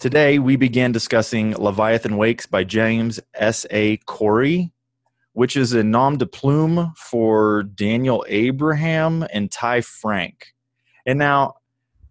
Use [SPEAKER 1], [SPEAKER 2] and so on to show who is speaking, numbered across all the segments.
[SPEAKER 1] Today, we began discussing Leviathan Wakes by James S.A. Corey, which is a nom de plume for Daniel Abraham and Ty Frank. And now,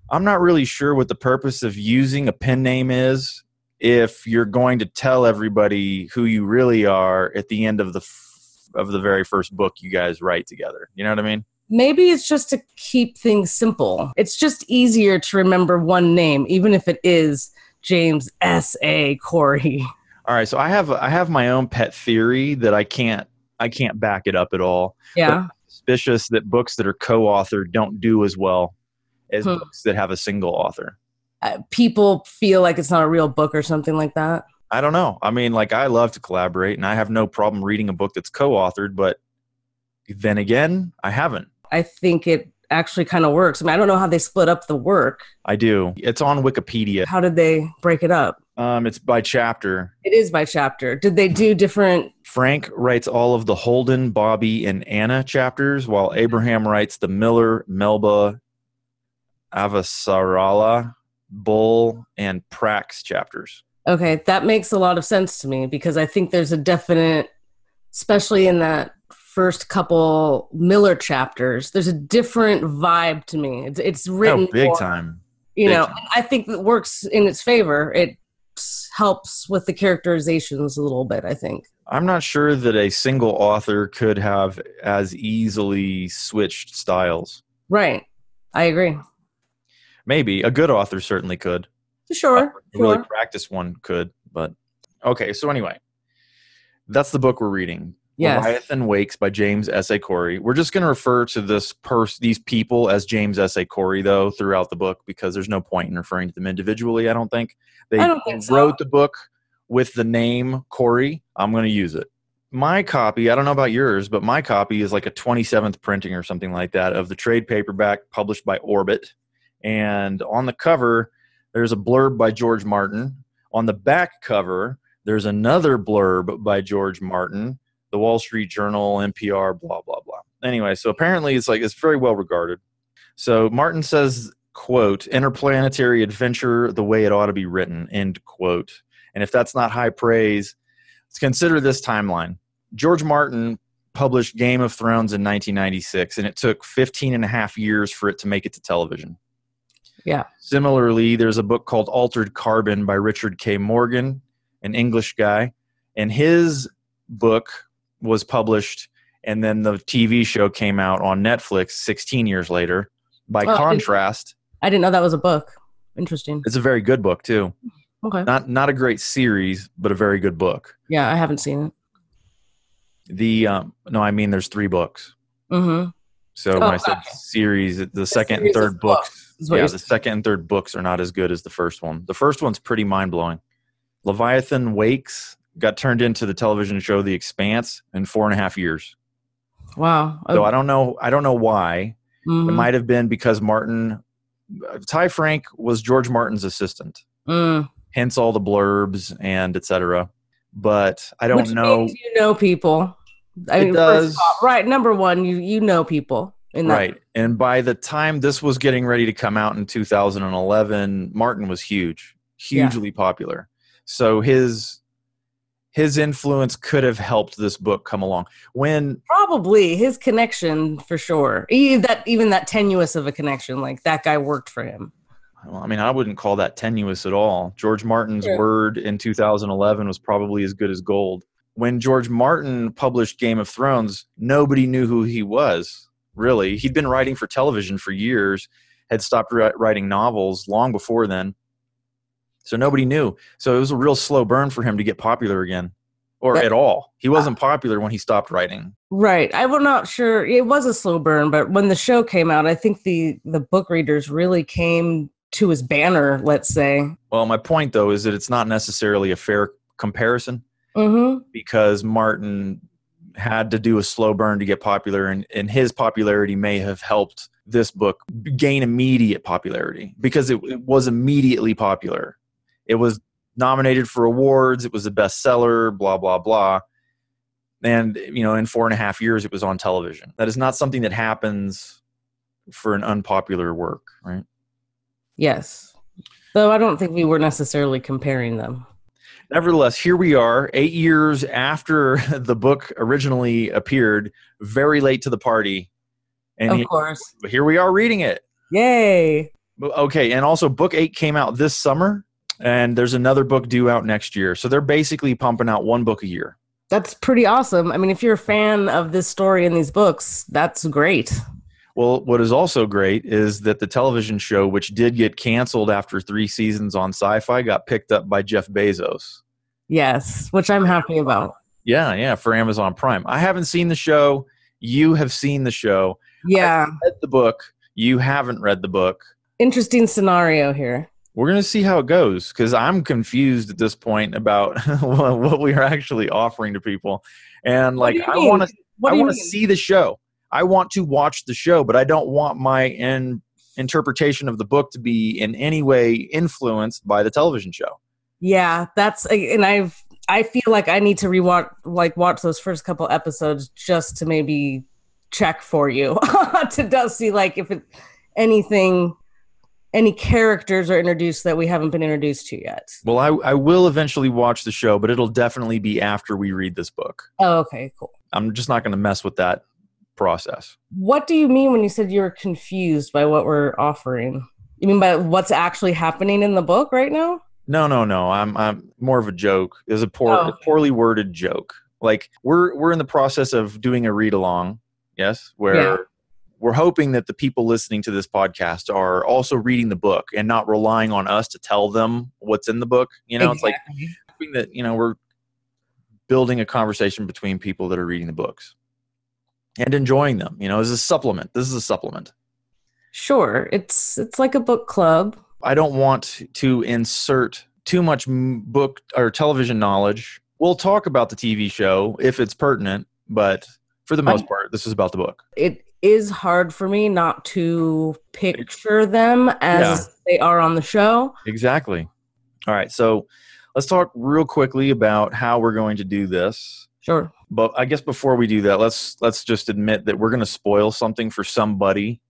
[SPEAKER 1] I'm not really sure what the purpose of using a pen name is if you're going to tell everybody who you really are at the end of the f- of the very first book you guys write together. You know what I mean?
[SPEAKER 2] Maybe it's just to keep things simple. It's just easier to remember one name, even if it is James S. A. Corey.
[SPEAKER 1] All right, so I have I have my own pet theory that I can't I can't back it up at all.
[SPEAKER 2] Yeah.
[SPEAKER 1] Suspicious that books that are co-authored don't do as well as
[SPEAKER 2] Hmm.
[SPEAKER 1] books that have a single author.
[SPEAKER 2] Uh, people feel like it's not a real book or something like that.
[SPEAKER 1] I don't know. I mean, like I love to collaborate and I have no problem reading a book that's co-authored, but then again, I haven't.
[SPEAKER 2] I think it actually kind of works. I mean, I don't know how they split up the work.
[SPEAKER 1] I do. It's on Wikipedia.
[SPEAKER 2] How did they break it up?
[SPEAKER 1] Um, it's by chapter.
[SPEAKER 2] It is by chapter. Did they do different?
[SPEAKER 1] Frank writes all of the Holden, Bobby, and Anna chapters, while Abraham writes the Miller, Melba, Avasarala, Bull, and Prax chapters.
[SPEAKER 2] Okay, that makes a lot of sense to me because I think there's a definite, especially in that first couple Miller chapters, there's a different vibe to me. It's, it's
[SPEAKER 1] Oh,
[SPEAKER 2] written
[SPEAKER 1] big
[SPEAKER 2] more,
[SPEAKER 1] time.
[SPEAKER 2] You
[SPEAKER 1] big
[SPEAKER 2] know,
[SPEAKER 1] time.
[SPEAKER 2] and I think that works in its favor. It s- helps with the characterizations a little bit, I think.
[SPEAKER 1] I'm not sure that a single author could have as easily switched styles.
[SPEAKER 2] Right. I agree.
[SPEAKER 1] Maybe a good author certainly could.
[SPEAKER 2] Sure.
[SPEAKER 1] a really
[SPEAKER 2] sure.
[SPEAKER 1] practiced one could, but okay. So anyway, that's the book we're reading.
[SPEAKER 2] Yes.
[SPEAKER 1] Leviathan Wakes by James S. A. Corey. We're just going to refer to this pers- these people as James S. A. Corey though throughout the book because there's no point in referring to them individually. I don't think they
[SPEAKER 2] I don't think so.
[SPEAKER 1] wrote the book with the name Corey. I'm going to use it. My copy, I don't know about yours, but my copy is like a 27th printing or something like that of the trade paperback published by Orbit. And on the cover, there's a blurb by George Martin. On the back cover, there's another blurb by George Martin, the Wall Street Journal, NPR, blah, blah, blah. Anyway, so apparently it's like it's very well regarded. So Martin says, quote, interplanetary adventure the way it ought to be written, end quote. And if that's not high praise, let's consider this timeline. George Martin published Game of Thrones in 1996, and it took 15 and a half years for it to make it to television.
[SPEAKER 2] Yeah.
[SPEAKER 1] Similarly, there's a book called Altered Carbon by Richard K. Morgan, an English guy, and his book was published, and then the TV show came out on Netflix 16 years later. By
[SPEAKER 2] Oh, I-
[SPEAKER 1] contrast,
[SPEAKER 2] I didn't know that was a book. Interesting.
[SPEAKER 1] it's a very good book too.
[SPEAKER 2] Okay.
[SPEAKER 1] Not not a great series, but a very good book.
[SPEAKER 2] Yeah, I haven't seen it.
[SPEAKER 1] The um, no, I mean there's three books.
[SPEAKER 2] Mm-hmm.
[SPEAKER 1] So
[SPEAKER 2] Oh,
[SPEAKER 1] when I said
[SPEAKER 2] gotcha.
[SPEAKER 1] series, the second and
[SPEAKER 2] series
[SPEAKER 1] third
[SPEAKER 2] of books
[SPEAKER 1] books,
[SPEAKER 2] is what
[SPEAKER 1] yeah,
[SPEAKER 2] you're
[SPEAKER 1] the second and third books are not as good as the first one. The first one's pretty mind blowing. Leviathan Wakes got turned into the television show The Expanse in four and a half years.
[SPEAKER 2] Wow.
[SPEAKER 1] So I don't know. I don't know why. It
[SPEAKER 2] Mhm.
[SPEAKER 1] might have been because Martin, uh, Ty Frank was George Martin's assistant,
[SPEAKER 2] Mm.
[SPEAKER 1] hence all the blurbs and etc. But I don't
[SPEAKER 2] Which
[SPEAKER 1] know.
[SPEAKER 2] means you know people. I
[SPEAKER 1] It
[SPEAKER 2] mean, first
[SPEAKER 1] does.
[SPEAKER 2] of all, right? Number one, you you know people in that.
[SPEAKER 1] Right. And by the time this was getting ready to come out in 2011, Martin was huge,
[SPEAKER 2] Yeah.
[SPEAKER 1] hugely popular. So his his influence could have helped this book come along. When
[SPEAKER 2] Probably his connection for sure. E that even that tenuous of a connection, like that guy worked for him.
[SPEAKER 1] well, I mean, I wouldn't call that tenuous at all. George Martin's
[SPEAKER 2] Sure.
[SPEAKER 1] word in 2011 was probably as good as gold. When George Martin published Game of Thrones, nobody knew who he was, really. He'd been writing for television for years, had stopped ri- writing novels long before then. So nobody knew. So it was a real slow burn for him to get popular again or
[SPEAKER 2] That-
[SPEAKER 1] at all. He wasn't popular when he stopped writing.
[SPEAKER 2] Right. I'm not sure. It was a slow burn, but when the show came out, I think the the book readers really came to his banner. Let's say.
[SPEAKER 1] Well, my point though is that it's not necessarily a fair comparison.
[SPEAKER 2] Mm-hmm.
[SPEAKER 1] because Martin had to do a slow burn to get popular, and, and his popularity may have helped this book gain immediate popularity because it, it was immediately popular. It was nominated for awards, it was a bestseller, blah, blah, blah. And, you know, in four and a half years, it was on television. That is not something that happens for an unpopular work, right?
[SPEAKER 2] Yes. Though I don't think we were necessarily comparing them.
[SPEAKER 1] Nevertheless, here we are, eight years after the book originally appeared, very late to the party. And
[SPEAKER 2] of
[SPEAKER 1] he-
[SPEAKER 2] course.
[SPEAKER 1] here we are reading it.
[SPEAKER 2] Yay.
[SPEAKER 1] Okay, and also book eight came out this summer, and there's another book due out next year. So they're basically pumping out one book a year.
[SPEAKER 2] That's pretty awesome. I mean, if you're a fan of this story and these books, that's great.
[SPEAKER 1] Well, what is also great is that the television show, which did get canceled after three seasons on sci fi, got picked up by Jeff Bezos.
[SPEAKER 2] Yes, which I'm happy about.
[SPEAKER 1] Yeah, yeah, for Amazon Prime. I haven't seen the show. You have seen the show.
[SPEAKER 2] Yeah.
[SPEAKER 1] I read the book. You haven't read the book.
[SPEAKER 2] Interesting scenario here.
[SPEAKER 1] We're going to see how it goes because I'm confused at this point about what what we are actually offering to people. And like,
[SPEAKER 2] What do
[SPEAKER 1] I
[SPEAKER 2] you mean?
[SPEAKER 1] want to
[SPEAKER 2] What
[SPEAKER 1] I
[SPEAKER 2] do you
[SPEAKER 1] want to
[SPEAKER 2] mean?
[SPEAKER 1] see the show. I want to watch the show, but I don't want my in, interpretation of the book to be in any way influenced by the television show.
[SPEAKER 2] Yeah, that's and I've I feel like I need to rewatch like watch those first couple episodes just to maybe check for you to just see like if it anything any characters are introduced that we haven't been introduced to yet.
[SPEAKER 1] Well, I, I will eventually watch the show, but it'll definitely be after we read this book.
[SPEAKER 2] Oh, okay, cool.
[SPEAKER 1] I'm just not going to mess with that process.
[SPEAKER 2] What do you mean when you said you were confused by what we're offering? You mean by what's actually happening in the book right now?
[SPEAKER 1] No, no, no. I'm I'm more of a joke. It was a poor,
[SPEAKER 2] Oh.
[SPEAKER 1] a poorly worded joke. Like we're we're in the process of doing a read along. Yes, where
[SPEAKER 2] Yeah.
[SPEAKER 1] we're hoping that the people listening to this podcast are also reading the book and not relying on us to tell them what's in the book. You know, it's like
[SPEAKER 2] Exactly.
[SPEAKER 1] hoping that you know we're building a conversation between people that are reading the books and enjoying them. You know, as a supplement. This is a supplement.
[SPEAKER 2] sure, it's it's like a book club.
[SPEAKER 1] I don't want to insert too much m- book or television knowledge. We'll talk about the TV show if it's pertinent, but for the most part, this is about the book.
[SPEAKER 2] it is hard for me not to picture them as they are on the show.
[SPEAKER 1] Exactly. All right, so let's talk real quickly about how we're going to do this.
[SPEAKER 2] Sure.
[SPEAKER 1] But I guess before we do that, let's let's just admit that we're going to spoil something for somebody.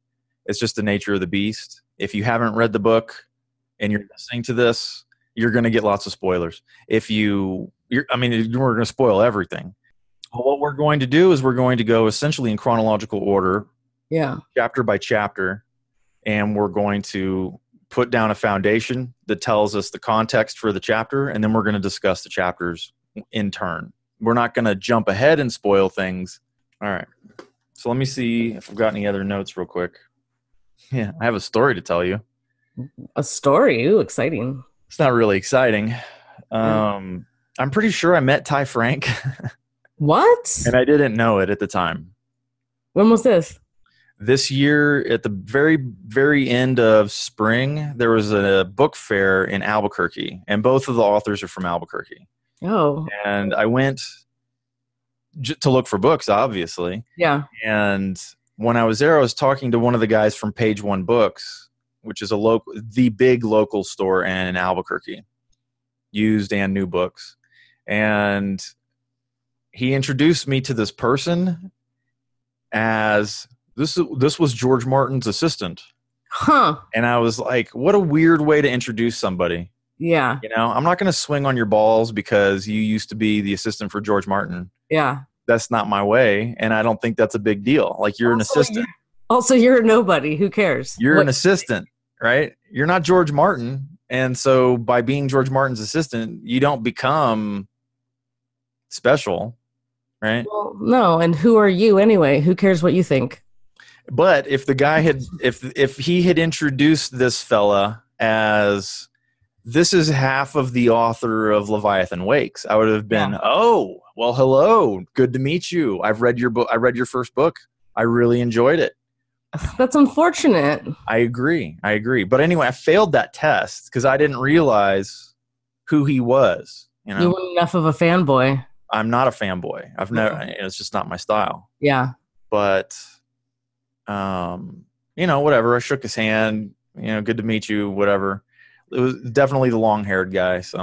[SPEAKER 1] It's just the nature of the beast. If you haven't read the book and you're listening to this, you're going to get lots of spoilers. If you, you're, I mean, we're going to spoil everything. But what we're going to do is we're going to go essentially in chronological order,
[SPEAKER 2] Yeah.
[SPEAKER 1] chapter by chapter, and we're going to put down a foundation that tells us the context for the chapter, and then we're going to discuss the chapters in turn. We're not going to jump ahead and spoil things. All right. So let me see if I've got any other notes real quick. Yeah, I have a story to tell you.
[SPEAKER 2] A story. Ooh, exciting.
[SPEAKER 1] It's not really exciting. Um, I'm pretty sure I met Ty Frank,
[SPEAKER 2] What?
[SPEAKER 1] and I didn't know it at the time.
[SPEAKER 2] When was this?
[SPEAKER 1] this year at the very very end of spring there was a book fair in albuquerque and both of the authors are from albuquerque
[SPEAKER 2] Oh,
[SPEAKER 1] and i went j- to look for books obviously
[SPEAKER 2] yeah.
[SPEAKER 1] and when i was there i was talking to one of the guys from page one books which is a local the big local store in albuquerque used and new books and he introduced me to this person as this this was George Martin's assistant
[SPEAKER 2] Huh.
[SPEAKER 1] and I was like what a weird way to introduce somebody
[SPEAKER 2] Yeah.
[SPEAKER 1] you know I'm not going to swing on your balls because you used to be the assistant for George Martin
[SPEAKER 2] Yeah.
[SPEAKER 1] that's not my way and I don't think that's a big deal like you're an
[SPEAKER 2] Also,
[SPEAKER 1] assistant
[SPEAKER 2] Also, you're a nobody. Who cares?
[SPEAKER 1] you're an
[SPEAKER 2] What-
[SPEAKER 1] assistant right you're not George Martin and so by being George Martin's assistant you don't become special right
[SPEAKER 2] Well, no. And who are you anyway? Who cares what you think?
[SPEAKER 1] But if the guy had if if he had introduced this fella as this is half of the author of Leviathan Wakes, I would have been, "Oh, well hello. Good to meet you. I've read your book I read your first book. I really enjoyed it."
[SPEAKER 2] That's unfortunate.
[SPEAKER 1] I agree. I agree. But anyway, I failed that test cuz I didn't realize who he was, you know.
[SPEAKER 2] You weren't enough of a fanboy.
[SPEAKER 1] I'm not a fanboy. I've never
[SPEAKER 2] Okay.
[SPEAKER 1] it's just not my style.
[SPEAKER 2] Yeah.
[SPEAKER 1] but um you know whatever i shook his hand you know good to meet you whatever it was definitely the long haired guy so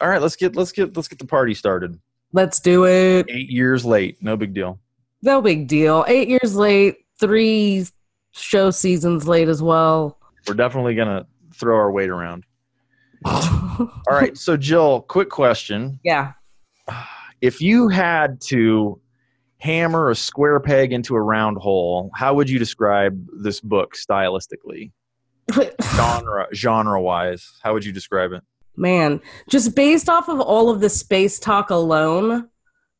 [SPEAKER 1] all right let's get let's get let's get the party started
[SPEAKER 2] Let's do it.
[SPEAKER 1] eight years late no big deal
[SPEAKER 2] no big deal. Eight years late, three show seasons late as well.
[SPEAKER 1] we're definitely gonna throw our weight around All right. So, Jill, quick question.
[SPEAKER 2] yeah.
[SPEAKER 1] If you had to hammer a square peg into a round hole, how would you describe this book stylistically? Genre genre wise, how would you describe it?
[SPEAKER 2] Man, just based off of all of the space talk alone,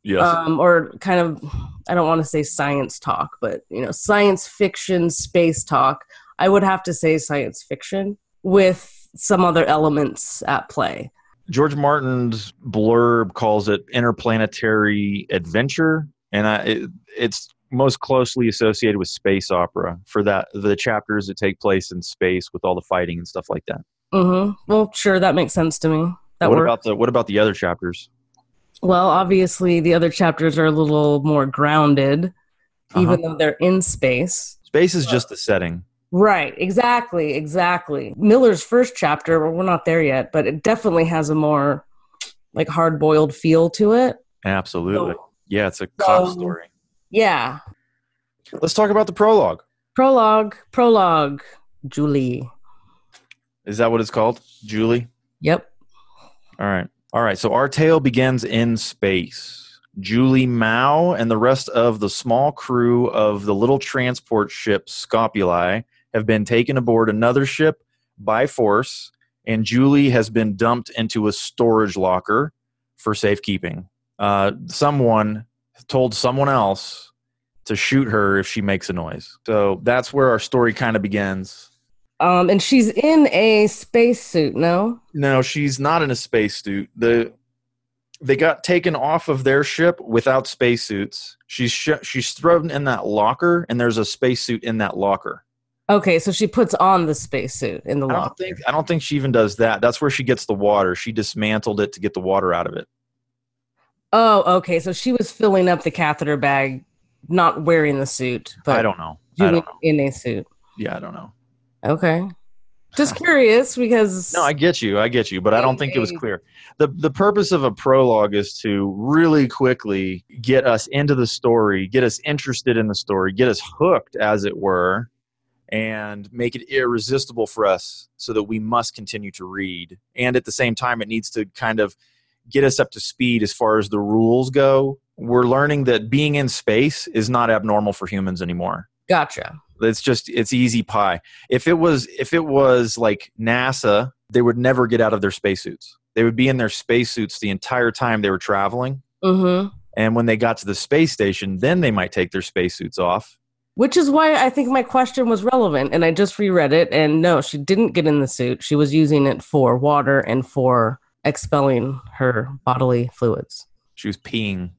[SPEAKER 1] Yes.
[SPEAKER 2] um, or kind of, I don't want to say science talk, but you know, science fiction, space talk, I would have to say science fiction with some other elements at play.
[SPEAKER 1] George Martin's blurb calls it interplanetary adventure, and I, it, it's most closely associated with space opera for that the chapters that take place in space with all the fighting and stuff like that.
[SPEAKER 2] hmm Well, sure, that makes sense to me. That
[SPEAKER 1] what
[SPEAKER 2] works.
[SPEAKER 1] about the what about the other chapters?
[SPEAKER 2] Well, obviously, the other chapters are a little more grounded,
[SPEAKER 1] Uh-huh.
[SPEAKER 2] even though they're in space.
[SPEAKER 1] Space
[SPEAKER 2] Uh,
[SPEAKER 1] is just the setting.
[SPEAKER 2] Right, exactly, exactly. Miller's first chapter, well, we're not there yet, but it definitely has a more like hard boiled feel to it.
[SPEAKER 1] Absolutely.
[SPEAKER 2] So,
[SPEAKER 1] Yeah, it's a cop
[SPEAKER 2] So-
[SPEAKER 1] story.
[SPEAKER 2] yeah.
[SPEAKER 1] Let's talk about the prologue.
[SPEAKER 2] Prologue, prologue, Julie.
[SPEAKER 1] Is that what it's called? Julie?
[SPEAKER 2] Yep.
[SPEAKER 1] All right. All right. So our tale begins in space. Julie Mao and the rest of the small crew of the little transport ship Scopuli have been taken aboard another ship by force, and Julie has been dumped into a storage locker for safekeeping. Uh, someone told someone else to shoot her if she makes a noise. So that's where our story kind of begins.
[SPEAKER 2] Um, and she's in a spacesuit, no?
[SPEAKER 1] No, she's not in a spacesuit. The they got taken off of their ship without spacesuits. She's sh- she's thrown in that locker, and there's a spacesuit in that locker.
[SPEAKER 2] Okay, so she puts on the spacesuit in the
[SPEAKER 1] I don't
[SPEAKER 2] lock.
[SPEAKER 1] think I don't think she even does that. That's where she gets the water. She dismantled it to get the water out of it.
[SPEAKER 2] Oh, okay, so she was filling up the catheter bag, not wearing the suit, but
[SPEAKER 1] I don't know. I
[SPEAKER 2] doing
[SPEAKER 1] don't know.
[SPEAKER 2] in a suit.
[SPEAKER 1] Yeah, I don't know.
[SPEAKER 2] Okay. Just curious because
[SPEAKER 1] No, I get you. I get you, but I don't think it was clear. the The purpose of a prologue is to really quickly get us into the story, get us interested in the story, get us hooked, as it were, and make it irresistible for us, so that we must continue to read. And at the same time, it needs to kind of get us up to speed as far as the rules go. We're learning that being in space is not abnormal for humans anymore
[SPEAKER 2] gotcha.
[SPEAKER 1] it's just it's easy pie if it was if it was like nasa they would never get out of their spacesuits they would be in their spacesuits the entire time they were traveling
[SPEAKER 2] Mm-hmm.
[SPEAKER 1] and when they got to the space station then they might take their spacesuits off
[SPEAKER 2] Which is why I think my question was relevant, and I just reread it, and no, she didn't get in the suit. She was using it for water and for expelling her bodily fluids.
[SPEAKER 1] she was peeing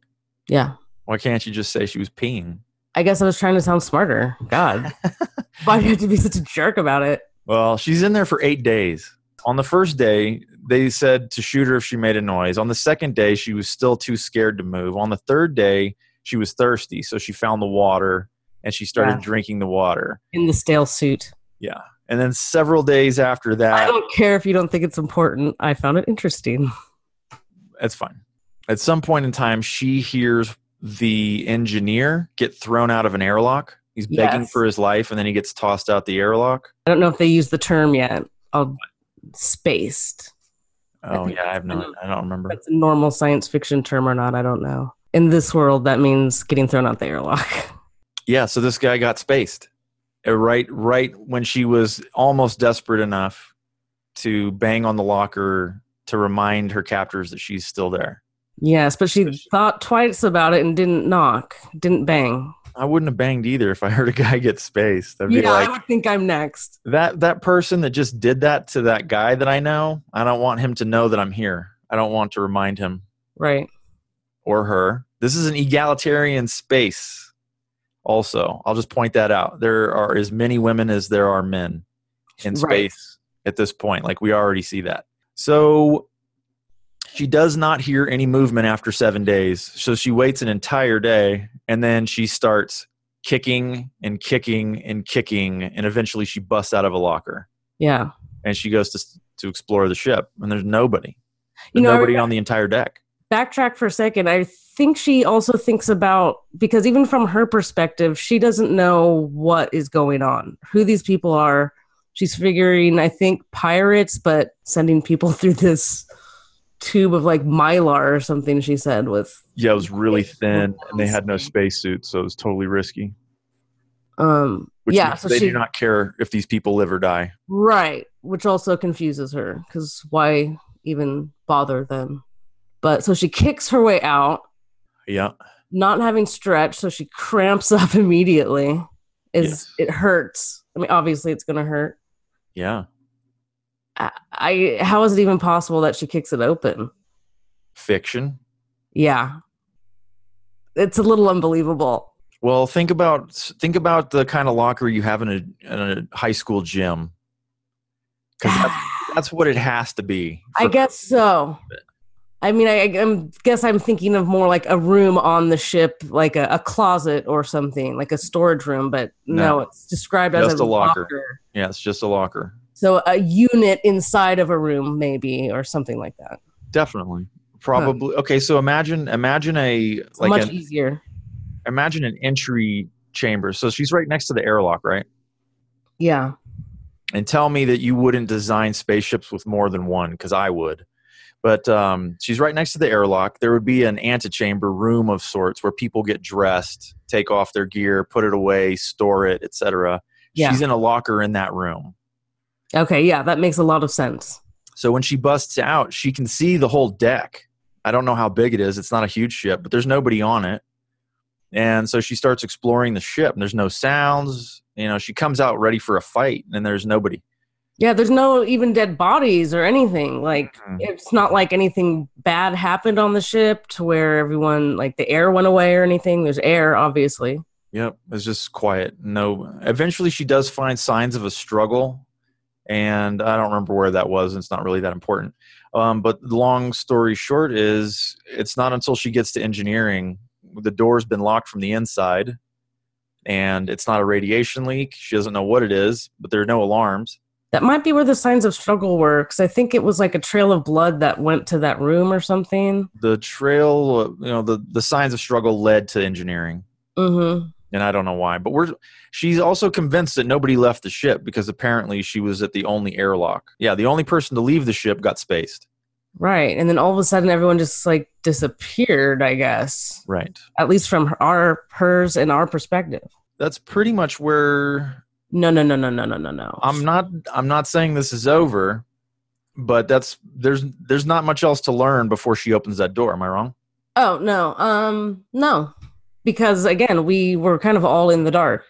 [SPEAKER 2] Yeah,
[SPEAKER 1] why can't you just say she was peeing
[SPEAKER 2] I guess I was trying to sound smarter. God, why do you have to be such a jerk about it?
[SPEAKER 1] well she's in there for eight days on the first day they said to shoot her if she made a noise on the second day she was still too scared to move on the third day she was thirsty so she found the water and she started
[SPEAKER 2] Yeah.
[SPEAKER 1] drinking the water
[SPEAKER 2] In the stale suit.
[SPEAKER 1] Yeah. And then several days after
[SPEAKER 2] I
[SPEAKER 1] that,
[SPEAKER 2] don't care if you don't think it's important. I found it interesting.
[SPEAKER 1] that's fine. At some point in time, she hears the engineer get thrown out of an airlock. He's begging
[SPEAKER 2] Yes.
[SPEAKER 1] for his life, and then he gets tossed out the airlock.
[SPEAKER 2] I don't know if they use the term yet. I'll spaced. I
[SPEAKER 1] Oh
[SPEAKER 2] think
[SPEAKER 1] yeah, I have
[SPEAKER 2] that's-
[SPEAKER 1] no, I don't remember.
[SPEAKER 2] that's a normal science fiction term or not, I don't know. In this world, that means getting thrown out the airlock.
[SPEAKER 1] Yeah, so this guy got spaced, Uh, right, right when she was almost desperate enough to bang on the locker to remind her captors that she's still there.
[SPEAKER 2] yes, but she thought twice about it and didn't knock, didn't bang.
[SPEAKER 1] I wouldn't have banged either if I heard a guy get spaced. I'd be
[SPEAKER 2] yeah,
[SPEAKER 1] like,
[SPEAKER 2] I would think I'm next.
[SPEAKER 1] that that person that just did that to that guy that I know, I don't want him to know that I'm here. I don't want to remind him
[SPEAKER 2] Right.
[SPEAKER 1] or her. This is an egalitarian space. Also, I'll just point that out. There are as many women as there are men in
[SPEAKER 2] Right.
[SPEAKER 1] space at this point. Like we already see that. So she does not hear any movement after 7 days. So she waits an entire day and then she starts kicking and kicking and kicking and eventually she busts out of a locker
[SPEAKER 2] Yeah.
[SPEAKER 1] and she goes to to explore the ship and there's nobody
[SPEAKER 2] You know, I
[SPEAKER 1] nobody on the entire deck
[SPEAKER 2] backtrack for a second. I think she also thinks about, because even from her perspective, she doesn't know what is going on, who these people are. she's figuring, I think, pirates, but sending people through this tube of like mylar or something. She said with
[SPEAKER 1] Yeah, it was really thin, and they had no spacesuits, so it was totally risky.
[SPEAKER 2] um
[SPEAKER 1] Which
[SPEAKER 2] yeah,
[SPEAKER 1] means
[SPEAKER 2] so
[SPEAKER 1] they
[SPEAKER 2] she
[SPEAKER 1] do not care if these people live or die.
[SPEAKER 2] right, which also confuses her because why even bother them? But so she kicks her way out,
[SPEAKER 1] Yeah,
[SPEAKER 2] not having stretched, so she cramps up immediately. Is
[SPEAKER 1] Yes.
[SPEAKER 2] it hurts? I mean, obviously it's gonna hurt.
[SPEAKER 1] yeah.
[SPEAKER 2] I, I how is it even possible that she kicks it open?
[SPEAKER 1] Fiction.
[SPEAKER 2] Yeah. It's a little unbelievable.
[SPEAKER 1] Well, think about think about the kind of locker you have in a, in a high school gym, because that's, that's what it has to be.
[SPEAKER 2] I
[SPEAKER 1] for-
[SPEAKER 2] guess so. I mean, I, I I'm- guess I'm thinking of more like a room on the ship, like a, a closet or something, like a storage room. But no,
[SPEAKER 1] No.
[SPEAKER 2] it's described as
[SPEAKER 1] Just a
[SPEAKER 2] a
[SPEAKER 1] locker.
[SPEAKER 2] locker.
[SPEAKER 1] yeah, it's just a locker.
[SPEAKER 2] So a unit inside of a room, maybe, or something like that.
[SPEAKER 1] Definitely. Probably. Okay, so imagine imagine a
[SPEAKER 2] It's
[SPEAKER 1] like
[SPEAKER 2] much
[SPEAKER 1] an,
[SPEAKER 2] easier.
[SPEAKER 1] imagine an entry chamber. So she's right next to the airlock, right?
[SPEAKER 2] Yeah.
[SPEAKER 1] And tell me that you wouldn't design spaceships with more than one, because I would. But um, she's right next to the airlock. There would be an antechamber room of sorts where people get dressed, take off their gear, put it away, store it, etc.
[SPEAKER 2] Yeah.
[SPEAKER 1] She's in a locker in that room.
[SPEAKER 2] okay. Yeah. That makes a lot of sense.
[SPEAKER 1] So when she busts out, she can see the whole deck. I don't know how big it is. It's not a huge ship, but there's nobody on it. And so she starts exploring the ship, and there's no sounds. You know, she comes out ready for a fight, and there's nobody.
[SPEAKER 2] Yeah. There's no even dead bodies or anything. Like, it's not like anything bad happened on the ship to where everyone like the air went away or anything there's air obviously
[SPEAKER 1] Yep, it's just quiet. No. Eventually, she does find signs of a struggle, and I don't remember where that was. And it's not really that important. Um, but long story short is, it's not until she gets to engineering, the door's been locked from the inside, and it's not a radiation leak. She doesn't know what it is, but there are no alarms.
[SPEAKER 2] that might be where the signs of struggle were because i think it was like a trail of blood that went to that room or something
[SPEAKER 1] The trail, uh, you know, the the signs of struggle led to engineering.
[SPEAKER 2] mm-hmm
[SPEAKER 1] and I don't know why. But we're she's also convinced that nobody left the ship because apparently she was at the only airlock. Yeah, the only person to leave the ship got spaced.
[SPEAKER 2] right and then all of a sudden everyone just like disappeared i guess
[SPEAKER 1] Right.
[SPEAKER 2] at least from our hers and our perspective
[SPEAKER 1] That's pretty much where
[SPEAKER 2] no no no no no no no no
[SPEAKER 1] I'm not I'm not saying this is over, but that's there's there's not much else to learn before she opens that door. Am I wrong?
[SPEAKER 2] oh no um no because again we were kind of all in the dark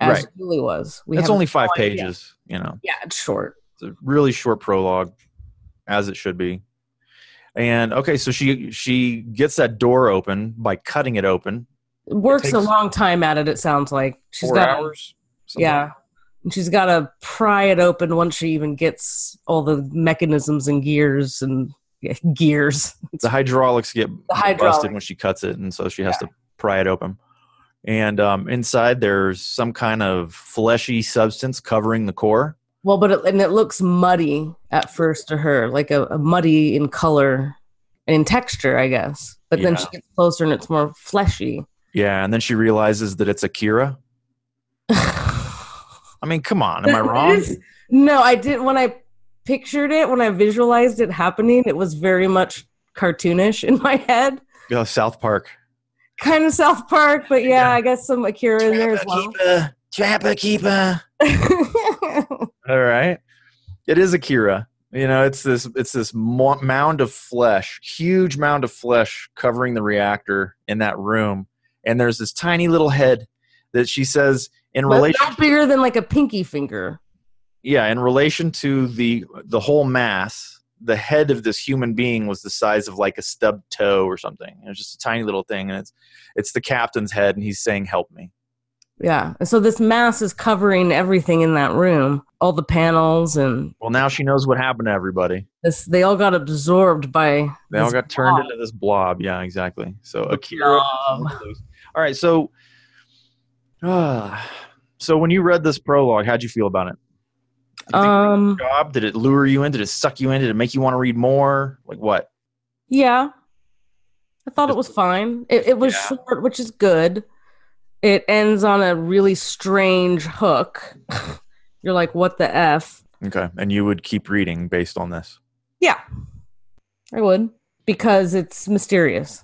[SPEAKER 2] as
[SPEAKER 1] Right.
[SPEAKER 2] Julie was we
[SPEAKER 1] It's
[SPEAKER 2] haven't-
[SPEAKER 1] only five
[SPEAKER 2] no idea.
[SPEAKER 1] pages, you know.
[SPEAKER 2] yeah it's short
[SPEAKER 1] It's a really short prologue, as it should be. And okay, so she she gets that door open by cutting it open.
[SPEAKER 2] works
[SPEAKER 1] It
[SPEAKER 2] a
[SPEAKER 1] takes-
[SPEAKER 2] long time at it. It sounds like she's got
[SPEAKER 1] hours. something like
[SPEAKER 2] yeah, And she's got to pry it open once she even gets all the mechanisms and gears and yeah, gears.
[SPEAKER 1] the hydraulics get busted
[SPEAKER 2] hydraulics.
[SPEAKER 1] when she cuts it, and so she has to pry it open. And um, inside, there's some kind of fleshy substance covering the core.
[SPEAKER 2] Well, but it, and it looks muddy at first to her, like a, a muddy in color and in texture, I guess. But then
[SPEAKER 1] Yeah.
[SPEAKER 2] she gets closer and it's more fleshy.
[SPEAKER 1] Yeah, and then she realizes that it's Akira. I mean, come on, am I
[SPEAKER 2] It
[SPEAKER 1] wrong?
[SPEAKER 2] is- no, I did when I pictured it, when I visualized it happening, it was very much cartoonish in my head.
[SPEAKER 1] Yeah, South Park.
[SPEAKER 2] kind of South Park, but yeah,
[SPEAKER 1] Yeah.
[SPEAKER 2] I guess some Akira in there as well.
[SPEAKER 1] keeper, trapper keeper. All right, it is Akira. You know, it's this it's this mo- mound of flesh, huge mound of flesh covering the reactor in that room, and there's this tiny little head that she says in
[SPEAKER 2] but
[SPEAKER 1] relation.
[SPEAKER 2] not bigger than like a pinky finger.
[SPEAKER 1] yeah in relation to the the whole mass the head of this human being was the size of like a stub toe or something it was just a tiny little thing and it's it's the captain's head and he's saying help me
[SPEAKER 2] Yeah. And so this mass is covering everything in that room, all the panels and
[SPEAKER 1] well now she knows what happened to everybody
[SPEAKER 2] this they all got absorbed by
[SPEAKER 1] they all
[SPEAKER 2] this
[SPEAKER 1] got turned
[SPEAKER 2] blob.
[SPEAKER 1] into this blob yeah exactly so akira
[SPEAKER 2] blob.
[SPEAKER 1] all right so uh, so when you read this prologue how'd you feel about it Did you think it was
[SPEAKER 2] Um
[SPEAKER 1] a job did it lure you in did it suck you in did it make you want to read more like what
[SPEAKER 2] yeah. I thought it was fine. It it was
[SPEAKER 1] Yeah.
[SPEAKER 2] short, which is good. It ends on a really strange hook. You're like, what the f?
[SPEAKER 1] Okay. And you would keep reading based on this.
[SPEAKER 2] Yeah, I would because it's mysterious,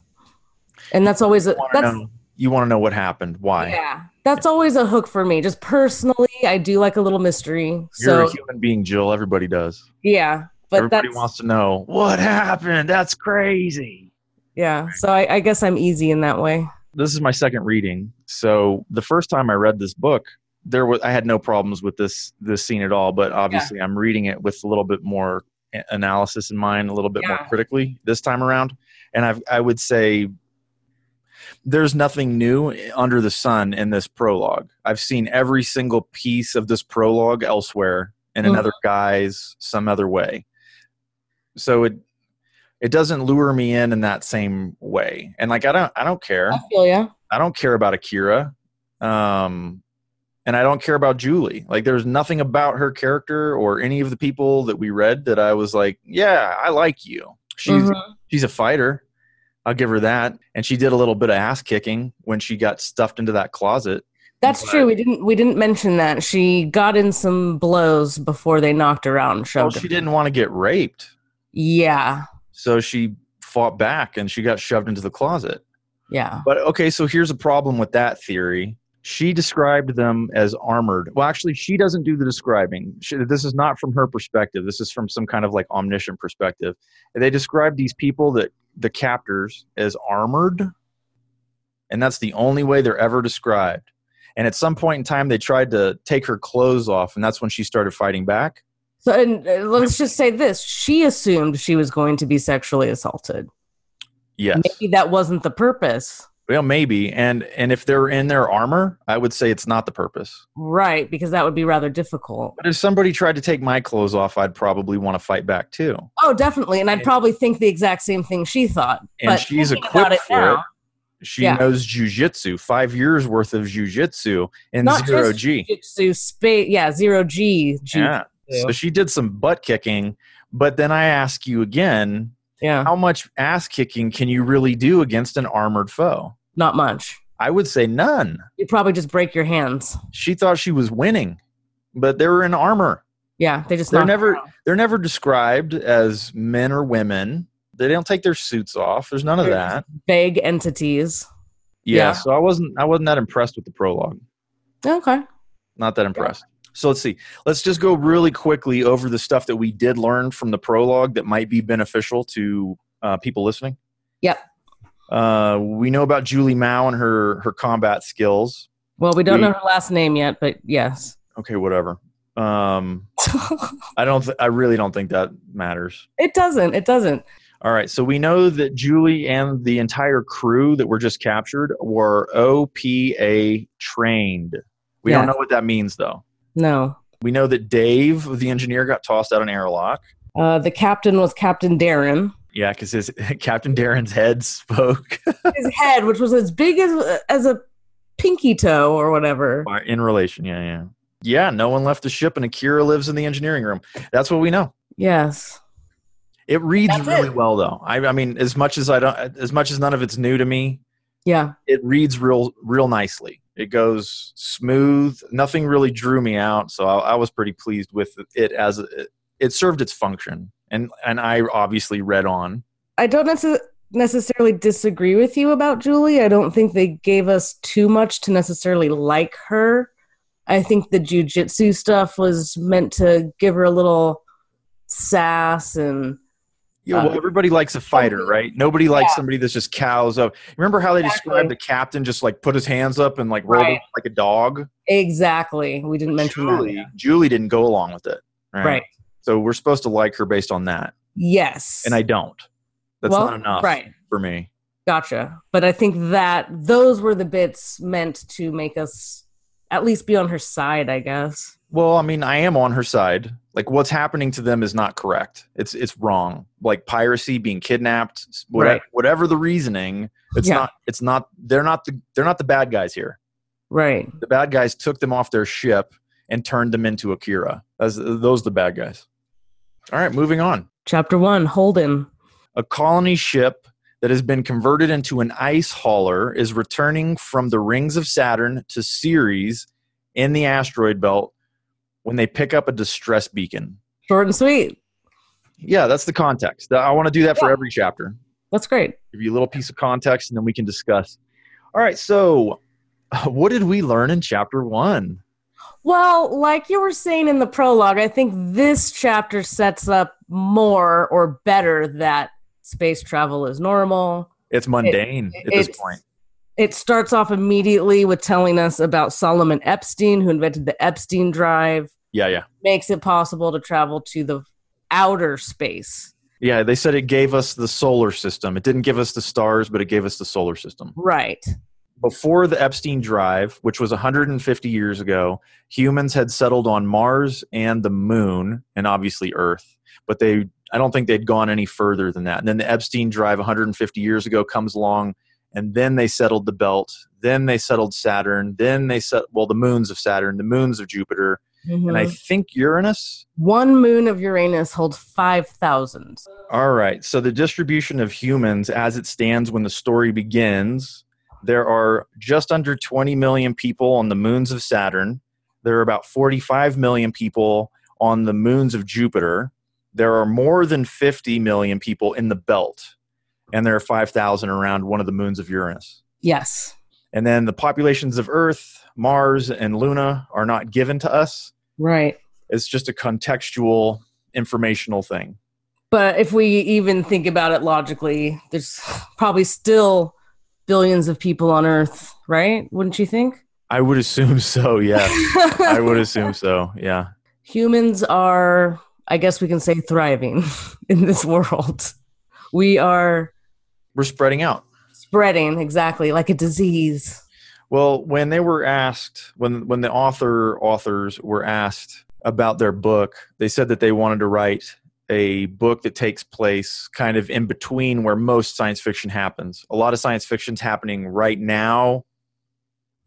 [SPEAKER 2] and that's always a,
[SPEAKER 1] You wanna
[SPEAKER 2] that's
[SPEAKER 1] know- you want to know what happened, why.
[SPEAKER 2] yeah that's always a hook for me. Just personally, I do like a little mystery.
[SPEAKER 1] You're
[SPEAKER 2] So
[SPEAKER 1] a human being, Jill. Everybody does.
[SPEAKER 2] yeah, but
[SPEAKER 1] Everybody
[SPEAKER 2] that's
[SPEAKER 1] wants to know what happened. That's crazy.
[SPEAKER 2] yeah. So I, I guess I'm easy in that way.
[SPEAKER 1] This is my second reading. So the first time I read this book, there was I had no problems with this this scene at all. But obviously, I'm reading it with a little bit more a- analysis in mind, a little bit more
[SPEAKER 2] Yeah.
[SPEAKER 1] critically this time around. And I've, I would say there's nothing new under the sun in this prologue. I've seen every single piece of this prologue elsewhere in
[SPEAKER 2] Mhm.
[SPEAKER 1] another guise, some other way. So it it doesn't lure me in in that same way. And like I don't I don't care.
[SPEAKER 2] I feel yeah.
[SPEAKER 1] I don't care about Akira. Um, and I don't care about Julie. Like, there's nothing about her character or any of the people that we read that I was like, yeah, I like you. She's
[SPEAKER 2] Mm-hmm.
[SPEAKER 1] she's a fighter. I'll give her that. And she did a little bit of ass kicking when she got stuffed into that closet.
[SPEAKER 2] That's
[SPEAKER 1] But-
[SPEAKER 2] true. We didn't we didn't mention that she got in some blows before they knocked her out and
[SPEAKER 1] Well,
[SPEAKER 2] shoved
[SPEAKER 1] Oh, she
[SPEAKER 2] her.
[SPEAKER 1] didn't want to get raped,
[SPEAKER 2] Yeah,
[SPEAKER 1] so she fought back and she got shoved into the closet.
[SPEAKER 2] yeah.
[SPEAKER 1] But okay, so here's a problem with that theory. She described them as armored. Well, actually, she doesn't do the describing. She, this is not from her perspective. This is from some kind of like omniscient perspective. And they describe these people that the captors as armored, and that's the only way they're ever described. And at some point in time, they tried to take her clothes off, and that's when she started fighting back.
[SPEAKER 2] So and uh, let's just say this: she assumed she was going to be sexually assaulted.
[SPEAKER 1] Yes.
[SPEAKER 2] Maybe that wasn't the purpose,
[SPEAKER 1] Well, maybe. And and if they're in their armor, I would say it's not the purpose.
[SPEAKER 2] right? Because that would be rather difficult.
[SPEAKER 1] But if somebody tried to take my clothes off, I'd probably want to fight back too.
[SPEAKER 2] Oh, definitely. And I'd
[SPEAKER 1] And-
[SPEAKER 2] probably think the exact same thing she thought.
[SPEAKER 1] And
[SPEAKER 2] But
[SPEAKER 1] she's
[SPEAKER 2] thinking
[SPEAKER 1] equipped
[SPEAKER 2] about it
[SPEAKER 1] for
[SPEAKER 2] now,
[SPEAKER 1] it. She
[SPEAKER 2] Yeah.
[SPEAKER 1] knows jujitsu, five years worth of jujitsu and
[SPEAKER 2] Not
[SPEAKER 1] zero
[SPEAKER 2] just
[SPEAKER 1] G.
[SPEAKER 2] Jujitsu space, yeah, zero G. G
[SPEAKER 1] Yeah. So she did some butt kicking. But then I ask you again,
[SPEAKER 2] yeah,
[SPEAKER 1] how much ass kicking can you really do against an armored foe?
[SPEAKER 2] not much.
[SPEAKER 1] I would say none.
[SPEAKER 2] You probably just break your hands.
[SPEAKER 1] She thought she was winning, but they were in armor.
[SPEAKER 2] Yeah, they just
[SPEAKER 1] They're
[SPEAKER 2] knock her
[SPEAKER 1] never-
[SPEAKER 2] out.
[SPEAKER 1] They're never described as men or women. They don't take their suits off. There's none of
[SPEAKER 2] They're
[SPEAKER 1] that.
[SPEAKER 2] vague entities.
[SPEAKER 1] Yeah,
[SPEAKER 2] Yeah.
[SPEAKER 1] So I wasn't I wasn't that impressed with the prologue.
[SPEAKER 2] Okay.
[SPEAKER 1] Not that impressed. So let's see. Let's just go really quickly over the stuff that we did learn from the prologue that might be beneficial to uh, people listening.
[SPEAKER 2] Yep.
[SPEAKER 1] Uh, we know about Julie Mao and her her combat skills.
[SPEAKER 2] Well, we don't
[SPEAKER 1] We-
[SPEAKER 2] know her last name yet, but yes.
[SPEAKER 1] Okay, whatever. Um, I don't. Th- I really don't think that matters.
[SPEAKER 2] it doesn't. It doesn't.
[SPEAKER 1] All right, so we know that Julie and the entire crew that were just captured were OPA trained. We don't
[SPEAKER 2] Yes.
[SPEAKER 1] know what that means, though.
[SPEAKER 2] No.
[SPEAKER 1] We know that Dave, the engineer, got tossed out an airlock.
[SPEAKER 2] Uh, the captain was Captain Darren.
[SPEAKER 1] Yeah, because his Captain Darren's head spoke
[SPEAKER 2] His head, which was as big as as a pinky toe or whatever.
[SPEAKER 1] in relation. Yeah, yeah, yeah. No one left the ship, and Akira lives in the engineering room. That's what we know.
[SPEAKER 2] Yes.
[SPEAKER 1] It reads
[SPEAKER 2] That's
[SPEAKER 1] really
[SPEAKER 2] it.
[SPEAKER 1] well, though. I, I mean, as much as I don't, as much as none of it's new to me,
[SPEAKER 2] Yeah.
[SPEAKER 1] it reads real real nicely it goes smooth nothing really drew me out so i, I was pretty pleased with it as it, it served its function and and i obviously read on
[SPEAKER 2] I don't necess- necessarily disagree with you about Julie. I don't think they gave us too much to necessarily like her. I think the jujitsu stuff was meant to give her a little sass and
[SPEAKER 1] yeah, well,
[SPEAKER 2] Uh,
[SPEAKER 1] everybody likes a fighter, right? Nobody likes
[SPEAKER 2] Yeah.
[SPEAKER 1] somebody that's just cows up. Remember how they
[SPEAKER 2] Exactly.
[SPEAKER 1] described the captain just like put his hands up and like rolled
[SPEAKER 2] Right.
[SPEAKER 1] up like a dog?
[SPEAKER 2] exactly. We didn't mention
[SPEAKER 1] Julie,
[SPEAKER 2] that.
[SPEAKER 1] Julie didn't go along with it, right?
[SPEAKER 2] Right.
[SPEAKER 1] So we're supposed to like her based on that,
[SPEAKER 2] Yes.
[SPEAKER 1] and I don't. That's
[SPEAKER 2] Well,
[SPEAKER 1] not enough
[SPEAKER 2] Right.
[SPEAKER 1] for me.
[SPEAKER 2] Gotcha. But I think that those were the bits meant to make us at least be on her side, I guess.
[SPEAKER 1] Well, I mean, I am on her side. Like, what's happening to them is not correct. It's it's wrong. Like piracy, being kidnapped, s- whatever,
[SPEAKER 2] Right.
[SPEAKER 1] whatever the reasoning. It's
[SPEAKER 2] Yeah.
[SPEAKER 1] not. It's not. They're not the. They're not the bad guys here.
[SPEAKER 2] Right.
[SPEAKER 1] The bad guys took them off their ship and turned them into Akira. As those are the bad guys. All right, moving on.
[SPEAKER 2] Chapter one, Holden.
[SPEAKER 1] A colony ship that has been converted into an ice hauler is returning from the rings of Saturn to Ceres in the asteroid belt when they pick up a distress beacon.
[SPEAKER 2] Short and sweet.
[SPEAKER 1] Yeah, that's the context. I want to do that for every chapter.
[SPEAKER 2] That's great.
[SPEAKER 1] Give you a little piece of context, and then we can discuss. All right, so what did we learn in chapter one?
[SPEAKER 2] Well, like you were saying in the prologue, I think this chapter sets up more or better that space travel is normal.
[SPEAKER 1] It's mundane
[SPEAKER 2] It-
[SPEAKER 1] at this
[SPEAKER 2] it's-
[SPEAKER 1] point.
[SPEAKER 2] It starts off immediately with telling us about Solomon Epstein, who invented the Epstein Drive,
[SPEAKER 1] Yeah, yeah.
[SPEAKER 2] makes it possible to travel to the outer space.
[SPEAKER 1] Yeah, they said it gave us the solar system. It didn't give us the stars, but it gave us the solar system.
[SPEAKER 2] Right.
[SPEAKER 1] Before the Epstein Drive, which was 150 years ago, humans had settled on Mars and the moon and obviously Earth, but they I don't think they'd gone any further than that. And then the Epstein Drive 150 years ago comes along and then they settled the belt, then they settled Saturn, then they set well the moons of Saturn, the moons of Jupiter, and I
[SPEAKER 2] Mhm.
[SPEAKER 1] think Uranus
[SPEAKER 2] One moon of Uranus holds 5,000.
[SPEAKER 1] All right. So the distribution of humans as it stands when the story begins, there are just under 20 million people on the moons of Saturn. There are about 45 million people on the moons of Jupiter. There are more than 50 million people in the belt. And there are 5,000 around one of the moons of Uranus.
[SPEAKER 2] Yes.
[SPEAKER 1] And then the populations of Earth, Mars, and Luna are not given to us.
[SPEAKER 2] Right.
[SPEAKER 1] It's just a contextual, informational thing.
[SPEAKER 2] But if we even think about it logically, there's probably still billions of people on Earth, right? Wouldn't you think?
[SPEAKER 1] I would assume so, yeah. I would assume so, yeah.
[SPEAKER 2] Humans are, I guess we can say, thriving in this world. We are
[SPEAKER 1] We're spreading out.
[SPEAKER 2] spreading exactly like a disease.
[SPEAKER 1] Well, when they were asked, when when the author authors were asked about their book, they said that they wanted to write a book that takes place kind of in between where most science fiction happens. A lot of science fiction's happening right now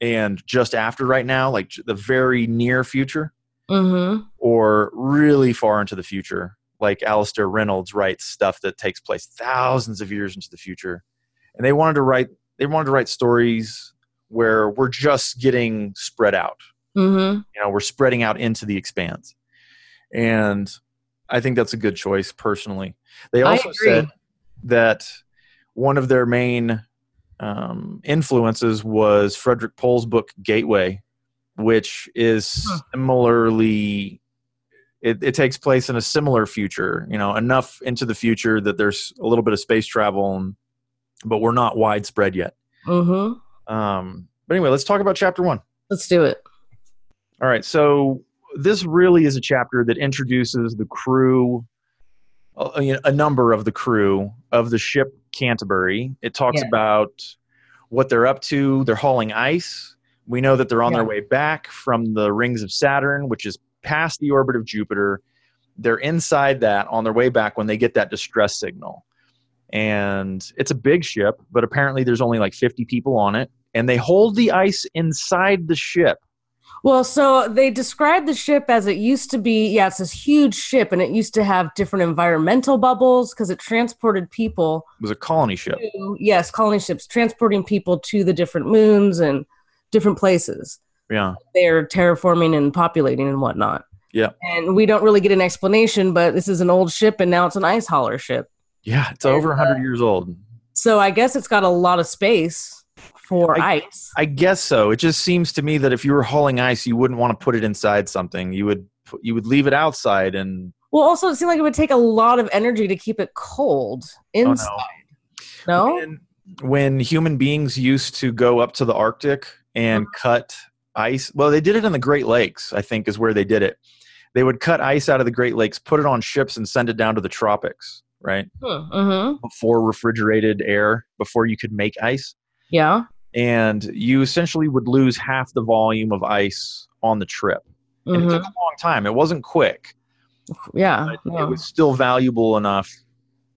[SPEAKER 1] and just after right now, like j- the very near future.
[SPEAKER 2] Mm-hmm.
[SPEAKER 1] or really far into the future. Like Alistair Reynolds writes stuff that takes place thousands of years into the future. And they wanted to write they wanted to write stories where we're just getting spread out.
[SPEAKER 2] Mm-hmm.
[SPEAKER 1] You know, we're spreading out into the expanse. And I think that's a good choice personally. They
[SPEAKER 2] I
[SPEAKER 1] also
[SPEAKER 2] agree.
[SPEAKER 1] said that one of their main um, influences was Frederick Pohl's book Gateway, which is
[SPEAKER 2] Huh.
[SPEAKER 1] similarly it, it takes place in a similar future, you know, enough into the future that there's a little bit of space travel, and, but we're not widespread yet.
[SPEAKER 2] Mm-hmm.
[SPEAKER 1] Um, but anyway, let's talk about chapter one.
[SPEAKER 2] Let's do it.
[SPEAKER 1] All right, so this really is a chapter that introduces the crew, uh, you know, a number of the crew of the ship Canterbury. It talks
[SPEAKER 2] Yeah.
[SPEAKER 1] about what they're up to. They're hauling ice. We know that they're on their
[SPEAKER 2] Yeah.
[SPEAKER 1] way back from the rings of Saturn, which is past the orbit of Jupiter. They're inside that on their way back when they get that distress signal. And it's a big ship, but apparently there's only like 50 people on it. And they hold the ice inside the ship.
[SPEAKER 2] Well, so they describe the ship as it used to be. Yeah, it's this huge ship, and it used to have different environmental bubbles because it transported people
[SPEAKER 1] It was a colony ship.
[SPEAKER 2] to, yes, colony ships, transporting people to the different moons and different places
[SPEAKER 1] Yeah.
[SPEAKER 2] they're terraforming and populating and whatnot.
[SPEAKER 1] Yeah.
[SPEAKER 2] And we don't really get an explanation, but this is an old ship, and now it's an ice hauler ship.
[SPEAKER 1] Yeah. It's over 100 years old.
[SPEAKER 2] So I guess it's got a lot of space for
[SPEAKER 1] I-
[SPEAKER 2] ice.
[SPEAKER 1] I guess so. It just seems to me that if you were hauling ice, you wouldn't want to put it inside something. You would put, you would leave it outside and
[SPEAKER 2] Well, also, it seemed like it would take a lot of energy to keep it cold
[SPEAKER 1] oh,
[SPEAKER 2] inside.
[SPEAKER 1] no.
[SPEAKER 2] no?
[SPEAKER 1] When, when human beings used to go up to the Arctic and cut ice, well, they did it in the Great Lakes, I think, is where they did it. They would cut ice out of the Great Lakes, put it on ships, and send it down to the tropics, right?
[SPEAKER 2] Mm-hmm.
[SPEAKER 1] Before refrigerated air, before you could make ice.
[SPEAKER 2] Yeah.
[SPEAKER 1] And you essentially would lose half the volume of ice on the trip. And it
[SPEAKER 2] Mhm.
[SPEAKER 1] took a long time. It wasn't quick,
[SPEAKER 2] Mm-hmm. Yeah.
[SPEAKER 1] but
[SPEAKER 2] no.
[SPEAKER 1] it was still valuable enough.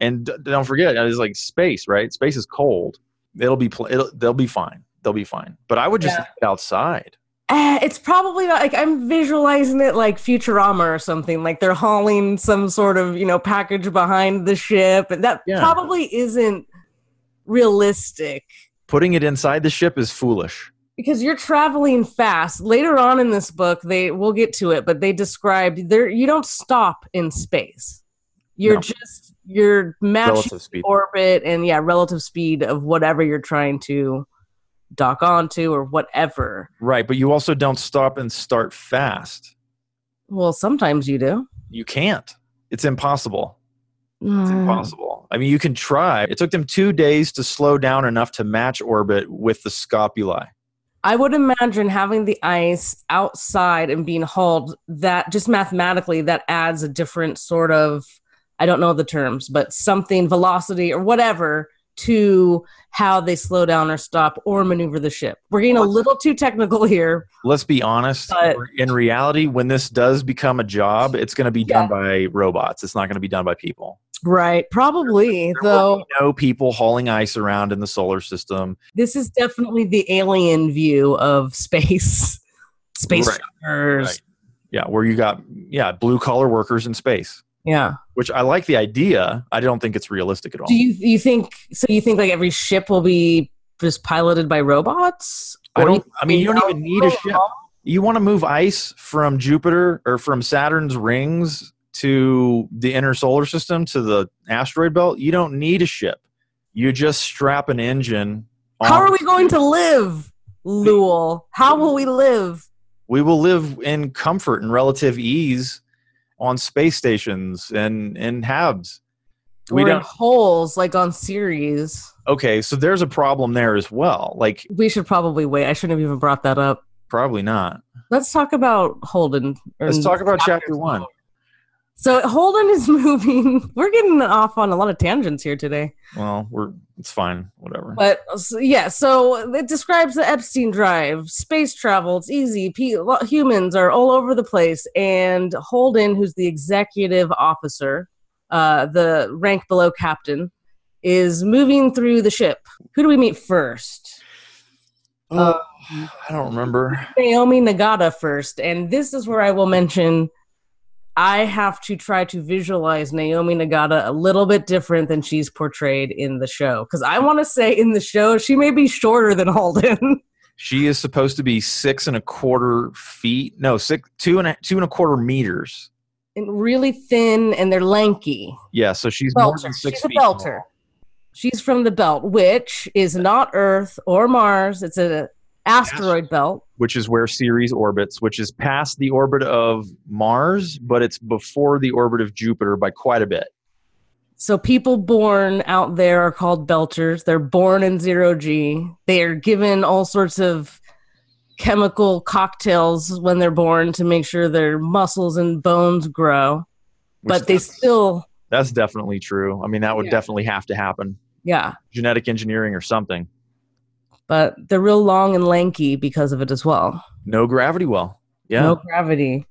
[SPEAKER 1] And d- don't forget, it's like space, right? Space is cold. It'll be pl- it'll, they'll be fine. They'll be fine. But I would just
[SPEAKER 2] Yeah.
[SPEAKER 1] leave it outside.
[SPEAKER 2] Eh, it's probably not like I'm visualizing it like Futurama or something. Like they're hauling some sort of you know package behind the ship, and that
[SPEAKER 1] Yeah.
[SPEAKER 2] probably isn't realistic.
[SPEAKER 1] Putting it inside the ship is foolish.
[SPEAKER 2] because you're traveling fast. Later on in this book, they we'll get to it, but they described there you don't stop in space. You're
[SPEAKER 1] No.
[SPEAKER 2] just you're matching
[SPEAKER 1] relative speed.
[SPEAKER 2] orbit and yeah, relative speed of whatever you're trying to dock onto or whatever.
[SPEAKER 1] Right, but you also don't stop and start fast.
[SPEAKER 2] Well, sometimes you do.
[SPEAKER 1] You can't. It's impossible. It's
[SPEAKER 2] Mm.
[SPEAKER 1] impossible. I mean, you can try. It took them two days to slow down enough to match orbit with the scopuli.
[SPEAKER 2] I would imagine having the ice outside and being hauled that just mathematically that adds a different sort of I don't know the terms, but something velocity or whatever to how they slow down or stop or maneuver the ship. We're getting a little too technical here.
[SPEAKER 1] Let's be honest.
[SPEAKER 2] But-
[SPEAKER 1] in reality, when this does become a job, it's going to be done by robots. It's not going to be done by people.
[SPEAKER 2] Right. Probably
[SPEAKER 1] There will
[SPEAKER 2] though
[SPEAKER 1] be no people hauling ice around in the solar system.
[SPEAKER 2] this is definitely the alien view of space. Space
[SPEAKER 1] Right.
[SPEAKER 2] truckers.
[SPEAKER 1] Right. Yeah, where you got yeah blue collar workers in space,
[SPEAKER 2] Yeah.
[SPEAKER 1] which I like the idea. I don't think it's realistic at all.
[SPEAKER 2] Do you you think so you think like every ship will be just piloted by robots?
[SPEAKER 1] I
[SPEAKER 2] Or
[SPEAKER 1] don't. I mean, you don't even need a
[SPEAKER 2] Oh,
[SPEAKER 1] ship. You want to move ice from Jupiter or from Saturn's rings to the inner solar system to the asteroid belt. You don't need a ship. You just strap an engine.
[SPEAKER 2] How are we
[SPEAKER 1] Um,
[SPEAKER 2] going to live, Lul? How will we live?
[SPEAKER 1] We will live in comfort and relative ease on space stations and and habs. We
[SPEAKER 2] We're in
[SPEAKER 1] don't.
[SPEAKER 2] holes like on series.
[SPEAKER 1] Okay, so there's a problem there as well. Like
[SPEAKER 2] We should probably wait. I shouldn't have even brought that up.
[SPEAKER 1] probably not.
[SPEAKER 2] Let's talk about Holden. or-
[SPEAKER 1] Let's talk about chapter one.
[SPEAKER 2] So Holden is moving. We're getting off on a lot of tangents here today.
[SPEAKER 1] Well, we're it's fine. Whatever.
[SPEAKER 2] But so- yeah, so it describes the Epstein drive, space travel. It's easy. Pe- lo- humans are all over the place, and Holden, who's the executive officer, uh, the rank below captain, is moving through the ship. Who do we meet first?
[SPEAKER 1] Uh,
[SPEAKER 2] um,
[SPEAKER 1] I don't remember.
[SPEAKER 2] Naomi Nagata first, and this is where I will mention. I have to try to visualize Naomi Nagata a little bit different than she's portrayed in the show. Because I want to say in the show, she may be shorter than Holden.
[SPEAKER 1] She is supposed to be six and a quarter feet. No, six two and a two and a quarter meters.
[SPEAKER 2] and really thin and they're lanky.
[SPEAKER 1] Yeah, so she's more
[SPEAKER 2] Belter.
[SPEAKER 1] than six
[SPEAKER 2] She's a
[SPEAKER 1] feet. tall.
[SPEAKER 2] belter. She's from the belt, which is not Earth or Mars. It's a asteroid belt.
[SPEAKER 1] Which is where Ceres orbits, which is past the orbit of Mars, but it's before the orbit of Jupiter by quite a bit.
[SPEAKER 2] So people born out there are called belters. They're born in zero G. They are given all sorts of chemical cocktails when they're born to make sure their muscles and bones grow.
[SPEAKER 1] which
[SPEAKER 2] but they
[SPEAKER 1] that's-
[SPEAKER 2] still,
[SPEAKER 1] that's definitely true. I mean, that would
[SPEAKER 2] Yeah.
[SPEAKER 1] definitely have to happen.
[SPEAKER 2] yeah.
[SPEAKER 1] Genetic engineering or something.
[SPEAKER 2] But they're real long and lanky because of it as well.
[SPEAKER 1] No gravity well. Yeah.
[SPEAKER 2] No gravity.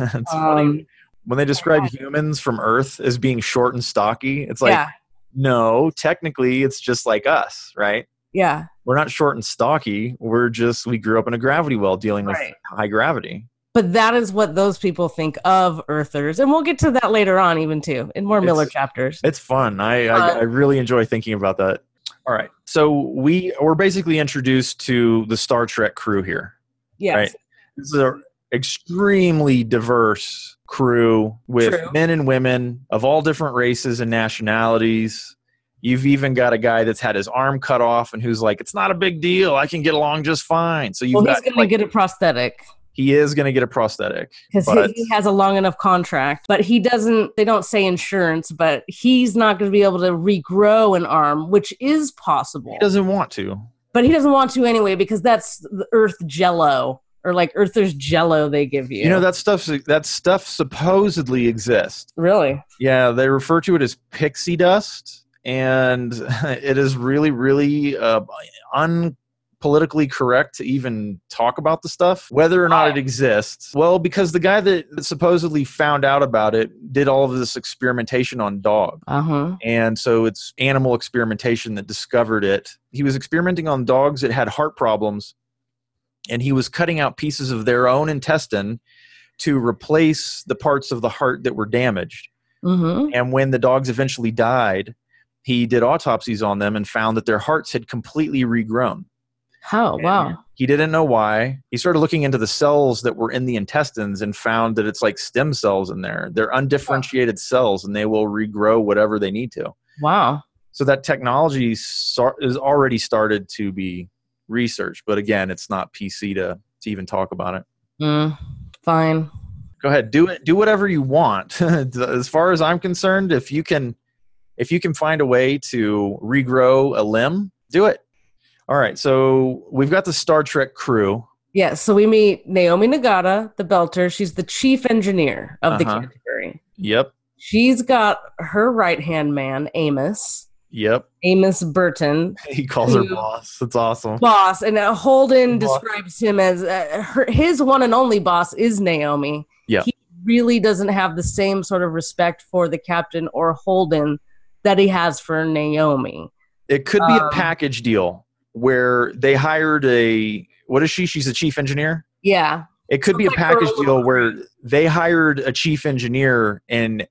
[SPEAKER 1] it's
[SPEAKER 2] Um,
[SPEAKER 1] funny. When they describe humans from Earth as being short and stocky, it's like,
[SPEAKER 2] yeah,
[SPEAKER 1] no, technically it's just like us, right?
[SPEAKER 2] yeah,
[SPEAKER 1] We're not short and stocky. We're just, we grew up in a gravity well dealing with
[SPEAKER 2] Right.
[SPEAKER 1] high gravity.
[SPEAKER 2] but that is what those people think of Earthers, and we'll get to that later on, even too, in more Miller
[SPEAKER 1] It's-
[SPEAKER 2] chapters.
[SPEAKER 1] It's fun. I, I,
[SPEAKER 2] Uh,
[SPEAKER 1] I really enjoy thinking about that. All right. So we we're basically introduced to the Star Trek crew here.
[SPEAKER 2] Yes,
[SPEAKER 1] right. This is an extremely diverse crew with
[SPEAKER 2] True.
[SPEAKER 1] men and women of all different races and nationalities. You've even got a guy that's had his arm cut off and who's like, "It's not a big deal. I can get along just fine." So you've
[SPEAKER 2] well, he's
[SPEAKER 1] got
[SPEAKER 2] going
[SPEAKER 1] like,
[SPEAKER 2] to get a prosthetic
[SPEAKER 1] he is going to get a prosthetic.
[SPEAKER 2] because
[SPEAKER 1] but-
[SPEAKER 2] he, he has a long enough contract, but he doesn't. They don't say insurance, but he's not going to be able to regrow an arm, which is possible.
[SPEAKER 1] He doesn't want to.
[SPEAKER 2] but he doesn't want to anyway because that's the Earth Jello or like Earthers Jello they give you.
[SPEAKER 1] You know that stuff. That stuff supposedly exists.
[SPEAKER 2] really?
[SPEAKER 1] Yeah, they refer to it as pixie dust, and it is really, really uh, unpolitically correct to even talk about the stuff, whether or not it exists. Well, because the guy that supposedly found out about it did all of this experimentation on dogs.
[SPEAKER 2] Uh huh.
[SPEAKER 1] And so it's animal experimentation that discovered it. He was experimenting on dogs that had heart problems, and he was cutting out pieces of their own intestine to replace the parts of the heart that were damaged.
[SPEAKER 2] Mm-hmm.
[SPEAKER 1] And when the dogs eventually died, he did autopsies on them and found that their hearts had completely regrown.
[SPEAKER 2] How?
[SPEAKER 1] And
[SPEAKER 2] Oh, Wow.
[SPEAKER 1] He, He didn't know why. He started looking into the cells that were in the intestines and found that it's like stem cells in there. They're undifferentiated cells and they will regrow whatever they need to.
[SPEAKER 2] Wow.
[SPEAKER 1] So that technology sar- is already started to be researched, but again, it's not PC to, to even talk about it.
[SPEAKER 2] Mm, fine.
[SPEAKER 1] Go ahead, do it. Do whatever you want. as far as I'm concerned, if you can, if you can find a way to regrow a limb, do it. All right, so we've got the Star Trek crew.
[SPEAKER 2] Yeah. So we meet Naomi Nagata, the Belter. She's the chief engineer of the
[SPEAKER 1] Uh-huh.
[SPEAKER 2] Canterbury.
[SPEAKER 1] Yep,
[SPEAKER 2] She's got her right hand man, Amos,
[SPEAKER 1] yep.
[SPEAKER 2] Amos Burton,
[SPEAKER 1] He calls her
[SPEAKER 2] Who-
[SPEAKER 1] boss. That's awesome.
[SPEAKER 2] boss, and uh, Holden
[SPEAKER 1] Boss.
[SPEAKER 2] describes him as uh, her, his one and only boss is Naomi.
[SPEAKER 1] Yeah.
[SPEAKER 2] He really doesn't have the same sort of respect for the captain or Holden that he has for Naomi.
[SPEAKER 1] It could be a
[SPEAKER 2] Um,
[SPEAKER 1] package deal where they hired a what is she? She's a chief engineer.
[SPEAKER 2] Yeah.
[SPEAKER 1] It could be a
[SPEAKER 2] Looks like her
[SPEAKER 1] package
[SPEAKER 2] little
[SPEAKER 1] deal where they hired a chief engineer and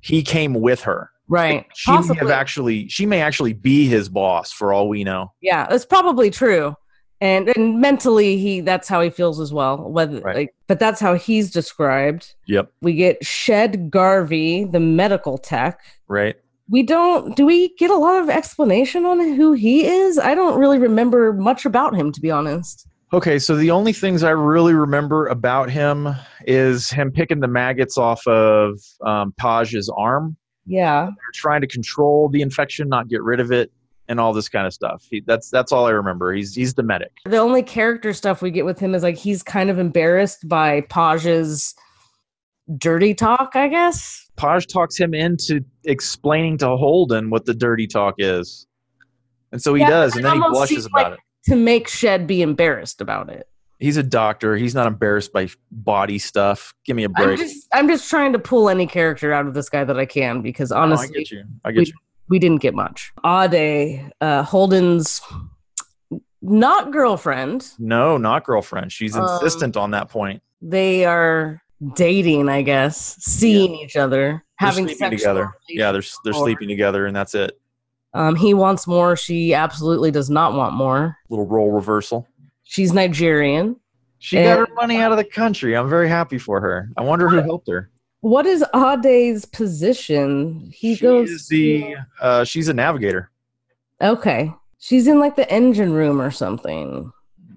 [SPEAKER 1] he came with her.
[SPEAKER 2] Right.
[SPEAKER 1] She may have actually she may actually be his boss for all we know.
[SPEAKER 2] yeah, that's probably true. And and mentally he that's how he feels as well. Whether
[SPEAKER 1] Right.
[SPEAKER 2] like, but that's how he's described.
[SPEAKER 1] Yep.
[SPEAKER 2] We get Shed Garvey, the medical tech.
[SPEAKER 1] Right.
[SPEAKER 2] we don't do we get a lot of explanation on who he is i don't really remember much about him to be honest
[SPEAKER 1] Okay, so the only things I really remember about him is him picking the maggots off of um, Taj's arm.
[SPEAKER 2] yeah
[SPEAKER 1] They're trying to control the infection, not get rid of it, and all this kind of stuff. He, that's that's all I remember. He's he's the medic.
[SPEAKER 2] the only character stuff we get with him is like he's kind of embarrassed by paj's dirty talk i guess
[SPEAKER 1] Paj talks him into explaining to Holden what the dirty talk is, and so he
[SPEAKER 2] Yeah,
[SPEAKER 1] does, and
[SPEAKER 2] it
[SPEAKER 1] then he
[SPEAKER 2] almost
[SPEAKER 1] blushes
[SPEAKER 2] seems
[SPEAKER 1] about
[SPEAKER 2] like-
[SPEAKER 1] it.
[SPEAKER 2] to make shed be embarrassed about it
[SPEAKER 1] He's a doctor. He's not embarrassed by body stuff. Give me a
[SPEAKER 2] i'm
[SPEAKER 1] break.
[SPEAKER 2] just i'm just trying to pull any character out of this guy that i can because
[SPEAKER 1] No,
[SPEAKER 2] honestly
[SPEAKER 1] Oh, I get you. I get you.
[SPEAKER 2] we didn't get much ade uh holden's not girlfriend
[SPEAKER 1] No, not girlfriend. She's
[SPEAKER 2] Um,
[SPEAKER 1] insistent on that point.
[SPEAKER 2] they are dating, I guess, seeing each other,
[SPEAKER 1] They're
[SPEAKER 2] having
[SPEAKER 1] sleeping
[SPEAKER 2] sex
[SPEAKER 1] together. Yeah, they're they're
[SPEAKER 2] or-
[SPEAKER 1] sleeping together, and that's it.
[SPEAKER 2] Um, he wants more. She absolutely does not want more.
[SPEAKER 1] Little role reversal.
[SPEAKER 2] She's Nigerian.
[SPEAKER 1] She
[SPEAKER 2] And-
[SPEAKER 1] got her money out of the country. I'm very happy for her. I wonder who helped her.
[SPEAKER 2] What is Ade's position? He
[SPEAKER 1] she
[SPEAKER 2] goes
[SPEAKER 1] is the uh, she's a navigator.
[SPEAKER 2] okay. She's in like the engine room or something.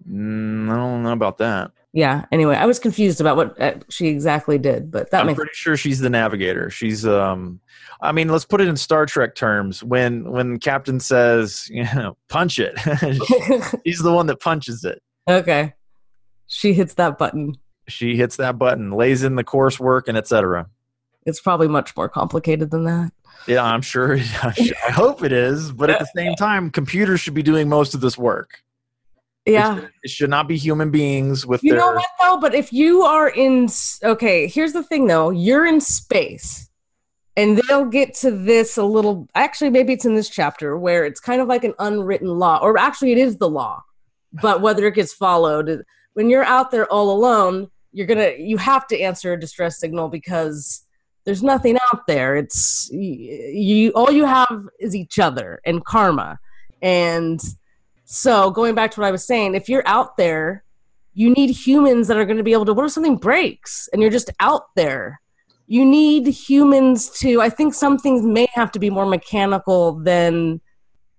[SPEAKER 1] Mm, I don't know about that.
[SPEAKER 2] Yeah. Anyway, I was confused about what uh, she exactly did, but that
[SPEAKER 1] I'm
[SPEAKER 2] makes
[SPEAKER 1] pretty sure she's the navigator. She's um I mean, let's put it in Star Trek terms. When when Captain says, you know, punch it, she's the one that punches it.
[SPEAKER 2] okay. She hits that button.
[SPEAKER 1] She hits that button, lays in the coursework and etc.
[SPEAKER 2] It's probably much more complicated than that.
[SPEAKER 1] Yeah, I'm sure. I'm sure- I hope it is, but at the same time, computers should be doing most of this work.
[SPEAKER 2] Yeah.
[SPEAKER 1] It should not be human beings with
[SPEAKER 2] You
[SPEAKER 1] their
[SPEAKER 2] know what though? But if you are in s- okay, here's the thing though. You're in space. And they'll get to this a little actually maybe it's in this chapter where it's kind of like an unwritten law or actually it is the law. But whether it gets followed when you're out there all alone, you're going to you have to answer a distress signal because there's nothing out there. It's y- you all you have is each other and karma. And so going back to what I was saying, if you're out there you need humans that are going to be able to. What if something breaks and you're just out there? You need humans to. I think some things may have to be more mechanical than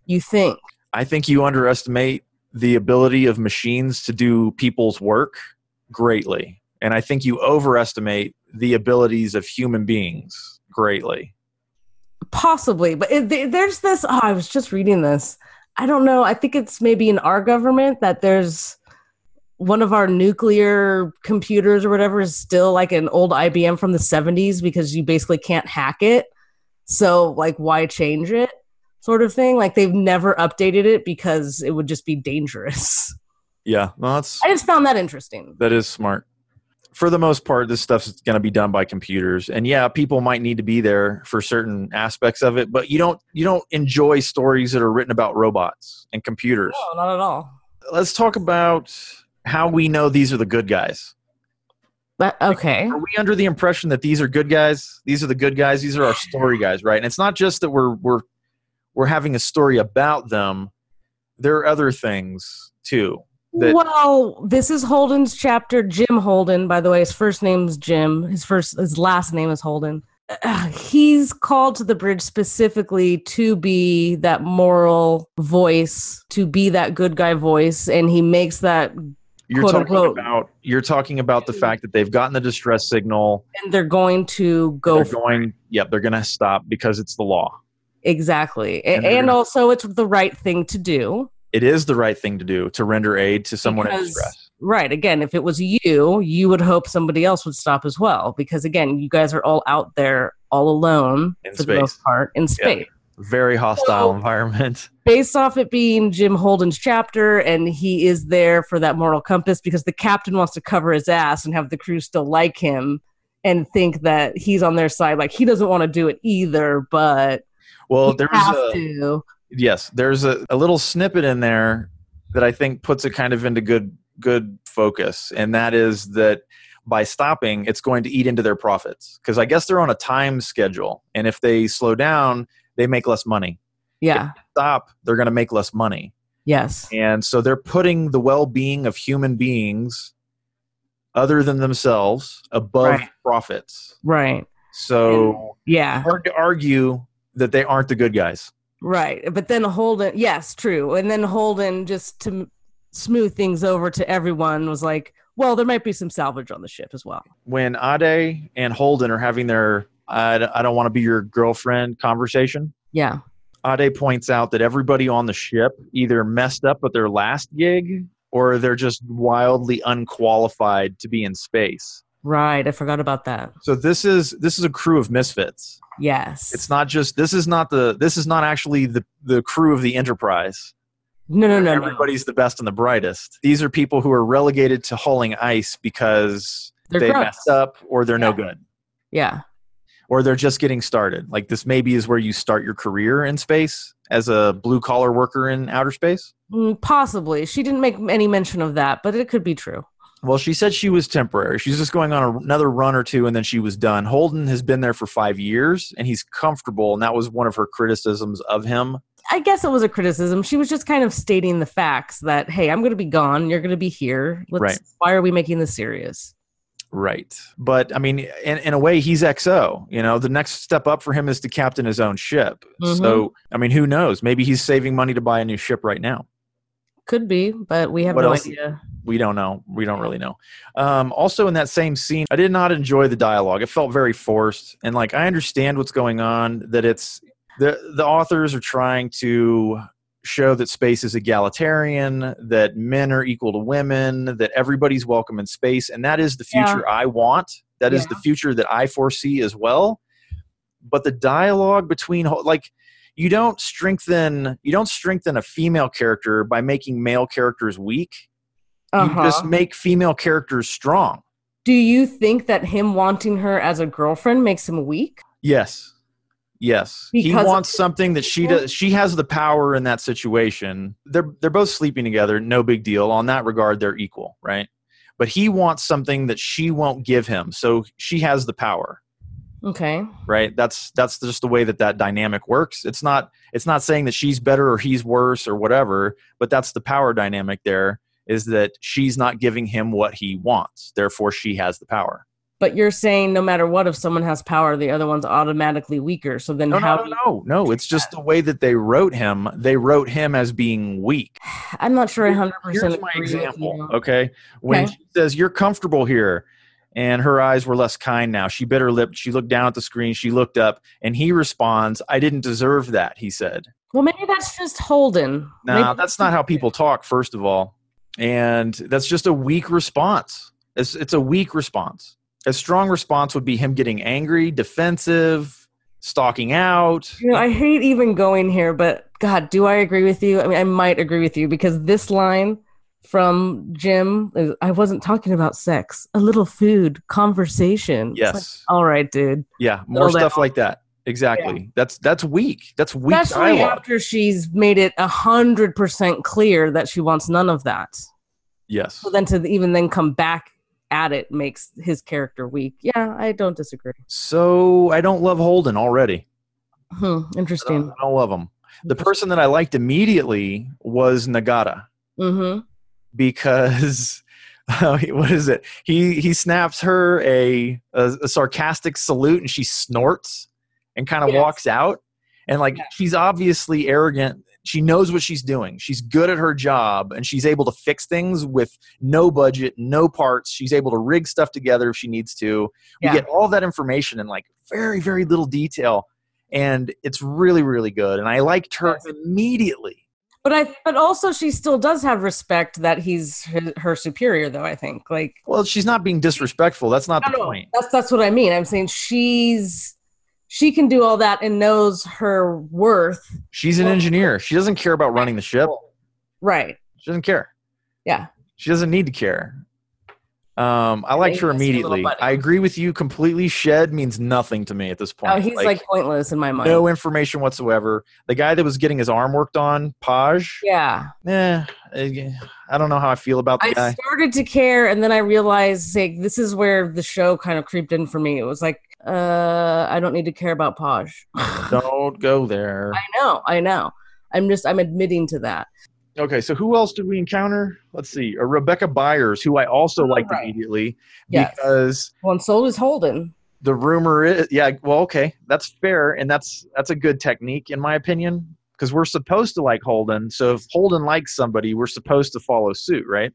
[SPEAKER 2] you think.
[SPEAKER 1] I think you underestimate the ability of machines to do people's work greatly. And I think you overestimate the abilities of human beings greatly.
[SPEAKER 2] Possibly, but it, there- there's this. Oh, I was just reading this. I don't know. I think it's maybe in our government that there's one of our nuclear computers or whatever is still like an old IBM from the 70s because you basically can't hack it. So, like, why change it? Sort of thing. Like, they've never updated it because it would just be dangerous.
[SPEAKER 1] Yeah, no, that's
[SPEAKER 2] I just found that interesting.
[SPEAKER 1] that is smart. For the most part, this stuff's going to be done by computers, and yeah, people might need to be there for certain aspects of it. But you don't you don't enjoy stories that are written about robots and computers.
[SPEAKER 2] No, not at all.
[SPEAKER 1] Let's talk about how we know these are the good guys.
[SPEAKER 2] But, okay.
[SPEAKER 1] are we under the impression that these are good guys? These are the good guys. These are our story guys, right? And it's not just that we're we're we're having a story about them. There are other things too. that
[SPEAKER 2] well, this is Holden's chapter. Jim Holden, by the way, his first name's Jim. His first, his last name is Holden. Uh, he's called to the bridge specifically to be that moral voice, to be that good guy voice, and he makes that.
[SPEAKER 1] you're
[SPEAKER 2] quote,
[SPEAKER 1] talking
[SPEAKER 2] unquote.
[SPEAKER 1] about you're talking about the fact that they've gotten the distress signal.
[SPEAKER 2] And they're going to go
[SPEAKER 1] they're
[SPEAKER 2] for
[SPEAKER 1] going. Yep, they're going to stop because it's the law.
[SPEAKER 2] exactly, A-
[SPEAKER 1] And
[SPEAKER 2] and,
[SPEAKER 1] they're gonna-
[SPEAKER 2] also it's the right thing to do.
[SPEAKER 1] It is the right thing to do to render aid to someone in
[SPEAKER 2] Because-
[SPEAKER 1] distress.
[SPEAKER 2] Right. Again, if it was you, you would hope somebody else would stop as well, because again, you guys are all out there all alone
[SPEAKER 1] In
[SPEAKER 2] for the most
[SPEAKER 1] space.
[SPEAKER 2] part in space.
[SPEAKER 1] Very hostile
[SPEAKER 2] So-
[SPEAKER 1] environment.
[SPEAKER 2] based off it being Jim Holden's chapter, and he is there for that moral compass because the captain wants to cover his ass and have the crew still like him and think that he's on their side. Like he doesn't want to do it either, but
[SPEAKER 1] Well,
[SPEAKER 2] we
[SPEAKER 1] there was
[SPEAKER 2] have
[SPEAKER 1] a
[SPEAKER 2] to.
[SPEAKER 1] yes, there's a, a little snippet in there that I think puts it kind of into good good focus, and that is that by stopping, it's going to eat into their profits because I guess they're on a time schedule, and if they slow down, they make less money.
[SPEAKER 2] Yeah.
[SPEAKER 1] Stop, they're going to make less money,
[SPEAKER 2] Yes.
[SPEAKER 1] and so they're putting the well being of human beings other than themselves above
[SPEAKER 2] Right.
[SPEAKER 1] profits.
[SPEAKER 2] Right.
[SPEAKER 1] So
[SPEAKER 2] Yeah.
[SPEAKER 1] hard to argue that they aren't the good guys.
[SPEAKER 2] Right. But then Holden, yes, true. And then Holden, just to m- smooth things over to everyone, was like, well, there might be some salvage on the ship as well.
[SPEAKER 1] when Ade and Holden are having their I, I don't want to be your girlfriend conversation,
[SPEAKER 2] Yeah.
[SPEAKER 1] Ade points out that everybody on the ship either messed up at their last gig or they're just wildly unqualified to be in space.
[SPEAKER 2] Right. I forgot about that.
[SPEAKER 1] So this is this is a crew of misfits.
[SPEAKER 2] Yes.
[SPEAKER 1] It's not just this is not the this is not actually the the crew of the Enterprise.
[SPEAKER 2] no, no, no. no.
[SPEAKER 1] Everybody's the best and the brightest. These are people who are relegated to hauling ice because
[SPEAKER 2] They're
[SPEAKER 1] they
[SPEAKER 2] grown.
[SPEAKER 1] messed up or they're no
[SPEAKER 2] Yeah.
[SPEAKER 1] good.
[SPEAKER 2] Yeah.
[SPEAKER 1] or they're just getting started. Like this maybe is where you start your career in space as a blue collar worker in outer space.
[SPEAKER 2] Mm, Possibly. She didn't make any mention of that, but it could be true.
[SPEAKER 1] Well, she said she was temporary. She's just going on a, another run or two and then she was done. Holden has been there for five years and he's comfortable. And that was one of her criticisms of him.
[SPEAKER 2] I guess it was a criticism. She was just kind of stating the facts that, hey, I'm going to be gone. You're going to be here. Let's,
[SPEAKER 1] Right.
[SPEAKER 2] Why are we making this serious?
[SPEAKER 1] Right. But I mean, in, in a way, he's XO. You know, the next step up for him is to captain his own ship. So, I mean, who knows? Maybe he's saving money to buy a new ship right now.
[SPEAKER 2] Could be, but we have
[SPEAKER 1] What
[SPEAKER 2] no
[SPEAKER 1] else?
[SPEAKER 2] idea.
[SPEAKER 1] we don't know. We don't really know. Um, also, in that same scene, I did not enjoy the dialogue. It felt very forced, and like I understand what's going on. That it's the the authors are trying to show that space is egalitarian, that men are equal to women, that everybody's welcome in space, and that is the
[SPEAKER 2] Yeah.
[SPEAKER 1] future I want. That is
[SPEAKER 2] Yeah.
[SPEAKER 1] the future that I foresee as well. But the dialogue between ho- like you don't strengthen you don't strengthen a female character by making male characters weak
[SPEAKER 2] Uh-huh.
[SPEAKER 1] you just make female characters strong.
[SPEAKER 2] Do you think that him wanting her as a girlfriend makes him weak?
[SPEAKER 1] Yes. Yes.
[SPEAKER 2] Because
[SPEAKER 1] he
[SPEAKER 2] of-
[SPEAKER 1] wants something that she does she has the power in that situation. They're they're both sleeping together, no big deal. On that regard, they're equal, right? But he wants something that she won't give him. So she has the power,
[SPEAKER 2] Okay.
[SPEAKER 1] right? That's that's just the way that that dynamic works. It's not it's not saying that she's better or he's worse or whatever, but that's the power dynamic there is that she's not giving him what he wants. Therefore she has the power.
[SPEAKER 2] But you're saying no matter what, if someone has power, the other one's automatically weaker. So then
[SPEAKER 1] No,
[SPEAKER 2] how
[SPEAKER 1] no,
[SPEAKER 2] do
[SPEAKER 1] no, no, no. It's just the way that they wrote him. They wrote him as being weak.
[SPEAKER 2] you- I'm not sure I 100%
[SPEAKER 1] Here's my
[SPEAKER 2] agree with you.
[SPEAKER 1] example. Okay, when
[SPEAKER 2] Okay.
[SPEAKER 1] she says you're comfortable here, and her eyes were less kind now. She bit her lip. She looked down at the screen. She looked up, and he responds, "I didn't deserve that." He said,
[SPEAKER 2] Well, maybe that's just Holden.
[SPEAKER 1] "No,
[SPEAKER 2] Maybe
[SPEAKER 1] that's not how people talk." First of all, and that's just a weak response. It's it's a weak response. A strong response would be him getting angry, defensive, stalking out.
[SPEAKER 2] You know, I hate even going here, but God, do I agree with you? I mean, I might agree with you because this line from Jim is I wasn't talking about sex, a little food, conversation. It's like,
[SPEAKER 1] Yes.
[SPEAKER 2] All right, dude.
[SPEAKER 1] Yeah, more
[SPEAKER 2] Little
[SPEAKER 1] stuff like that. Exactly. That's that's weak. That's weak
[SPEAKER 2] Especially
[SPEAKER 1] dialogue.
[SPEAKER 2] after she's made it a hundred percent clear that she wants none of that.
[SPEAKER 1] Yes.
[SPEAKER 2] So then to even then come back at it makes his character weak. Yeah, I don't disagree.
[SPEAKER 1] So I don't love Holden already.
[SPEAKER 2] Hmm,
[SPEAKER 1] I don't,
[SPEAKER 2] interesting.
[SPEAKER 1] I don't love him. The person that I liked immediately was Nagata
[SPEAKER 2] Mm-hmm.
[SPEAKER 1] because uh, what is it? He he snaps her a, a, a sarcastic salute and she snorts and kind of
[SPEAKER 2] Yes.
[SPEAKER 1] walks out. And like
[SPEAKER 2] Yeah.
[SPEAKER 1] she's obviously arrogant. She knows what she's doing. She's good at her job and she's able to fix things with no budget, no parts. She's able to rig stuff together if she needs to.
[SPEAKER 2] Yeah.
[SPEAKER 1] We get all that information in like very, very little detail. And it's really, really good. And I liked her
[SPEAKER 2] Yes.
[SPEAKER 1] immediately.
[SPEAKER 2] But I, but also she still does have respect that he's her, her superior, though. I think like
[SPEAKER 1] Well, she's not being disrespectful. That's not
[SPEAKER 2] I
[SPEAKER 1] the
[SPEAKER 2] don't know.
[SPEAKER 1] point.
[SPEAKER 2] That's that's what I mean. I'm saying she's she can do all that and knows her worth.
[SPEAKER 1] She's an
[SPEAKER 2] Well-
[SPEAKER 1] engineer. She doesn't care about running the ship.
[SPEAKER 2] Right.
[SPEAKER 1] She doesn't care.
[SPEAKER 2] Yeah.
[SPEAKER 1] She doesn't need to care. Um, I liked
[SPEAKER 2] think
[SPEAKER 1] her
[SPEAKER 2] that's your little
[SPEAKER 1] immediately.
[SPEAKER 2] buddy.
[SPEAKER 1] I agree with you completely. Shed means nothing to me at this point.
[SPEAKER 2] Oh, he's like, pointless in my mind.
[SPEAKER 1] no information whatsoever. The guy that was getting his arm worked on, Paj.
[SPEAKER 2] yeah.
[SPEAKER 1] Yeah. I don't know how I feel about the
[SPEAKER 2] I
[SPEAKER 1] guy.
[SPEAKER 2] started to care and then I realized like this is where the show kind of creeped in for me. It was like, uh, I don't need to care about Paj. I
[SPEAKER 1] Don't go there.
[SPEAKER 2] know, I know. I'm just I'm admitting to that.
[SPEAKER 1] Okay, so who else did we encounter? Let's see. Uh, Rebecca Byers, who I also liked
[SPEAKER 2] right.
[SPEAKER 1] immediately
[SPEAKER 2] Yes.
[SPEAKER 1] because
[SPEAKER 2] One soul is Holden.
[SPEAKER 1] the rumor is yeah well okay that's fair and that's that's a good technique in my opinion because we're supposed to like holden so if holden likes somebody we're supposed to follow suit right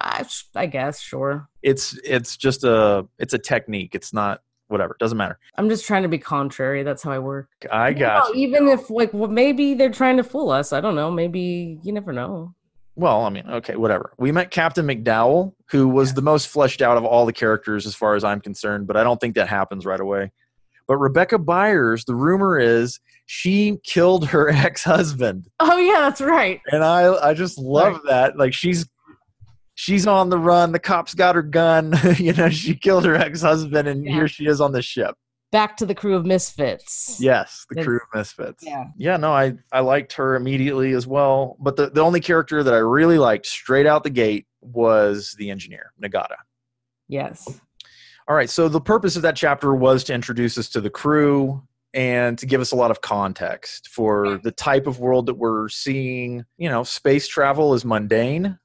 [SPEAKER 2] I, sh- I guess, sure.
[SPEAKER 1] it's it's just a it's a technique it's not whatever doesn't matter
[SPEAKER 2] I'm just trying to be contrary. That's how I work.
[SPEAKER 1] i got
[SPEAKER 2] know,
[SPEAKER 1] you.
[SPEAKER 2] even if like well, maybe they're trying to fool us. I don't know. Maybe you never know.
[SPEAKER 1] well i mean okay whatever we met captain mcdowell who was the most fleshed out of all the characters as far as i'm concerned but i don't think that happens right away but rebecca byers the rumor is she killed her ex-husband
[SPEAKER 2] Oh yeah, that's right.
[SPEAKER 1] and I I just love that. Like she's she's on the run. The cops got her gun. you know, she killed her ex husband, and
[SPEAKER 2] Yeah.
[SPEAKER 1] here she is on the ship.
[SPEAKER 2] Back to the crew of misfits.
[SPEAKER 1] Yes, the
[SPEAKER 2] That's-
[SPEAKER 1] crew of misfits.
[SPEAKER 2] Yeah.
[SPEAKER 1] Yeah, no, I I liked her immediately as well. But the the only character that I really liked straight out the gate was the engineer Nagata.
[SPEAKER 2] Yes.
[SPEAKER 1] All right. So the purpose of that chapter was to introduce us to the crew and to give us a lot of context for the type of world that we're seeing. You know, space travel is mundane.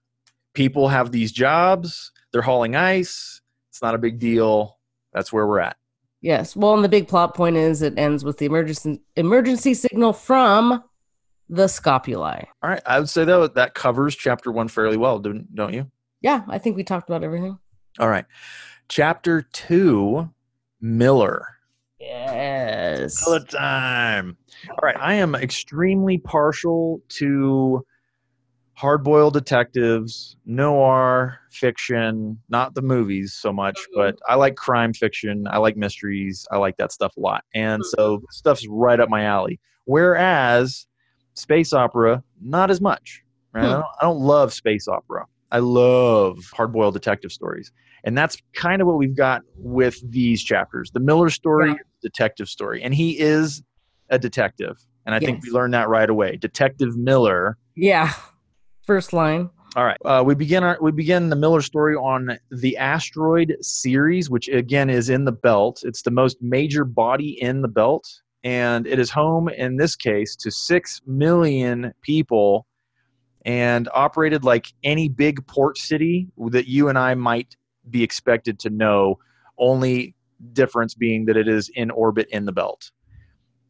[SPEAKER 1] People have these jobs. They're hauling ice. It's not a big deal. That's where we're at.
[SPEAKER 2] Yes. Well, and the big plot point is it ends with the emergency emergency signal from the scopuli.
[SPEAKER 1] All right. I would say though that covers chapter one fairly well, don't don't you?
[SPEAKER 2] Yeah, I think we talked about everything.
[SPEAKER 1] All right. Chapter two, Miller.
[SPEAKER 2] Yes.
[SPEAKER 1] All the time. All right, I am extremely partial to hard-boiled detectives, noir fiction, not the movies so much,
[SPEAKER 2] Mhm.
[SPEAKER 1] but I like crime fiction, I like mysteries, I like that stuff a lot. And so
[SPEAKER 2] Mm-hmm.
[SPEAKER 1] stuff's right up my alley. Whereas space opera, not as much. Right? I,
[SPEAKER 2] Hmm.
[SPEAKER 1] don't, I don't love space opera. I love hard-boiled detective stories. And that's kind of what we've got with these chapters. The Miller story,
[SPEAKER 2] Yeah.
[SPEAKER 1] detective story. And he is a detective. And I think
[SPEAKER 2] Yes.
[SPEAKER 1] we learned that right away. Detective Miller.
[SPEAKER 2] Yeah. First line.
[SPEAKER 1] All right. Uh, we begin our we begin the Miller story on the asteroid series, which again is in the belt. It's the most major body in the belt, and it is home in this case to six million people, and operated like any big port city that you and I might be expected to know. Only difference being that it is in orbit in the belt.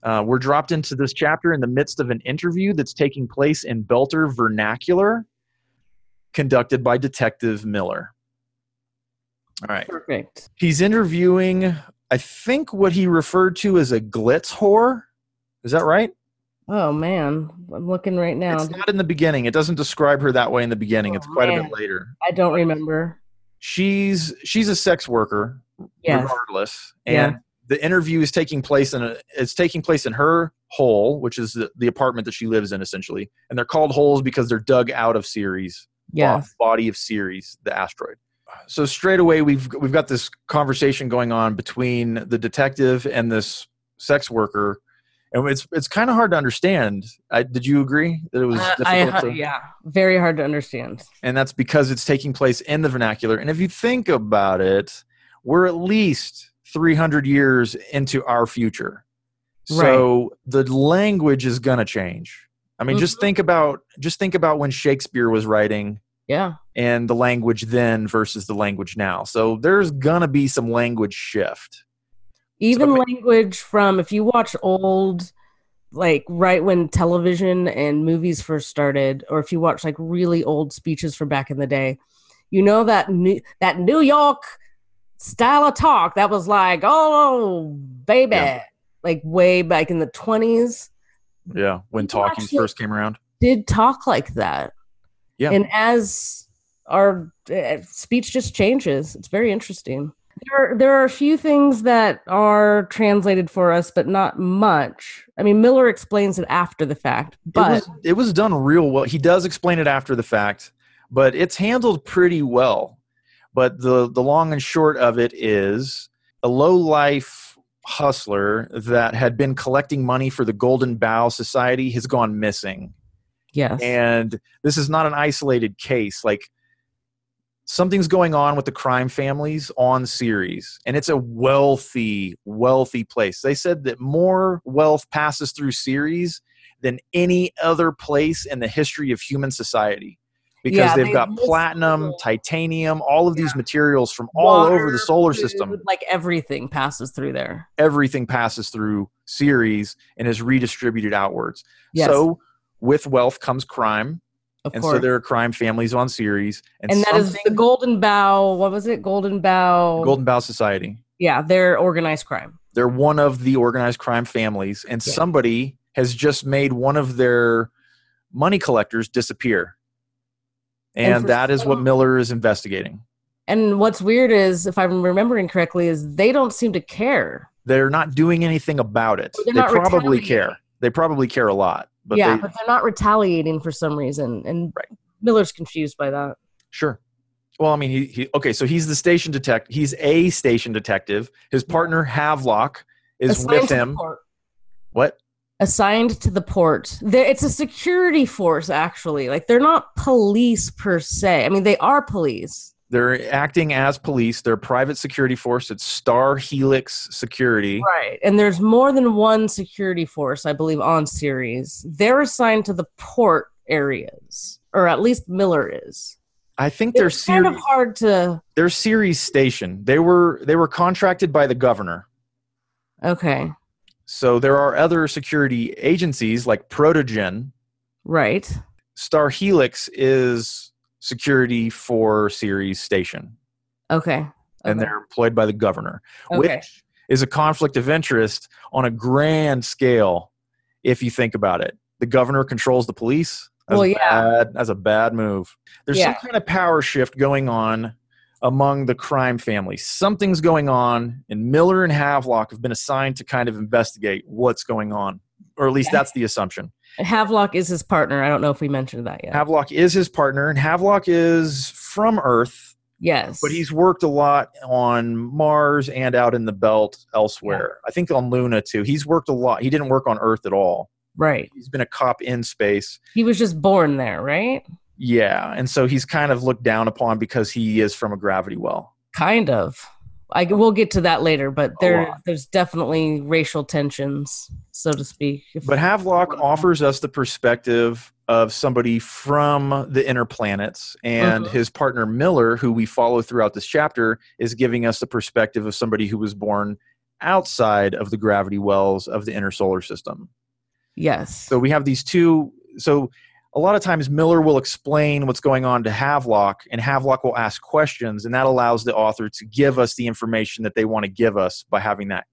[SPEAKER 1] Uh, we're dropped into this chapter in the midst of an interview that's taking place in Belter vernacular conducted by Detective Miller. All right.
[SPEAKER 2] Perfect.
[SPEAKER 1] He's interviewing, I think, what he referred to as a glitz whore. Is that right?
[SPEAKER 2] Oh man, I'm looking right now.
[SPEAKER 1] It's not in the beginning. It doesn't describe her that way in the beginning.
[SPEAKER 2] Oh,
[SPEAKER 1] it's quite a
[SPEAKER 2] man.
[SPEAKER 1] bit later.
[SPEAKER 2] I don't remember.
[SPEAKER 1] She's she's a sex worker,
[SPEAKER 2] Yes.
[SPEAKER 1] regardless. And the interview is taking place in a, it's taking place in her hole, which is the, the apartment that she lives in essentially. And they're called holes because they're dug out of Ceres.
[SPEAKER 2] Yes.
[SPEAKER 1] bo- body of Ceres, the asteroid. So straight away, we've we've got this conversation going on between the detective and this sex worker, and it's it's kind of hard to understand. I, did you agree that it was
[SPEAKER 2] Uh, I-
[SPEAKER 1] difficult? to,
[SPEAKER 2] yeah. Very hard to understand.
[SPEAKER 1] And that's because it's taking place in the vernacular. And if you think about it, we're at least 300 years into our future, so the language is going to change. I mean, just
[SPEAKER 2] Mhm.
[SPEAKER 1] think about just think about when Shakespeare was writing
[SPEAKER 2] Yeah.
[SPEAKER 1] and the language then versus the language now. So there's gonna be some language shift.
[SPEAKER 2] even language from if you watch old like right when television and movies first started or if you watch like really old speeches from back in the day you know that new that new york style of talk that was like oh baby
[SPEAKER 1] Yeah.
[SPEAKER 2] like way back in the 20s
[SPEAKER 1] Yeah, when
[SPEAKER 2] People
[SPEAKER 1] talking
[SPEAKER 2] actually-
[SPEAKER 1] first came around.
[SPEAKER 2] did talk like that
[SPEAKER 1] Yeah.
[SPEAKER 2] and as our uh, speech just changes it's very interesting there are, there are a few things that are translated for us but not much i mean miller explains it after the fact but
[SPEAKER 1] it was it was done real well. He does explain it after the fact, but it's handled pretty well. But the the long and short of it is a low life hustler that had been collecting money for the Golden Bough Society has gone missing.
[SPEAKER 2] yes
[SPEAKER 1] And this is not an isolated case. Like something's going on with the crime families on series, and it's a wealthy, wealthy place. They said that more wealth passes through series than any other place in the history of human society because
[SPEAKER 2] Yeah,
[SPEAKER 1] they've
[SPEAKER 2] they
[SPEAKER 1] got
[SPEAKER 2] list
[SPEAKER 1] platinum,
[SPEAKER 2] all-
[SPEAKER 1] titanium, all of these materials from all over
[SPEAKER 2] Water,
[SPEAKER 1] the solar
[SPEAKER 2] food,
[SPEAKER 1] system.
[SPEAKER 2] like everything passes through there
[SPEAKER 1] Everything passes through series and is redistributed outwards.
[SPEAKER 2] yes
[SPEAKER 1] So with wealth comes crime
[SPEAKER 2] of
[SPEAKER 1] and
[SPEAKER 2] course
[SPEAKER 1] so there are crime families on series and,
[SPEAKER 2] and that is
[SPEAKER 1] something-
[SPEAKER 2] the golden bough what was it golden bough
[SPEAKER 1] golden bough society
[SPEAKER 2] yeah they're organized crime
[SPEAKER 1] they're one of the organized crime families and
[SPEAKER 2] Yeah.
[SPEAKER 1] somebody has just made one of their money collectors disappear
[SPEAKER 2] And
[SPEAKER 1] and
[SPEAKER 2] for
[SPEAKER 1] that is
[SPEAKER 2] so
[SPEAKER 1] what
[SPEAKER 2] long-
[SPEAKER 1] miller is investigating
[SPEAKER 2] and what's weird is if i'm remembering correctly is they don't seem to care
[SPEAKER 1] they're not doing anything about it
[SPEAKER 2] They're
[SPEAKER 1] they
[SPEAKER 2] not
[SPEAKER 1] probably
[SPEAKER 2] retaliating.
[SPEAKER 1] care they probably care a lot but
[SPEAKER 2] yeah,
[SPEAKER 1] they
[SPEAKER 2] but they're not retaliating for some reason, and
[SPEAKER 1] Right.
[SPEAKER 2] Miller's confused by that.
[SPEAKER 1] Sure. Well, I mean, he, he okay. So he's the station detect. He's a station detective. His partner Havelock is
[SPEAKER 2] Assigned
[SPEAKER 1] with
[SPEAKER 2] to the
[SPEAKER 1] him.
[SPEAKER 2] port.
[SPEAKER 1] What?
[SPEAKER 2] Assigned to the port. They're, it's a security force, actually. Like they're not police per se. I mean, they are police.
[SPEAKER 1] They're acting as police. They're a private security force. It's Star Helix Security.
[SPEAKER 2] Right. And there's more than one security force, I believe, on series. They're assigned to the port areas, or at least Miller is.
[SPEAKER 1] I think they're
[SPEAKER 2] it's kind
[SPEAKER 1] series.
[SPEAKER 2] of hard to.
[SPEAKER 1] they're series station. They were they were contracted by the governor.
[SPEAKER 2] Okay.
[SPEAKER 1] So there are other security agencies like Protogen.
[SPEAKER 2] Right.
[SPEAKER 1] Star Helix is security for series station,
[SPEAKER 2] Okay.
[SPEAKER 1] and
[SPEAKER 2] Okay.
[SPEAKER 1] they're employed by the governor.
[SPEAKER 2] okay.
[SPEAKER 1] which is a conflict of interest on a grand scale if you think about it. The governor controls the police. That's
[SPEAKER 2] Well,
[SPEAKER 1] a
[SPEAKER 2] yeah.
[SPEAKER 1] bad- that's a bad move. There's some
[SPEAKER 2] Yeah.
[SPEAKER 1] kind of power shift going on among the crime family. Something's going on, and Miller and Havelock have been assigned to kind of investigate what's going on, or at least
[SPEAKER 2] Yeah.
[SPEAKER 1] that's the assumption.
[SPEAKER 2] Havelock is his partner. I don't know if we mentioned that yet.
[SPEAKER 1] Havelock is his partner, and Havelock is from Earth,
[SPEAKER 2] yes.
[SPEAKER 1] but he's worked a lot on Mars and out in the belt elsewhere. I think on Luna too. He's worked a lot. He didn't work on Earth at all.
[SPEAKER 2] right.
[SPEAKER 1] He's been a cop in space.
[SPEAKER 2] He was just born there, right?
[SPEAKER 1] Yeah. And so he's kind of looked down upon because he is from a gravity well.
[SPEAKER 2] Kind of. I we'll get to that later, but there
[SPEAKER 1] lot.
[SPEAKER 2] there's definitely racial tensions, so to speak. If-
[SPEAKER 1] But Havelock offers us the perspective of somebody from the inner planets, and
[SPEAKER 2] Mhm.
[SPEAKER 1] his partner Miller, who we follow throughout this chapter, is giving us the perspective of somebody who was born outside of the gravity wells of the inner solar system.
[SPEAKER 2] yes.
[SPEAKER 1] So we have these two. So a lot of times Miller will explain what's going on to Havelock, and Havelock will ask questions, and that allows the author to give us the information that they want to give us by having that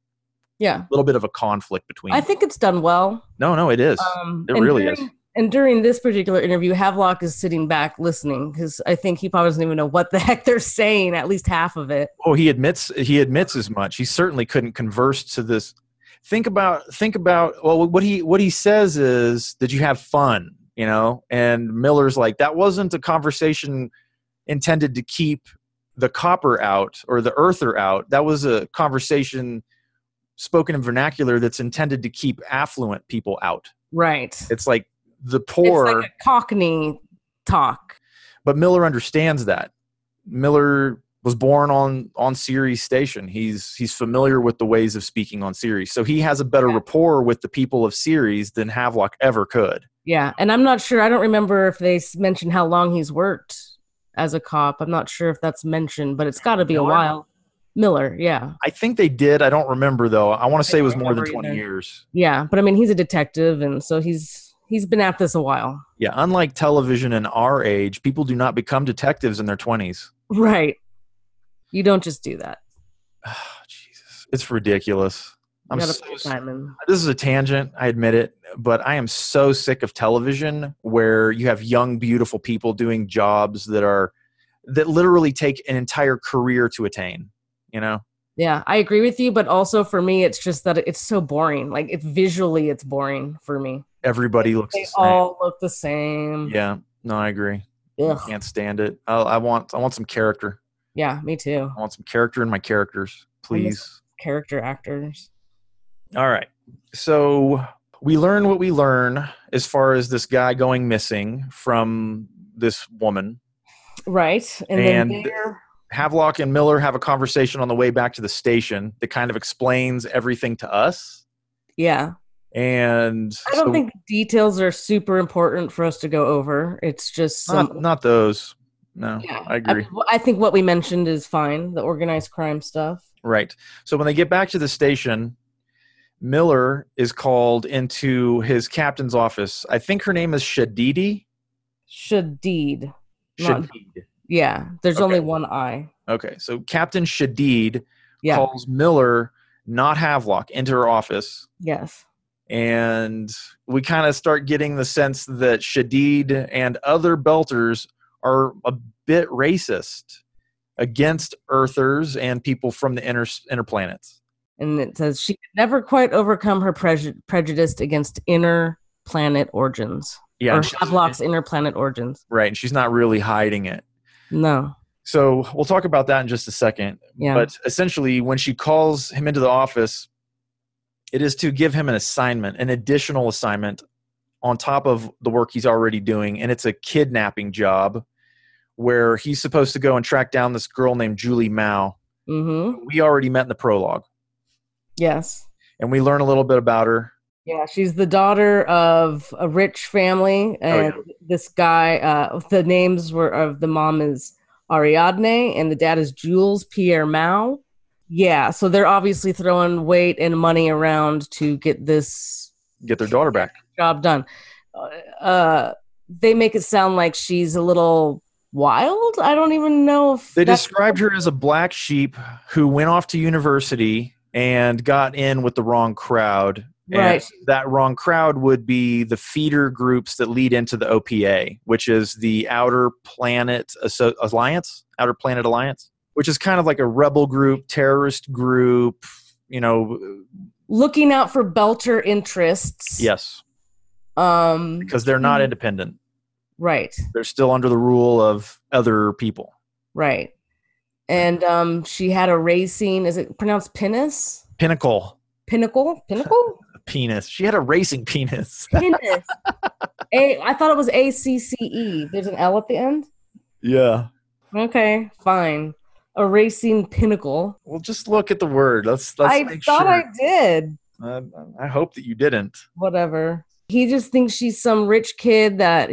[SPEAKER 2] yeah.
[SPEAKER 1] little bit of a conflict between.
[SPEAKER 2] I think it's done well.
[SPEAKER 1] no, no, it is.
[SPEAKER 2] Um,
[SPEAKER 1] It
[SPEAKER 2] and
[SPEAKER 1] really
[SPEAKER 2] during-
[SPEAKER 1] is.
[SPEAKER 2] And during this particular interview, Havelock is sitting back listening because I think he probably doesn't even know what the heck they're saying, at least half of it.
[SPEAKER 1] oh, he admits he admits as much. He certainly couldn't converse to this. Think about think about well what he what he says is did you have fun you know and Miller's like that wasn't a conversation intended to keep the copper out or the earther out that was a conversation spoken in vernacular that's intended to keep affluent people out
[SPEAKER 2] Right. It's
[SPEAKER 1] it's like the poor
[SPEAKER 2] like a cockney talk.
[SPEAKER 1] but Miller understands that. Miller was born on on Sirius station. He's he's familiar with the ways of speaking on Sirius, so he has a better
[SPEAKER 2] Yeah.
[SPEAKER 1] rapport with the people of Sirius than Havelock ever could.
[SPEAKER 2] Yeah, and I'm not sure. I don't remember if they s- mentioned how long he's worked as a cop. I'm not sure if that's mentioned, but it's got to be a
[SPEAKER 3] Miller?
[SPEAKER 2] while. Miller, yeah,
[SPEAKER 1] I think they did. I don't remember though. I want to say it was more than
[SPEAKER 3] remember
[SPEAKER 1] 20
[SPEAKER 3] either.
[SPEAKER 1] years.
[SPEAKER 2] yeah. But I mean, he's a detective, and so he's he's been at this a while,
[SPEAKER 1] Yeah, unlike television and our age, people do not become detectives in their 20s.
[SPEAKER 2] right? You don't just do that.
[SPEAKER 1] Ah, Jesus, it's ridiculous.
[SPEAKER 2] You
[SPEAKER 1] I'm
[SPEAKER 2] gotta
[SPEAKER 1] so
[SPEAKER 2] put time in.
[SPEAKER 1] this is a tangent, I admit it, but I am so sick of television where you have young, beautiful people doing jobs that are that literally take an entire career to attain. You know,
[SPEAKER 2] Yeah, I agree with you, but also for me, it's just that it's so boring. Like it visually, it's boring for me.
[SPEAKER 1] everybody looks
[SPEAKER 2] They
[SPEAKER 1] the same.
[SPEAKER 2] all look the same.
[SPEAKER 1] yeah, no, I agree.
[SPEAKER 2] Ugh.
[SPEAKER 1] I can't stand it. I, I want, I want some character.
[SPEAKER 2] yeah, me too.
[SPEAKER 1] I want some character in my characters, please.
[SPEAKER 2] Character actors.
[SPEAKER 1] All right. So we learn what we learn as far as this guy going missing from this woman.
[SPEAKER 2] Right. And, then
[SPEAKER 1] And-
[SPEAKER 2] there,
[SPEAKER 1] Havelock and Miller have a conversation on the way back to the station that kind of explains everything to us.
[SPEAKER 2] yeah.
[SPEAKER 1] And
[SPEAKER 2] I don't
[SPEAKER 1] so-
[SPEAKER 2] think the details are super important for us to go over. It's just some.
[SPEAKER 1] not, not those. No,
[SPEAKER 2] yeah.
[SPEAKER 1] I agree.
[SPEAKER 2] I, I think what we mentioned is fine, the organized crime stuff.
[SPEAKER 1] Right. So when they get back to the station, Miller is called into his captain's office. I think her name is Shadidi.
[SPEAKER 2] Shadid. Not-
[SPEAKER 1] Shadid.
[SPEAKER 2] Yeah. There's
[SPEAKER 1] Okay.
[SPEAKER 2] only one I.
[SPEAKER 1] Okay. So Captain Shadid
[SPEAKER 2] Yeah.
[SPEAKER 1] calls Miller, not Havelock, into her office.
[SPEAKER 2] Yes.
[SPEAKER 1] and we kind of start getting the sense that Shadid and other belters are a bit racist against Earthers and people from the inner inner planets.
[SPEAKER 2] and it says she could never quite overcome her preju- prejudice against inner planet origins
[SPEAKER 1] Yeah,
[SPEAKER 2] or
[SPEAKER 1] and she's-
[SPEAKER 2] Havelock's inner planet origins.
[SPEAKER 1] right, and she's not really hiding it.
[SPEAKER 2] No,
[SPEAKER 1] So we'll talk about that in just a second.
[SPEAKER 2] yeah,
[SPEAKER 1] But essentially, when she calls him into the office, it is to give him an assignment, an additional assignment on top of the work he's already doing. And it's a kidnapping job where he's supposed to go and track down this girl named Julie Mao.
[SPEAKER 2] mm-hmm.
[SPEAKER 1] We already met in the prologue
[SPEAKER 2] yes,
[SPEAKER 1] and we learn a little bit about her.
[SPEAKER 2] yeah. She's the daughter of a rich family,
[SPEAKER 1] Oh,
[SPEAKER 2] and this guy. Uh, the names were of the mom is Ariadne, and the dad is Jules Pierre Mao. Yeah, so they're obviously throwing weight and money around to get this
[SPEAKER 1] Get their daughter back.
[SPEAKER 2] job done. Uh, they make it sound like she's a little wild. I don't even know if
[SPEAKER 1] They
[SPEAKER 2] that's-
[SPEAKER 1] described her as a black sheep who went off to university and got in with the wrong crowd
[SPEAKER 2] right.
[SPEAKER 1] And that wrong crowd would be the feeder groups that lead into the OPA, which is the Outer Planet Asso- Alliance, Outer Planet Alliance, which is kind of like a rebel group, terrorist group, you know,
[SPEAKER 2] Looking out for Belcher interests.
[SPEAKER 1] yes,
[SPEAKER 2] Um.
[SPEAKER 1] because they're not independent.
[SPEAKER 2] Right.
[SPEAKER 1] They're still under the rule of other people.
[SPEAKER 2] Right. And um, she had a racing. Is it pronounced penis?
[SPEAKER 1] Pinnacle,
[SPEAKER 2] Pinnacle. Pinnacle.
[SPEAKER 1] a penis. She had a racing penis.
[SPEAKER 2] penis. A. I thought it was A C C E. There's an L at the end.
[SPEAKER 1] Yeah.
[SPEAKER 2] Okay. Fine. A racing pinnacle.
[SPEAKER 1] Well, just look at the word. Let's let's
[SPEAKER 2] I
[SPEAKER 1] make
[SPEAKER 2] thought
[SPEAKER 1] sure.
[SPEAKER 2] I did.
[SPEAKER 1] Uh, I hope that you didn't.
[SPEAKER 2] whatever. He just thinks she's some rich kid that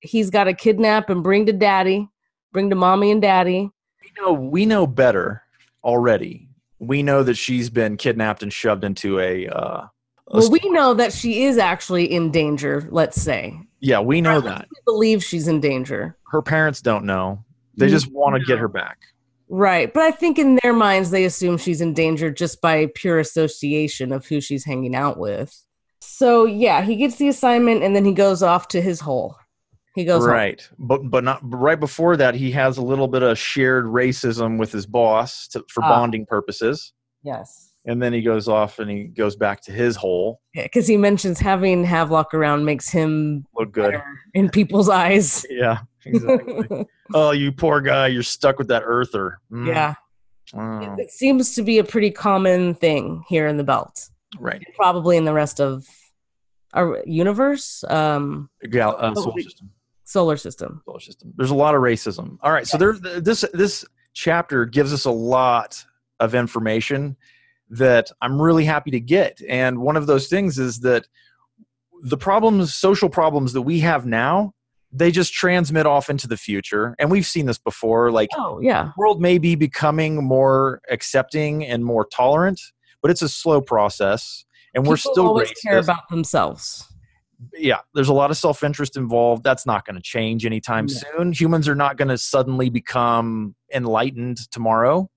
[SPEAKER 2] he's got to kidnap and bring to daddy, bring to mommy and daddy.
[SPEAKER 1] we know we know better already. We know that she's been kidnapped and shoved into a. Uh, a
[SPEAKER 2] Well, we
[SPEAKER 1] st-
[SPEAKER 2] know that she is actually in danger, let's say.
[SPEAKER 1] yeah, we know that
[SPEAKER 2] We believe she's in danger.
[SPEAKER 1] her parents don't know. They just want to get her back.
[SPEAKER 2] Right. But I think in their minds, they assume she's in danger just by pure association of who she's hanging out with. So, yeah, he gets the assignment and then he goes off to his hole. He goes home.
[SPEAKER 1] Right, but but not but right before that, he has a little bit of shared racism with his boss to, for
[SPEAKER 2] Ah.
[SPEAKER 1] bonding purposes,
[SPEAKER 2] Yes.
[SPEAKER 1] and then he goes off and he goes back to his hole.
[SPEAKER 2] Because he mentions having Havelock around makes him
[SPEAKER 1] Look good.
[SPEAKER 2] better in people's eyes.
[SPEAKER 1] Yeah, exactly. oh, you poor guy, you're stuck with that earther. Mm.
[SPEAKER 2] yeah.
[SPEAKER 1] Oh,
[SPEAKER 2] It, it seems to be a pretty common thing here in the belt,
[SPEAKER 1] right.
[SPEAKER 2] probably in the rest of our universe, um,
[SPEAKER 1] Gal- uh,
[SPEAKER 2] Oh,
[SPEAKER 1] solar
[SPEAKER 2] wait.
[SPEAKER 1] system.
[SPEAKER 2] solar system.
[SPEAKER 1] solar system. There's a lot of racism. All right, so there th- this this chapter gives us a lot of information that I'm really happy to get. And one of those things is that the problems, social problems that we have now they just transmit off into the future and we've seen this before like
[SPEAKER 2] Oh yeah.
[SPEAKER 1] the world may be becoming more accepting and more tolerant but it's a slow process and we're
[SPEAKER 2] People
[SPEAKER 1] still
[SPEAKER 2] always care
[SPEAKER 1] racist.
[SPEAKER 2] about themselves.
[SPEAKER 1] yeah there's a lot of self-interest involved that's not going to change anytime
[SPEAKER 2] No.
[SPEAKER 1] soon humans are not going to suddenly become enlightened tomorrow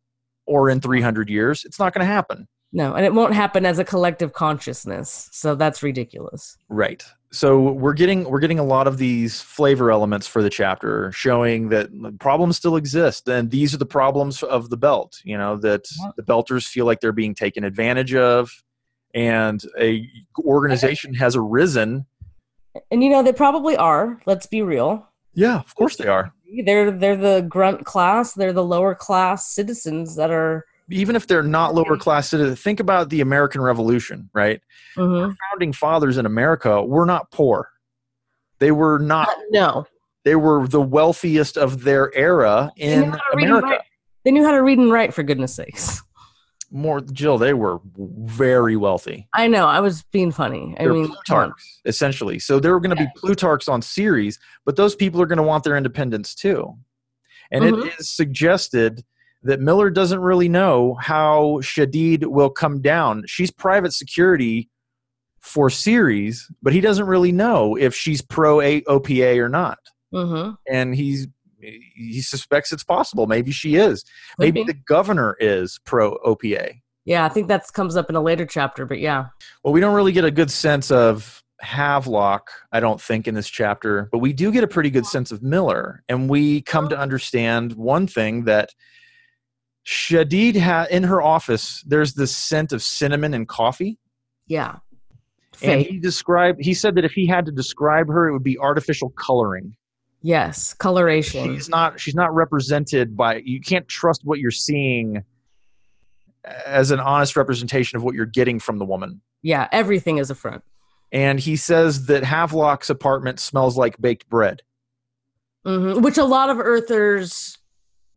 [SPEAKER 1] or in 300 years it's not going to happen
[SPEAKER 2] No, and it won't happen as a collective consciousness. So that's ridiculous.
[SPEAKER 1] Right. So we're getting we're getting a lot of these flavor elements for the chapter, showing that problems still exist, and these are the problems of the belt. You know that
[SPEAKER 2] Yeah.
[SPEAKER 1] the belters feel like they're being taken advantage of, and a organization has arisen.
[SPEAKER 2] And you know they probably are. Let's be real.
[SPEAKER 1] Yeah, of course they are.
[SPEAKER 2] They're they're the grunt class. They're the lower class citizens that are.
[SPEAKER 1] Even if they're not lower class citizens, think about the American Revolution. Right,
[SPEAKER 2] Mhm.
[SPEAKER 1] founding fathers in America were not poor. They were not.
[SPEAKER 2] Uh, No,
[SPEAKER 1] They were the wealthiest of their era
[SPEAKER 2] knew
[SPEAKER 1] in
[SPEAKER 2] how to read and
[SPEAKER 1] America.
[SPEAKER 2] write. they knew how to read and write for goodness sakes.
[SPEAKER 1] more Jill, they were very wealthy.
[SPEAKER 2] I know. I was being funny. I
[SPEAKER 1] They're
[SPEAKER 2] mean, come on.
[SPEAKER 1] Plutarchs, essentially. So there were going to be Plutarchs on series, but those people are going to want their independence too. And it
[SPEAKER 2] Mm-hmm.
[SPEAKER 1] is suggested that Miller doesn't really know how Shadid will come down. She's private security for series, but he doesn't really know if she's pro A- OPA or not.
[SPEAKER 2] Mhm.
[SPEAKER 1] And he's he suspects it's possible. Maybe she is.
[SPEAKER 2] Could
[SPEAKER 1] Maybe the
[SPEAKER 2] be.
[SPEAKER 1] governor is pro OPA.
[SPEAKER 2] Yeah, I think that comes up in a later chapter, but yeah.
[SPEAKER 1] Well, we don't really get a good sense of Havelock, I don't think, in this chapter, but we do get a pretty good sense of Miller. And we come to understand one thing that Shadid ha- in her office, there's this scent of cinnamon and coffee.
[SPEAKER 2] Yeah.
[SPEAKER 1] And
[SPEAKER 2] Fake.
[SPEAKER 1] he described he said that if he had to describe her, it would be artificial coloring.
[SPEAKER 2] yes. Coloration.
[SPEAKER 1] She's not she's not represented by you can't trust what you're seeing as an honest representation of what you're getting from the woman.
[SPEAKER 2] Yeah. Everything is a front.
[SPEAKER 1] and he says that Havelock's apartment smells like baked bread.
[SPEAKER 2] hmm Which a lot of earthers.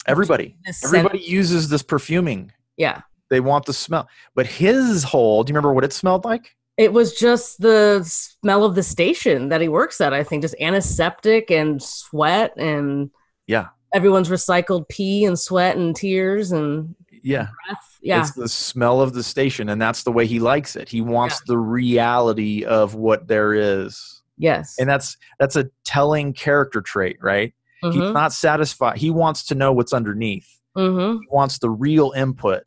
[SPEAKER 1] Everybody,
[SPEAKER 2] this scent-
[SPEAKER 1] everybody uses this perfuming.
[SPEAKER 2] yeah.
[SPEAKER 1] They want the smell, but his hole. Do you remember what it smelled like?
[SPEAKER 2] It was just the smell of the station that he works at, I think, just antiseptic and sweat and
[SPEAKER 1] Yeah.
[SPEAKER 2] everyone's recycled pee and sweat and tears and
[SPEAKER 1] Yeah,
[SPEAKER 2] breath. Yeah.
[SPEAKER 1] it's the smell of the station, and that's the way he likes it. He wants the reality of what there is,
[SPEAKER 2] yes.
[SPEAKER 1] and that's that's a telling character trait, right? He's
[SPEAKER 2] Mhm.
[SPEAKER 1] not satisfied. He wants to know what's underneath.
[SPEAKER 2] Mhm.
[SPEAKER 1] wants the real input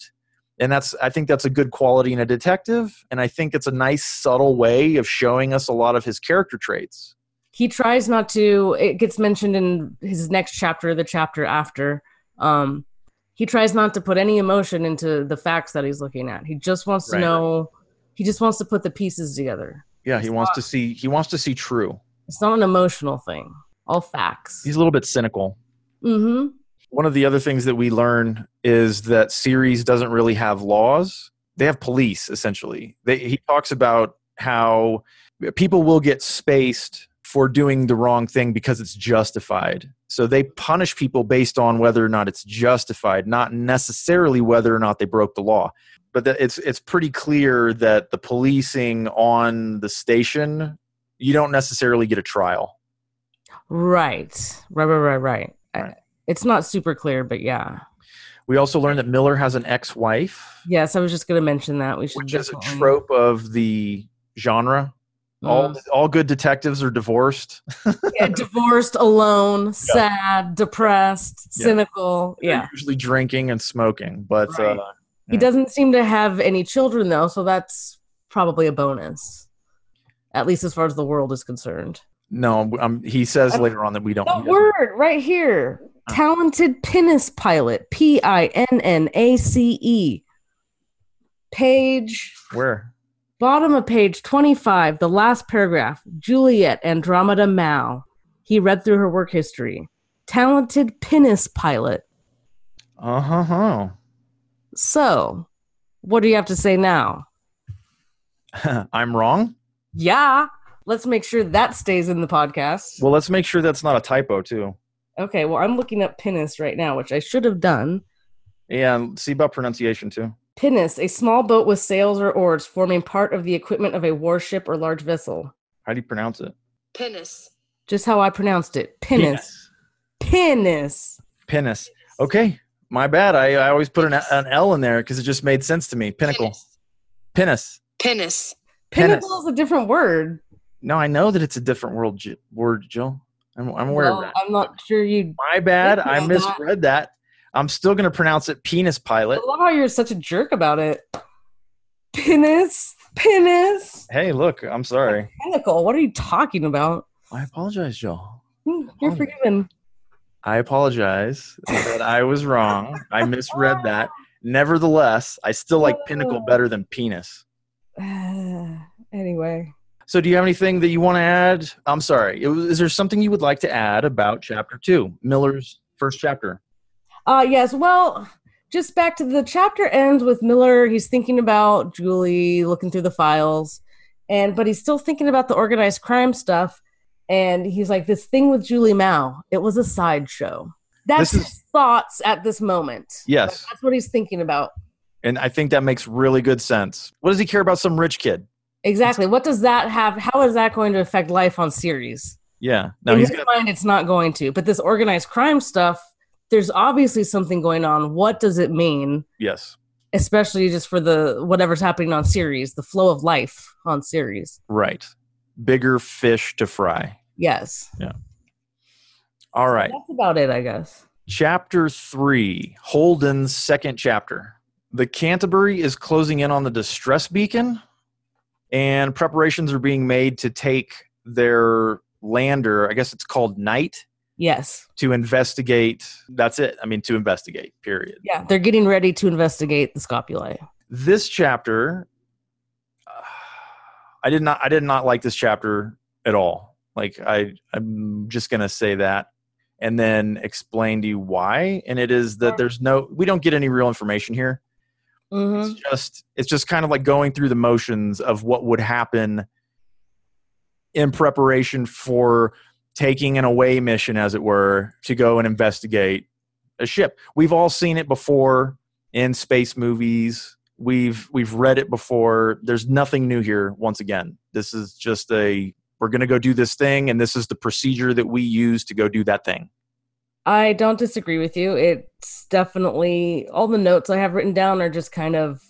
[SPEAKER 1] and that's i think that's a good quality in a detective and i think it's a nice subtle way of showing us a lot of his character traits
[SPEAKER 2] he tries not to it gets mentioned in his next chapter the chapter after um he tries not to put any emotion into the facts that he's looking at he just wants
[SPEAKER 1] Right.
[SPEAKER 2] to know he just wants to put the pieces together
[SPEAKER 1] yeah he wants to see he wants to see true
[SPEAKER 2] it's not an emotional thing all facts
[SPEAKER 1] he's a little bit cynical
[SPEAKER 2] mm-hmm
[SPEAKER 1] one of the other things that we learn is that series doesn't really have laws they have police essentially they, he talks about how people will get spaced for doing the wrong thing because it's justified so they punish people based on whether or not it's justified not necessarily whether or not they broke the law but that it's it's pretty clear that the policing on the station you don't necessarily get a trial
[SPEAKER 2] right right right right right I-
[SPEAKER 1] Right.
[SPEAKER 2] it's not super clear but yeah
[SPEAKER 1] we also learned that miller has an ex-wife
[SPEAKER 2] yes i was just going to mention that we should
[SPEAKER 1] which is a
[SPEAKER 2] definitely-
[SPEAKER 1] trope of the genre. All
[SPEAKER 2] Mm.
[SPEAKER 1] all good detectives are divorced.
[SPEAKER 2] Yeah, divorced alone sad depressed
[SPEAKER 1] Yeah.
[SPEAKER 2] cynical yeah
[SPEAKER 1] They're usually drinking and smoking, but
[SPEAKER 2] Right.
[SPEAKER 1] uh,
[SPEAKER 2] He
[SPEAKER 1] Yeah.
[SPEAKER 2] doesn't seem to have any children though, so that's probably a bonus. At least as far as the world is concerned.
[SPEAKER 1] no, um, he says
[SPEAKER 2] That's-
[SPEAKER 1] later on that we don't.
[SPEAKER 2] The
[SPEAKER 1] he doesn't-
[SPEAKER 2] word right here.
[SPEAKER 1] Ah.
[SPEAKER 2] Talented penis pilot. P I N N A C E. Page
[SPEAKER 1] Where?
[SPEAKER 2] bottom of page 25, the last paragraph. Juliet Andromeda Mal. He read through her work history. Talented penis pilot.
[SPEAKER 1] Uh huh.
[SPEAKER 2] So, what do you have to say now?
[SPEAKER 1] I'm wrong.
[SPEAKER 2] Yeah, let's make sure that stays in the podcast.
[SPEAKER 1] Well, let's make sure that's not a typo too.
[SPEAKER 2] Okay, well, I'm looking up pinnace right now, which I should have done.
[SPEAKER 1] Yeah, and see about pronunciation too.
[SPEAKER 2] Pinnace, a small boat with sails or oars forming part of the equipment of a warship or large vessel.
[SPEAKER 1] How do you pronounce it?
[SPEAKER 3] Penis.
[SPEAKER 2] Just how I pronounced it. Penis. Penis.
[SPEAKER 1] Penis. Okay. My bad. I, I always put an, an L in there because it just made sense to me. Pinnacle. Penis.
[SPEAKER 3] Penis.
[SPEAKER 1] Penis.
[SPEAKER 2] Pinnacle is a different word.
[SPEAKER 1] No, I know that it's a different world Ji- word, Jill. I'm, I'm aware
[SPEAKER 2] Well,
[SPEAKER 1] of that.
[SPEAKER 2] I'm not sure you.
[SPEAKER 1] My bad. I
[SPEAKER 3] Yeah.
[SPEAKER 1] misread that. I'm still going to pronounce it penis
[SPEAKER 2] I
[SPEAKER 1] pilot.
[SPEAKER 2] love how you're such a jerk about it. Penis. Penis.
[SPEAKER 1] Hey, look, I'm sorry.
[SPEAKER 2] Pinnacle. What are you talking about?
[SPEAKER 1] I apologize, Jill.
[SPEAKER 2] Hmm, You're
[SPEAKER 1] Oh.
[SPEAKER 2] forgiven.
[SPEAKER 1] I apologize that I was wrong. I misread that. Nevertheless, I still like pinnacle better than penis.
[SPEAKER 2] anyway.
[SPEAKER 1] So, do you have anything that you want to add? I'm sorry. It was- Is there something you would like to add about chapter two, Miller's first chapter?
[SPEAKER 2] Uh yes, well, just back to the chapter ends with Miller, he's thinking about Julie, looking through the files, and but he's still thinking about the organized crime stuff and he's like this thing with Julie Mao, it was a sideshow. That's
[SPEAKER 1] This is-
[SPEAKER 2] his thoughts at this moment.
[SPEAKER 1] Yes.
[SPEAKER 2] That's what he's thinking about.
[SPEAKER 1] And I think that makes really good sense. What does he care about some rich kid?
[SPEAKER 2] Exactly. What does that have how is that going to affect life on series?
[SPEAKER 1] Yeah. No,
[SPEAKER 2] In
[SPEAKER 1] he's
[SPEAKER 2] his
[SPEAKER 1] got,
[SPEAKER 2] mind it's not going to, but this organized crime stuff, there's obviously something going on. What does it mean?
[SPEAKER 1] yes.
[SPEAKER 2] especially just for the whatever's happening on series, the flow of life on series.
[SPEAKER 1] Right. Bigger fish to fry.
[SPEAKER 2] Yes.
[SPEAKER 1] All right.
[SPEAKER 2] That's about it, I guess.
[SPEAKER 1] Chapter three, Holden's second chapter. The Canterbury is closing in on the distress beacon, and preparations are being made to take their lander, I guess it's called Night,
[SPEAKER 2] Yes.
[SPEAKER 1] to investigate. That's it. I mean, to investigate, period.
[SPEAKER 2] Yeah. They're getting ready to investigate the scopuli.
[SPEAKER 1] This chapter, uh, I did not, I did not like this chapter at all. Like, I, I'm just going to say that and then explain to you why. And it is that there's no, we don't get any real information here.
[SPEAKER 2] hmm
[SPEAKER 1] it's just it's just kind of like going through the motions of what would happen in preparation for taking an away mission as it were to go and investigate a ship we've all seen it before in space movies we've we've read it before there's nothing new here once again this is just a we're going to go do this thing and this is the procedure that we use to go do that thing
[SPEAKER 2] I don't disagree with you. It's definitely all the notes I have written down are just kind of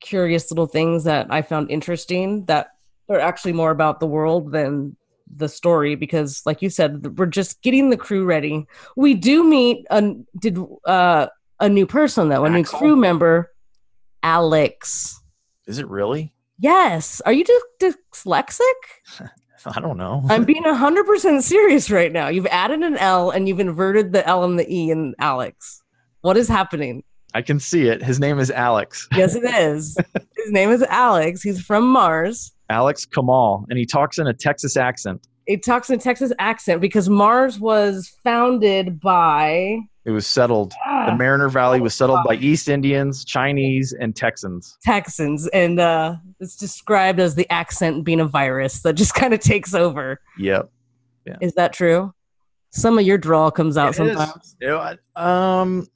[SPEAKER 2] curious little things that I found interesting that are actually more about the world than the story because like you said th- we're just getting the crew ready. We do meet a did uh a new person though, a new
[SPEAKER 1] Axel?
[SPEAKER 2] crew member, Alex.
[SPEAKER 1] is it really
[SPEAKER 2] Yes. Are you dy- dyslexic?
[SPEAKER 1] i don't know
[SPEAKER 2] I'm being 100% serious right now. You've added an L and you've inverted the L and the E in Alex. What is happening?
[SPEAKER 1] i can see it his name is alex
[SPEAKER 2] Yes, it is. His name is Alex. He's from Mars.
[SPEAKER 1] Alex Kamal, and he talks in a Texas accent.
[SPEAKER 2] He talks in a Texas accent because Mars was founded by.
[SPEAKER 1] It was settled. The Mariner Valley was settled by East Indians, Chinese, and Texans.
[SPEAKER 2] Texans, and uh, it's described as the accent being a virus that just kind of takes over.
[SPEAKER 1] Yep.
[SPEAKER 2] Is that true? Some of your drawl comes out sometimes,
[SPEAKER 1] It- um,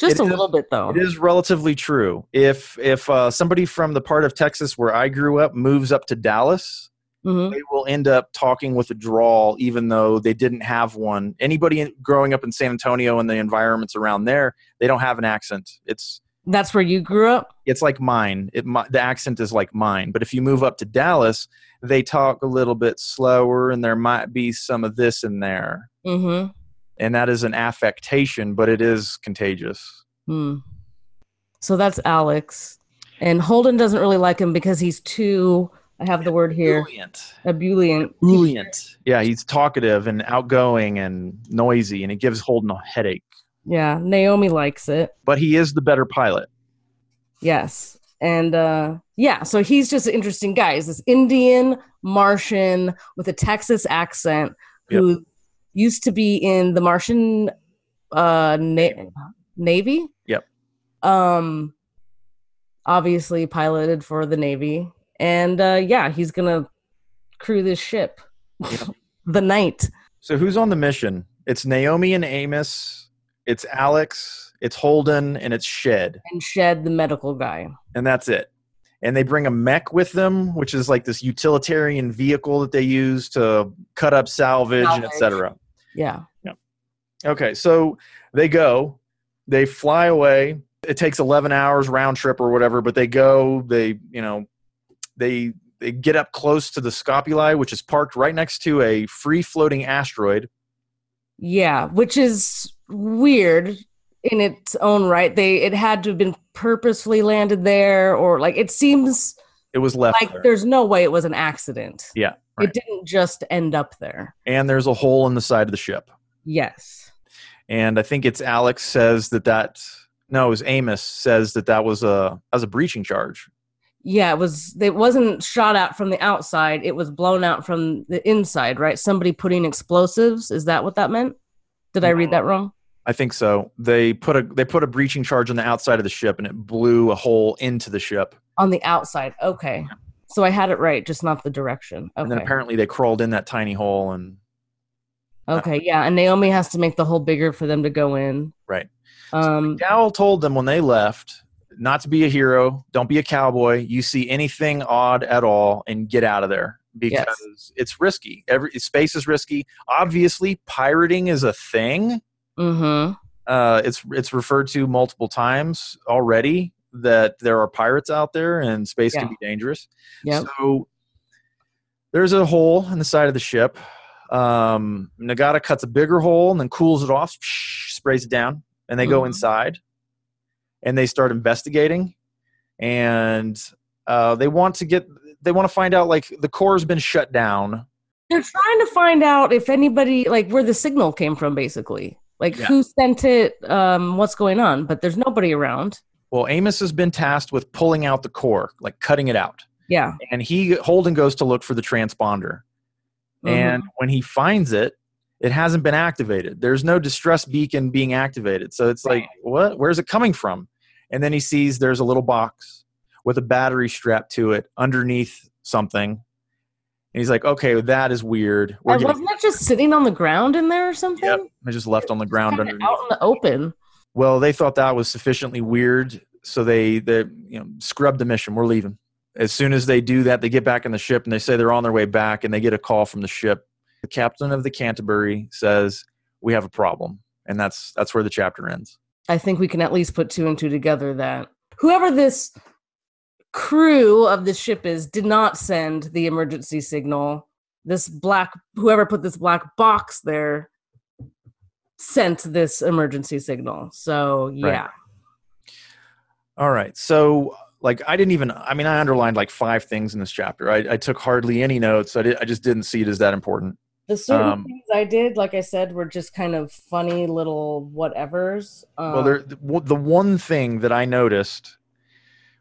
[SPEAKER 2] just
[SPEAKER 1] It
[SPEAKER 2] a
[SPEAKER 1] is.
[SPEAKER 2] little bit though.
[SPEAKER 1] it is relatively true. If if uh, somebody from the part of Texas where I grew up moves up to Dallas,
[SPEAKER 2] Mhm.
[SPEAKER 1] they will end up talking with a drawl, even though they didn't have one. Anybody in, growing up in San Antonio and the environments around there, they don't have an accent. It's
[SPEAKER 2] That's where you grew up.
[SPEAKER 1] it's like mine. It mi- the accent is like mine. But if you move up to Dallas, they talk a little bit slower, and there might be some of this in there,
[SPEAKER 2] Mm-hmm.
[SPEAKER 1] and that is an affectation, but it is contagious.
[SPEAKER 2] Hmm. So that's Alex, and Holden doesn't really like him because he's too. I have the word here.
[SPEAKER 1] Ebullient.
[SPEAKER 2] Ebullient.
[SPEAKER 1] Ebullient. Yeah, he's talkative and outgoing and noisy, and it gives Holden a headache.
[SPEAKER 2] Yeah, Naomi likes it.
[SPEAKER 1] But he is the better pilot.
[SPEAKER 2] Yes. And uh yeah, so he's just an interesting guy. He's this Indian Martian with a Texas accent who used to be in the Martian uh na- Navy?
[SPEAKER 1] Yep.
[SPEAKER 2] Um obviously piloted for the Navy. And uh yeah, he's going to crew this ship. the night.
[SPEAKER 1] So who's on the mission? It's Naomi and Amos. It's Alex. It's Holden, and it's Shed.
[SPEAKER 2] and Shed, the medical guy.
[SPEAKER 1] and that's it. and they bring a mech with them, which is like this utilitarian vehicle that they use to cut up salvage, and etc.
[SPEAKER 2] Salvage. Yeah.
[SPEAKER 1] Okay, so they go, they fly away. It takes 11 hours round trip or whatever, but they go, they, you know, they they get up close to the Scopuli, which is parked right next to a free floating asteroid.
[SPEAKER 2] Yeah, which is weird in its own right. They it had to have been purposefully landed there or like it seems
[SPEAKER 1] It was left
[SPEAKER 2] like
[SPEAKER 1] there.
[SPEAKER 2] there's no way it was an accident.
[SPEAKER 1] Yeah, right.
[SPEAKER 2] It didn't just end up there.
[SPEAKER 1] and there's a hole in the side of the ship.
[SPEAKER 2] Yes.
[SPEAKER 1] And I think it's Alex says that that no, it was Amos says that that was a that was a breaching charge.
[SPEAKER 2] Yeah, it was it wasn't shot out from the outside, it was blown out from the inside, right? Somebody putting explosives, is that what that meant? Did I read that wrong?
[SPEAKER 1] I think so. They put a they put a breaching charge on the outside of the ship and it blew a hole into the ship.
[SPEAKER 2] On the outside. Okay. So I had it right, just not the direction.
[SPEAKER 1] And then
[SPEAKER 2] Okay.
[SPEAKER 1] apparently they crawled in that tiny hole and Uh,
[SPEAKER 2] Okay, yeah, and Naomi has to make the hole bigger for them to go in.
[SPEAKER 1] Right.
[SPEAKER 2] Um
[SPEAKER 1] Dowell told them when they left not to be a hero, don't be a cowboy. You see anything odd at all and get out of there because it's risky. Every space is risky. Obviously, pirating is a thing.
[SPEAKER 2] hmm
[SPEAKER 1] Uh, it's it's referred to multiple times already that there are pirates out there and space
[SPEAKER 2] Yeah.
[SPEAKER 1] can be dangerous.
[SPEAKER 2] Yep.
[SPEAKER 1] So there's a hole in the side of the ship. Um, Nagata cuts a bigger hole and then cools it off, sprays it down, and they go
[SPEAKER 2] Mhm.
[SPEAKER 1] inside and they start investigating. And uh, they want to get they want to find out like the core has been shut down.
[SPEAKER 2] They're trying to find out if anybody like where the signal came from, basically. Like
[SPEAKER 1] Yeah.
[SPEAKER 2] who sent it, um, what's going on, but there's nobody around.
[SPEAKER 1] Well, Amos has been tasked with pulling out the core, like cutting it out.
[SPEAKER 2] Yeah.
[SPEAKER 1] And he Holden goes to look for the transponder.
[SPEAKER 2] Mhm.
[SPEAKER 1] And when he finds it, it hasn't been activated. There's no distress beacon being activated. So it's like, what? Where's it coming from? And then he sees there's a little box with a battery strapped to it underneath something. And he's like, okay, that is weird. We're
[SPEAKER 2] And
[SPEAKER 1] getting,
[SPEAKER 2] wasn't it just sitting on the ground in there or something?
[SPEAKER 1] yep, it just left on the ground
[SPEAKER 2] Kinda
[SPEAKER 1] underneath.
[SPEAKER 2] out in the open.
[SPEAKER 1] Well, they thought that was sufficiently weird, so they they you know scrubbed the mission. We're leaving. As soon as they do that, they get back in the ship and they say they're on their way back, and they get a call from the ship. The captain of the Canterbury says, "We have a problem," and that's that's where the chapter ends.
[SPEAKER 2] I think we can at least put two and two together that whoever this crew of this ship is did not send the emergency signal. This black whoever put this black box there sent this emergency signal. So yeah.
[SPEAKER 1] All right, so like I didn't even I mean I underlined like five things in this chapter. I, I took hardly any notes. I did, I just didn't see it as that important.
[SPEAKER 2] The certain
[SPEAKER 1] Um,
[SPEAKER 2] things I did, like I said, were just kind of funny little whatevers. Um,
[SPEAKER 1] Well, there, the one- the one thing that I noticed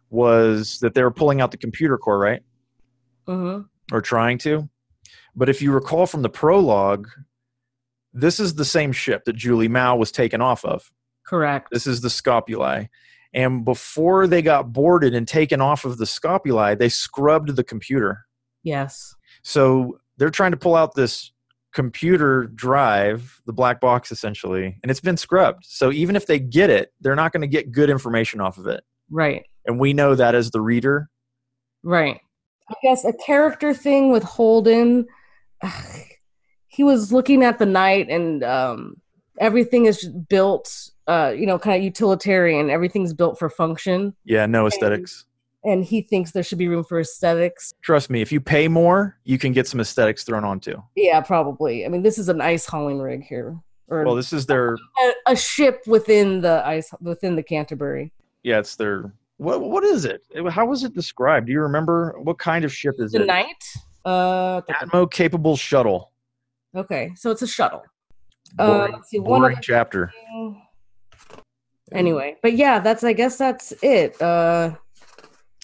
[SPEAKER 1] was that they were pulling out the computer core, right?
[SPEAKER 2] mhm.
[SPEAKER 1] or trying to. But if you recall from the prologue, this is the same ship that Julie Mao was taken off of.
[SPEAKER 2] correct.
[SPEAKER 1] This is the Scopuli. And before they got boarded and taken off of the Scopuli, they scrubbed the computer.
[SPEAKER 2] Yes.
[SPEAKER 1] So they're trying to pull out this computer drive, the black box essentially, and it's been scrubbed. So even if they get it, they're not going to get good information off of it.
[SPEAKER 2] Right.
[SPEAKER 1] And we know that as the reader.
[SPEAKER 2] Right. I guess a character thing with Holden. he was looking at the night, and um, everything is just built, uh, you know, kind of utilitarian. Everything's built for function,
[SPEAKER 1] Yeah, no aesthetics.
[SPEAKER 2] and he thinks there should be room for aesthetics.
[SPEAKER 1] trust me, if you pay more, you can get some aesthetics thrown on too.
[SPEAKER 2] Yeah, probably. I mean, this is an ice hauling rig here, or
[SPEAKER 1] Well, this is their
[SPEAKER 2] a, a ship within the ice within the Canterbury.
[SPEAKER 1] yeah, it's their what what is it? How was it described? Do you remember what kind of ship is
[SPEAKER 2] The
[SPEAKER 1] it?
[SPEAKER 2] night. Uh,
[SPEAKER 1] Atmo capable shuttle.
[SPEAKER 2] okay, so it's a shuttle. Uh,
[SPEAKER 1] Boring,
[SPEAKER 2] let's see, one
[SPEAKER 1] boring
[SPEAKER 2] other
[SPEAKER 1] chapter.
[SPEAKER 2] thing. Mm. anyway but yeah that's i guess that's it uh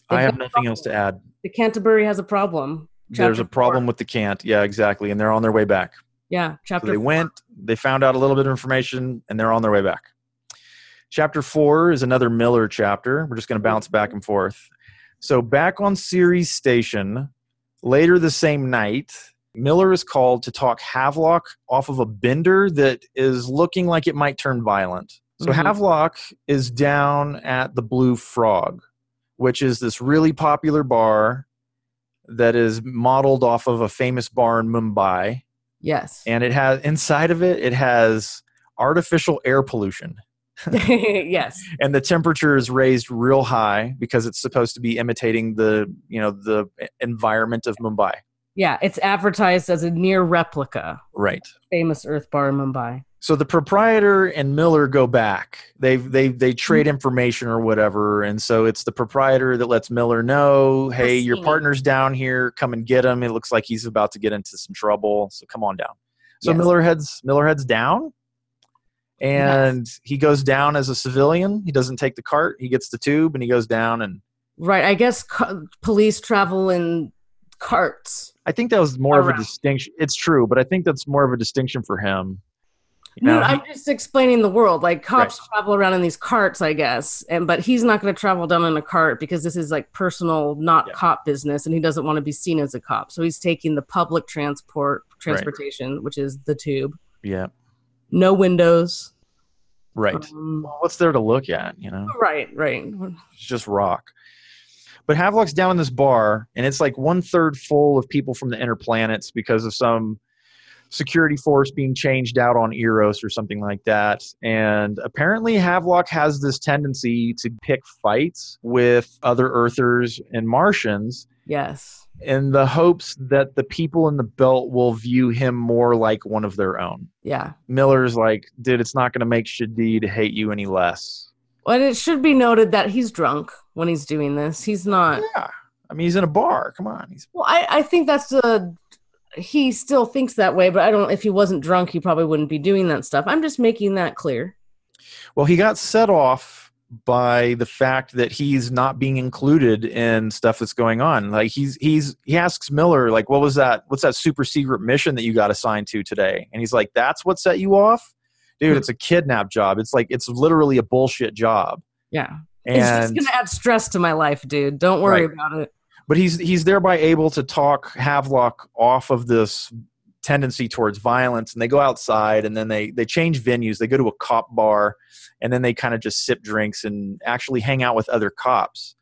[SPEAKER 1] I
[SPEAKER 2] they've
[SPEAKER 1] have
[SPEAKER 2] got
[SPEAKER 1] nothing else to add.
[SPEAKER 2] the canterbury has a problem
[SPEAKER 1] There's
[SPEAKER 2] Chapter
[SPEAKER 1] a problem with the can't. Yeah, exactly. And they're on their way back.
[SPEAKER 2] yeah
[SPEAKER 1] So
[SPEAKER 2] chapter
[SPEAKER 1] they
[SPEAKER 2] four.
[SPEAKER 1] went, they found out a little bit of information, and they're on their way back. Chapter four is another Miller chapter. We're just going to bounce back and forth. So, back on Ceres Station, later the same night, Miller is called to talk Havelock off of a bender that is looking like it
[SPEAKER 2] Mm-hmm.
[SPEAKER 1] might turn violent. So,
[SPEAKER 2] Mhm.
[SPEAKER 1] Havelock is down at the Blue Frog, which is this really popular bar that is modeled off of a famous bar in Mumbai.
[SPEAKER 2] Yes.
[SPEAKER 1] And it has inside of it, it has artificial air pollution.
[SPEAKER 2] yes.
[SPEAKER 1] And the temperature is raised real high because it's supposed to be imitating the, you know, the e-, environment of Mumbai.
[SPEAKER 2] Yeah. It's advertised as a near replica,
[SPEAKER 1] Right.
[SPEAKER 2] famous Earth Bar in Mumbai.
[SPEAKER 1] So the proprietor and Miller go back. They they they trade
[SPEAKER 2] Mm-hmm.
[SPEAKER 1] information or whatever, and so it's the proprietor that lets Miller know, "Hey, your
[SPEAKER 2] Christine.
[SPEAKER 1] partner's down here. Come and get him. It looks like he's about to get into some trouble. So come on down." So
[SPEAKER 2] Yes.
[SPEAKER 1] Miller heads Miller heads down, and he goes down as a civilian. He doesn't take the cart. He gets the tube, and he goes down. And
[SPEAKER 2] Right. I guess ca- police travel in carts.
[SPEAKER 1] I think that was more of a
[SPEAKER 2] Around.
[SPEAKER 1] distinction. It's true, but I think that's more of a distinction for him. You
[SPEAKER 2] No,
[SPEAKER 1] know,
[SPEAKER 2] I'm just explaining the world. Like cops travel around in these carts, I guess, and but he's not going to travel down in a cart because this is like personal, not
[SPEAKER 1] Yeah.
[SPEAKER 2] cop business, and he doesn't want to be seen as a cop. So he's taking the public transport transportation, which is the tube,
[SPEAKER 1] he- yeah,
[SPEAKER 2] no windows.
[SPEAKER 1] right.
[SPEAKER 2] Um,
[SPEAKER 1] Well, what's there to look at? You know.
[SPEAKER 2] right, right.
[SPEAKER 1] It's just rock. But Havelock's down in this bar, and it's like one third full of people from the inner planets because of some security force being changed out on Eros or something like that. And apparently, Havelock has this tendency to pick fights with other Earthers and Martians
[SPEAKER 2] Yes.
[SPEAKER 1] in the hopes that the people in the belt will view him more like one of their own.
[SPEAKER 2] Yeah.
[SPEAKER 1] Miller's like, dude, it's not going to make Shadid hate you any less.
[SPEAKER 2] Well, and it should be noted that he's drunk when he's doing this. He's not.
[SPEAKER 1] Yeah. I mean, he's in a bar. Come on. He's
[SPEAKER 2] Well, I, I think that's a. He still thinks that way, but I don't. If he wasn't drunk, he probably wouldn't be doing that stuff. I'm just making that clear.
[SPEAKER 1] Well, he got set off by the fact that he's not being included in stuff that's going on. Like he's he's he asks Miller like, "What was that? What's that super secret mission that you got assigned to today?" And he's like, "That's what set you off, dude.
[SPEAKER 2] Hmm.
[SPEAKER 1] It's a kidnap job. It's like it's literally a bullshit job."
[SPEAKER 2] Yeah. it's just
[SPEAKER 1] And
[SPEAKER 2] going to add stress to my life, dude. Don't worry
[SPEAKER 1] Right.
[SPEAKER 2] about it.
[SPEAKER 1] but he's he's thereby able to talk Havelock off of this tendency towards violence and they go outside and then they they change venues they go to a cop bar and then they kind of just sip drinks and actually hang out with other cops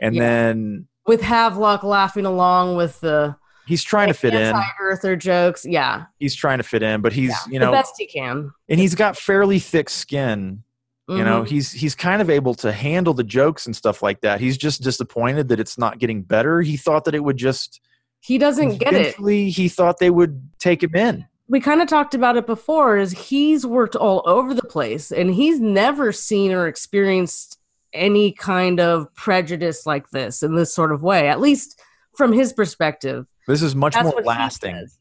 [SPEAKER 1] and
[SPEAKER 2] Yeah.
[SPEAKER 1] then
[SPEAKER 2] With Havelock laughing along with the
[SPEAKER 1] he's trying to fit in
[SPEAKER 2] anti-earther jokes, yeah,
[SPEAKER 1] he's trying to fit in but he's
[SPEAKER 2] yeah,
[SPEAKER 1] you know
[SPEAKER 2] the best he can.
[SPEAKER 1] and he's got fairly thick skin you know
[SPEAKER 2] Mhm.
[SPEAKER 1] he's he's kind of able to handle the jokes and stuff like that he's just disappointed that it's not getting better he thought that it would just
[SPEAKER 2] he doesn't get it.
[SPEAKER 1] eventually he thought they would take him in
[SPEAKER 2] We kind of talked about it before. Is he's worked all over the place and he's never seen or experienced any kind of prejudice like this in this sort of way, at least from his perspective.
[SPEAKER 1] This is much
[SPEAKER 2] That's
[SPEAKER 1] more
[SPEAKER 2] what he
[SPEAKER 1] lasting.
[SPEAKER 2] says.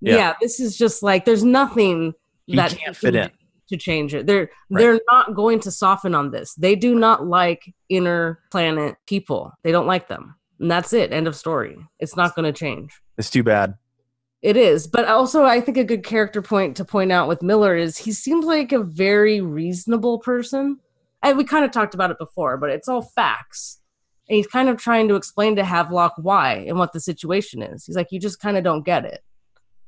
[SPEAKER 1] Yeah.
[SPEAKER 2] Yeah. this is just like there's nothing
[SPEAKER 1] He
[SPEAKER 2] that
[SPEAKER 1] can't fit
[SPEAKER 2] can
[SPEAKER 1] in.
[SPEAKER 2] do to change it. They're
[SPEAKER 1] Right.
[SPEAKER 2] they're not going to soften on this. They do not like inner planet people. They don't like them. And that's it. End of story. It's not going to change.
[SPEAKER 1] It's too bad.
[SPEAKER 2] It is. But also I think a good character point to point out with Miller is he seems like a very reasonable person. And we kind of talked about it before, but it's all facts. And he's kind of trying to explain to Havelock why and what the situation is. He's like, you just kind of don't get it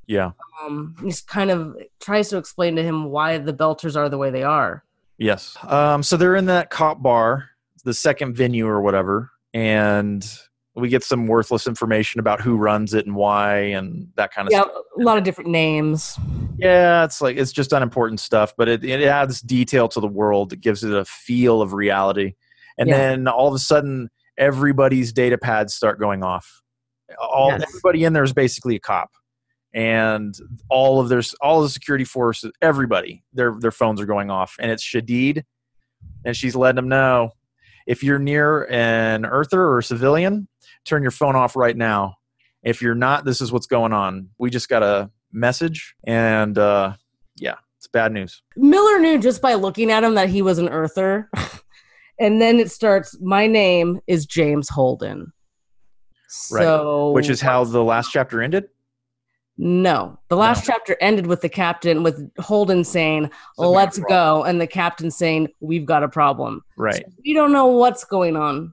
[SPEAKER 1] Yeah.
[SPEAKER 2] um, just kind of tries to explain to him why the Belters are the way they are.
[SPEAKER 1] Yes. Um, so they're in that cop bar, the second venue or whatever, and we get some worthless information about who runs it and why and that kind of
[SPEAKER 2] Yeah,
[SPEAKER 1] stuff.
[SPEAKER 2] a lot of different names.
[SPEAKER 1] Yeah, it's like it's just unimportant stuff, but it, it adds detail to the world. It gives it a feel of reality. And
[SPEAKER 2] Yeah.
[SPEAKER 1] then all of a sudden everybody's data pads start going off. All
[SPEAKER 2] Yes.
[SPEAKER 1] everybody in there is basically a cop. And all of their all the security forces, everybody, their their phones are going off. And it's Shadid, and she's letting them know if you're near an earther or a civilian, turn your phone off right now. If you're not, this is what's going on. We just got a message, and uh, yeah, it's bad news.
[SPEAKER 2] Miller knew just by looking at him that he was an earther. and then it starts, my name is James Holden.
[SPEAKER 1] Right.
[SPEAKER 2] So
[SPEAKER 1] Which is how the last chapter ended.
[SPEAKER 2] No. The last chapter ended with the captain with Holden saying,
[SPEAKER 1] So we got
[SPEAKER 2] Let's
[SPEAKER 1] a
[SPEAKER 2] go, and the captain saying, We've got a problem.
[SPEAKER 1] Right,
[SPEAKER 2] We don't know what's going on.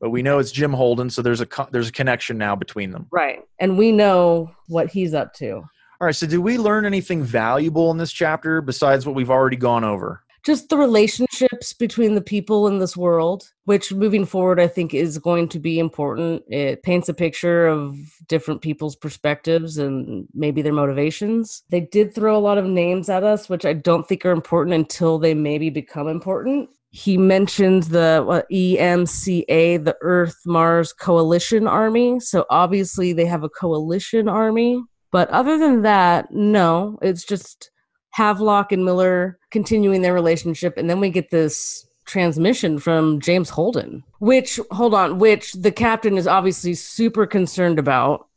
[SPEAKER 1] but we know it's Jim Holden, so there's a co- there's a connection now between them.
[SPEAKER 2] Right. And we know what he's up to.
[SPEAKER 1] All right, so did we learn anything valuable in this chapter besides what we've already gone over?
[SPEAKER 2] just the relationships between the people in this world, which moving forward, I think is going to be important. It paints a picture of different people's perspectives and maybe their motivations. They did throw a lot of names at us, which I don't think are important until they maybe become important. He mentioned the uh, EMCA, the Earth Mars Coalition Army. So obviously they have a coalition army. But other than that, no, it's just Havelock and Miller continuing their relationship, and then we get this transmission from James Holden, which hold on, which the captain is obviously super concerned about,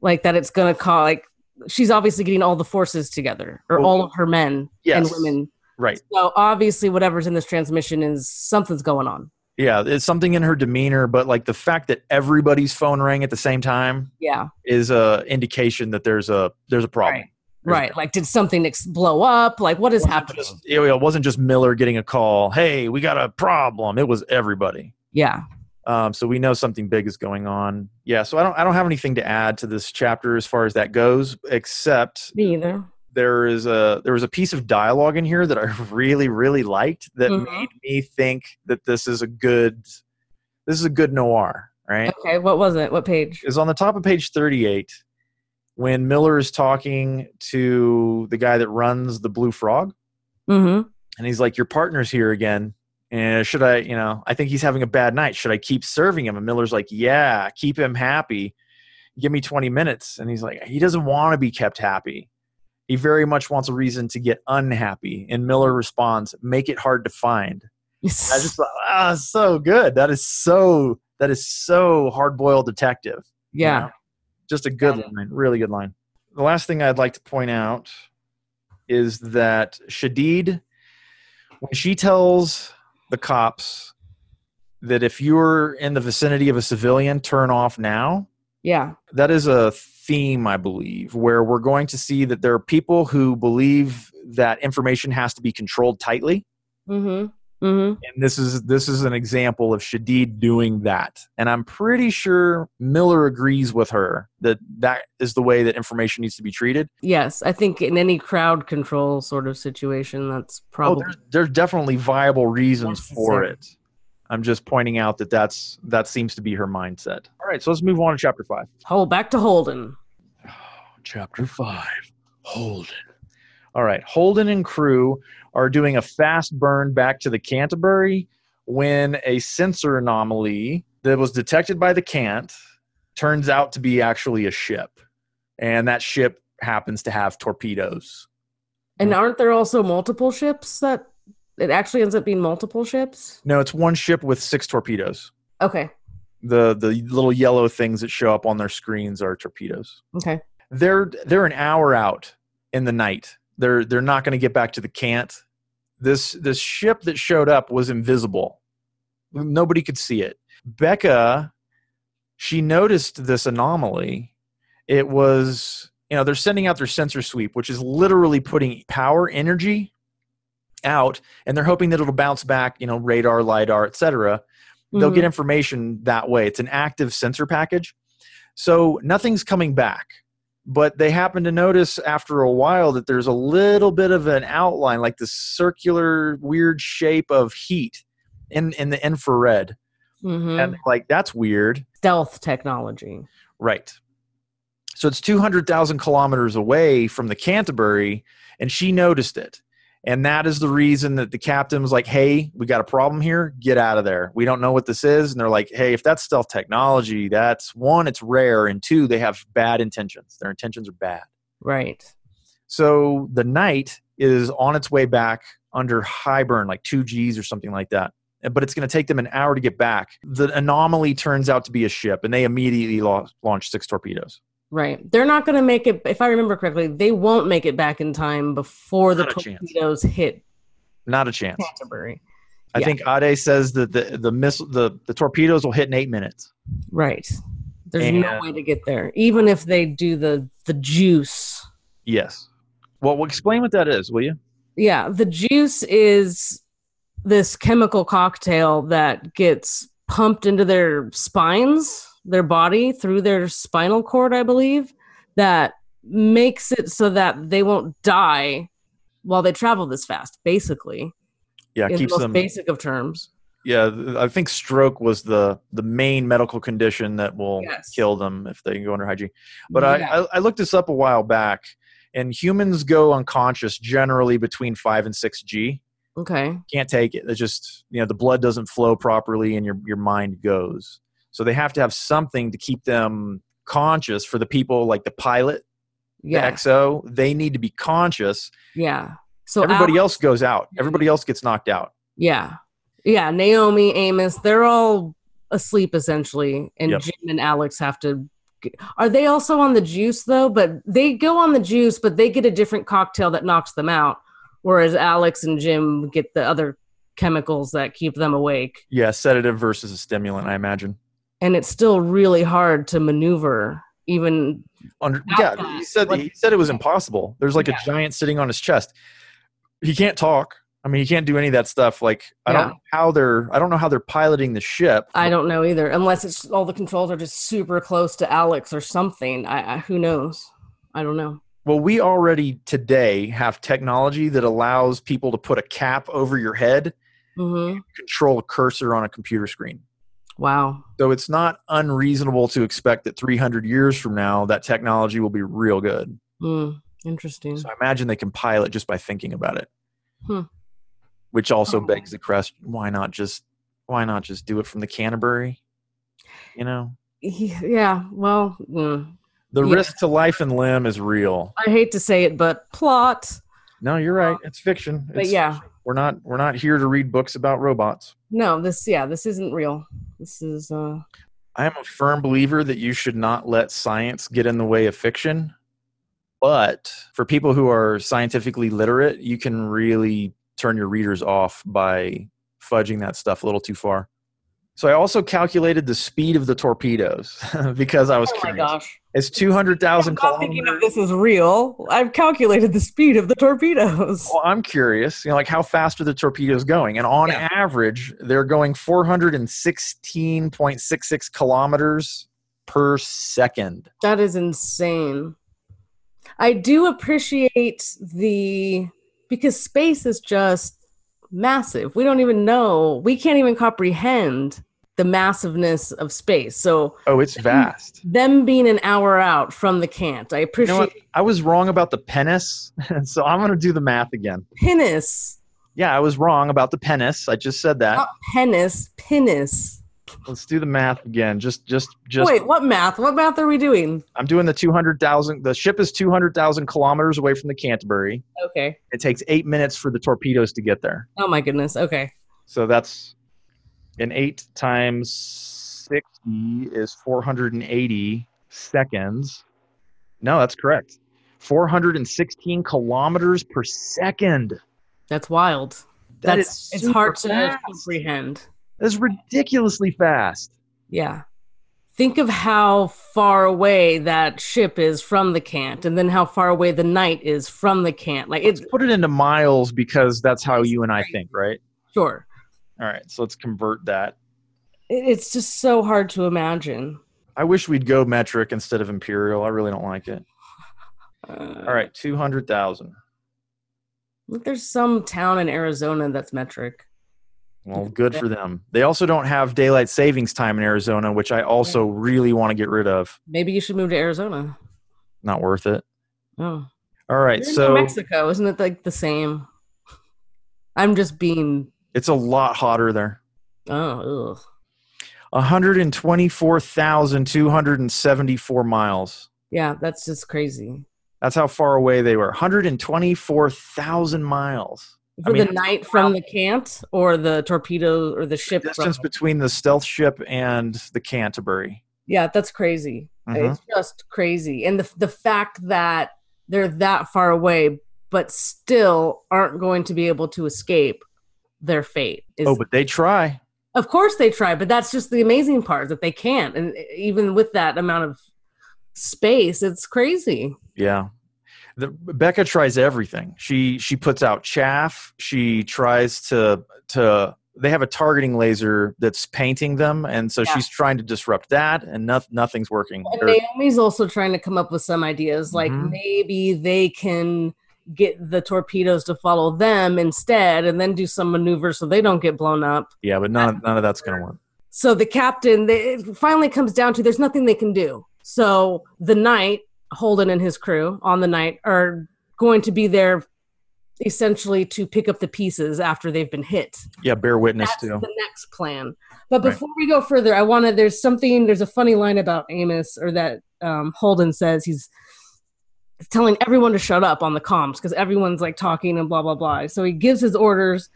[SPEAKER 2] like that it's gonna call like she's obviously getting all the forces together or
[SPEAKER 1] Well,
[SPEAKER 2] all of her men
[SPEAKER 1] yes.
[SPEAKER 2] and women.
[SPEAKER 1] Right.
[SPEAKER 2] So obviously whatever's in this transmission is something's going on.
[SPEAKER 1] Yeah. It's something in her demeanor, but like the fact that everybody's phone rang at the same time
[SPEAKER 2] Yeah.
[SPEAKER 1] is a indication that there's a there's a problem.
[SPEAKER 2] Right. Right. Like did something ex- blow up? Like what is happening?
[SPEAKER 1] Just- it it wasn't just Miller getting a call. Hey, we got a problem. It was everybody.
[SPEAKER 2] Yeah.
[SPEAKER 1] Um, so we know something big is going on. Yeah. So I don't I don't have anything to add to this chapter as far as that goes, except
[SPEAKER 2] Me either.
[SPEAKER 1] there is a there was a piece of dialogue in here that I really really liked that
[SPEAKER 2] Mhm.
[SPEAKER 1] made me think that this is a good this is a good noir. Right.
[SPEAKER 2] Okay. What was it? What page?
[SPEAKER 1] Is on the top of page thirty eight when Miller is talking to the guy that runs the Blue Frog,
[SPEAKER 2] Mm-hmm.
[SPEAKER 1] and he's like, "Your partner's here again." And should I, you know, I think he's having a bad night. Should I keep serving him? And Miller's like, "Yeah, keep him happy. Give me 20 minutes." And he's like, "He doesn't want to be kept happy. He very much wants a reason to get unhappy." And Miller responds, "Make it hard to find." I just thought, ah, so good. That is so that is so hard-boiled detective. you
[SPEAKER 2] yeah.
[SPEAKER 1] know? Just a good
[SPEAKER 2] Got
[SPEAKER 1] line, really good line. The last thing I'd like to point out is that Shadid, when she tells the cops that if you're in the vicinity of a civilian, turn off now,
[SPEAKER 2] Yeah.
[SPEAKER 1] that is a theme, I believe, where we're going to see that there are people who believe that information has to be controlled tightly.
[SPEAKER 2] Mm-hmm. Mm-hmm.
[SPEAKER 1] And this is this is an example of Shadid doing that. And I'm pretty sure Miller agrees with her that that is the way that information needs to be treated. Oh,
[SPEAKER 2] Yes, I think in any crowd control sort of situation, that's
[SPEAKER 1] Oh,
[SPEAKER 2] probably
[SPEAKER 1] there's, there's definitely viable reasons for
[SPEAKER 2] Necessary.
[SPEAKER 1] it. I'm just pointing out that that's that seems to be her mindset. All right, so let's move on to chapter five.
[SPEAKER 2] Hol- back to Holden.
[SPEAKER 1] Chapter five, Holden. All right, Holden and crew are doing a fast burn back to the Canterbury when a sensor anomaly that was detected by the Cant turns out to be actually a ship, and that ship happens to have torpedoes.
[SPEAKER 2] And aren't there also multiple ships that it actually ends up being multiple ships?
[SPEAKER 1] No, it's one ship with six torpedoes.
[SPEAKER 2] Okay.
[SPEAKER 1] the the little yellow things that show up on their screens are torpedoes.
[SPEAKER 2] Okay.
[SPEAKER 1] They're they're an hour out in the night. They're they're not going to get back to the cant. This this ship that showed up was invisible. Nobody could see it. Becca, she noticed this anomaly. It was you know they're sending out their sensor sweep, which is literally putting power energy out, and they're hoping that it'll bounce back. You know radar, lidar, etc they'll get information that way. It's an active sensor package. So nothing's coming back. But they happen to notice after a while that there's a little bit of an outline, like this circular weird shape of heat in, in the infrared.
[SPEAKER 2] Mhm.
[SPEAKER 1] And like, that's weird.
[SPEAKER 2] stealth technology.
[SPEAKER 1] Right. So it's 200,000 kilometers away from the Canterbury, and she noticed it. And that is the reason that the captain was like, hey, we got a problem here. Get out of there. We don't know what this is. And they're like, hey, if that's stealth technology, that's one, it's rare. And two, they have bad intentions. Their intentions are bad.
[SPEAKER 2] Right.
[SPEAKER 1] So the Knight is on its way back under high burn, like two G's or something like that. But it's going to take them an hour to get back. The anomaly turns out to be a ship, and they immediately lo- launch six torpedoes.
[SPEAKER 2] Right. They're not going to make it if I remember correctly, they won't make it back in time before the
[SPEAKER 1] Not a chance.
[SPEAKER 2] torpedoes hit
[SPEAKER 1] Not a chance.
[SPEAKER 2] Canterbury.
[SPEAKER 1] I
[SPEAKER 2] Yeah.
[SPEAKER 1] think Ade says that the the missile the, the torpedoes will hit in eight minutes.
[SPEAKER 2] Right. There's no
[SPEAKER 1] And-
[SPEAKER 2] way to get there even if they do the the juice.
[SPEAKER 1] Yes. Well, well, explain what that is, will you?
[SPEAKER 2] Yeah, the juice is this chemical cocktail that gets pumped into their spines, their body through their spinal cord, I believe, that makes it so that they won't die while they travel this fast, basically.
[SPEAKER 1] yeah
[SPEAKER 2] in the
[SPEAKER 1] keeps
[SPEAKER 2] most
[SPEAKER 1] them
[SPEAKER 2] basic of terms.
[SPEAKER 1] yeah th- i think stroke was the the main medical condition that will
[SPEAKER 2] Yes.
[SPEAKER 1] kill them if they go under hygiene but
[SPEAKER 2] Yeah.
[SPEAKER 1] I, I i looked this up a while back and humans go unconscious generally between 5 and 6g
[SPEAKER 2] Okay.
[SPEAKER 1] can't take it it's just you know the blood doesn't flow properly and your your mind goes so they have to have something to keep them conscious for the people like the pilot the
[SPEAKER 2] Yeah.
[SPEAKER 1] xo they need to be conscious
[SPEAKER 2] Yeah. So Mhm.
[SPEAKER 1] everybody
[SPEAKER 2] Al-
[SPEAKER 1] else goes out everybody else gets knocked out
[SPEAKER 2] Yeah. Yeah. Naomi, Amos, they're all asleep essentially. And
[SPEAKER 1] Yep.
[SPEAKER 2] Jim and Alex have to. g- Are they also on the juice though? But they go on the juice, but they get a different cocktail that knocks them out. Whereas Alex and Jim get the other chemicals that keep them awake.
[SPEAKER 1] yeah sedative versus a stimulant i imagine
[SPEAKER 2] And it's still really hard to maneuver, even.
[SPEAKER 1] Under,
[SPEAKER 2] Not
[SPEAKER 1] yeah,
[SPEAKER 2] that.
[SPEAKER 1] he said
[SPEAKER 2] What-
[SPEAKER 1] he said it was impossible. There's like a giant sitting on his chest. He can't talk. I mean, he can't do any of that stuff. Like I don't
[SPEAKER 2] Yeah.
[SPEAKER 1] know how they're I don't know how they're piloting the ship.
[SPEAKER 2] I don't know either, unless it's all the controls are just super close to Alex or something. I, I who knows? I don't know.
[SPEAKER 1] well, we already today have technology that allows people to put a cap over your head,
[SPEAKER 2] hmm
[SPEAKER 1] control a cursor on a computer screen.
[SPEAKER 2] Wow.
[SPEAKER 1] So it's not unreasonable to expect that 300 years from now that technology will be real good.
[SPEAKER 2] Mm, interesting.
[SPEAKER 1] So I imagine they can pilot just by thinking about it.
[SPEAKER 2] Hmm. Oh,
[SPEAKER 1] Which also
[SPEAKER 2] Okay.
[SPEAKER 1] begs the question: Why not just why not just do it from the Canterbury? You know,
[SPEAKER 2] He- Yeah, well, mm,
[SPEAKER 1] the
[SPEAKER 2] Yeah.
[SPEAKER 1] risk to life and limb is real.
[SPEAKER 2] I hate to say it, but plot.
[SPEAKER 1] No, you're right. It's fiction.
[SPEAKER 2] But
[SPEAKER 1] It's-
[SPEAKER 2] yeah,
[SPEAKER 1] we're not we're not here to read books about robots.
[SPEAKER 2] no, this yeah, this isn't real. This is uh
[SPEAKER 1] I am a firm believer that you should not let science get in the way of fiction. But for people who are scientifically literate, you can really turn your readers off by fudging that stuff a little too far. So I also calculated the speed of the torpedoes because I was
[SPEAKER 2] oh my
[SPEAKER 1] curious.
[SPEAKER 2] gosh.
[SPEAKER 1] It's 200,000
[SPEAKER 2] I'm not thinking
[SPEAKER 1] kilometers.
[SPEAKER 2] of this is real. I've calculated the speed of the torpedoes.
[SPEAKER 1] Well, I'm curious, you know, like how fast are the torpedoes going? And on
[SPEAKER 2] Yeah.
[SPEAKER 1] average, they're going 416.66 kilometers per second.
[SPEAKER 2] That is insane. I do appreciate the because space is just massive. We don't even know. We can't even comprehend the massiveness of space. So
[SPEAKER 1] Oh, it's vast.
[SPEAKER 2] them being an hour out from the cant, I
[SPEAKER 1] You
[SPEAKER 2] appreciate
[SPEAKER 1] know what? I was wrong about the penis, so I'm going to do the math again.
[SPEAKER 2] penis,
[SPEAKER 1] Yeah, I was wrong about the penis. I just said that.
[SPEAKER 2] not penis, penis.
[SPEAKER 1] Let's do the math again. Just, just, just.
[SPEAKER 2] Wait, what math? What math are we doing?
[SPEAKER 1] I'm doing the 200,000. The ship is 200,000 kilometers away from the Canterbury.
[SPEAKER 2] Okay.
[SPEAKER 1] It takes eight minutes for the torpedoes to get there.
[SPEAKER 2] Oh my goodness. Okay.
[SPEAKER 1] So that's an eight times 60 is 480 seconds. No, that's correct. 416 kilometers per second.
[SPEAKER 2] That's wild.
[SPEAKER 1] That
[SPEAKER 2] That's
[SPEAKER 1] is
[SPEAKER 2] it's
[SPEAKER 1] super
[SPEAKER 2] hard to
[SPEAKER 1] fast.
[SPEAKER 2] comprehend.
[SPEAKER 1] That's ridiculously fast.
[SPEAKER 2] Yeah. Think of how far away that ship is from the cant, and then how far away the night is from the cant. Like it's
[SPEAKER 1] Let's put it into miles because that's how you and I think, right?
[SPEAKER 2] sure.
[SPEAKER 1] All right, so let's convert that.
[SPEAKER 2] It- It's just so hard to imagine.
[SPEAKER 1] I wish we'd go metric instead of imperial. I really don't like it.
[SPEAKER 2] Uh,
[SPEAKER 1] All right, 200,000.
[SPEAKER 2] There's some town in Arizona that's metric.
[SPEAKER 1] Well, good for them. They also don't have daylight savings time in Arizona, which I also really want to get rid of.
[SPEAKER 2] Maybe you should move to Arizona.
[SPEAKER 1] Not worth it.
[SPEAKER 2] Oh.
[SPEAKER 1] All right,
[SPEAKER 2] You're in
[SPEAKER 1] so
[SPEAKER 2] Mexico, isn't it like the same? I'm just being
[SPEAKER 1] it's a lot hotter there.
[SPEAKER 2] oh ugh.
[SPEAKER 1] 124,274 miles.
[SPEAKER 2] yeah, that's just crazy.
[SPEAKER 1] That's how far away they were. 124,000 miles. I
[SPEAKER 2] For
[SPEAKER 1] mean-
[SPEAKER 2] the night from the cant or the torpedo or the ship. From,
[SPEAKER 1] Distance between the stealth ship and the Canterbury.
[SPEAKER 2] yeah, that's crazy.
[SPEAKER 1] Mhm.
[SPEAKER 2] It's just crazy, and the the fact that they're that far away, but still aren't going to be able to escape their fate. Is,
[SPEAKER 1] Oh, but they try.
[SPEAKER 2] of course they try, but that's just the amazing part that they can't, and e, even with that amount of space, it's crazy.
[SPEAKER 1] Yeah. The, Becca tries everything. She she puts out chaff. She tries to to they have a targeting laser that's painting them and so
[SPEAKER 2] Yeah.
[SPEAKER 1] she's trying to disrupt that and no, nothing's working.
[SPEAKER 2] And
[SPEAKER 1] They're-
[SPEAKER 2] Naomi's also trying to come up with some ideas, like
[SPEAKER 1] Mhm.
[SPEAKER 2] maybe they can get the torpedoes to follow them instead and then do some maneuver so they don't get blown up.
[SPEAKER 1] Yeah, but none, none of that's going to work.
[SPEAKER 2] So the captain they, it finally comes down to there's nothing they can do. So the knight, Holden and his crew on the night are going to be there essentially to pick up the pieces after they've been hit.
[SPEAKER 1] Yeah, bear witness
[SPEAKER 2] That's
[SPEAKER 1] to.
[SPEAKER 2] the next plan. But
[SPEAKER 1] Right.
[SPEAKER 2] before we go further, I want to. There's something. There's a funny line about Amos, or that um, Holden says he's telling everyone to shut up on the comms because everyone's like talking and blah blah blah. So he gives his orders.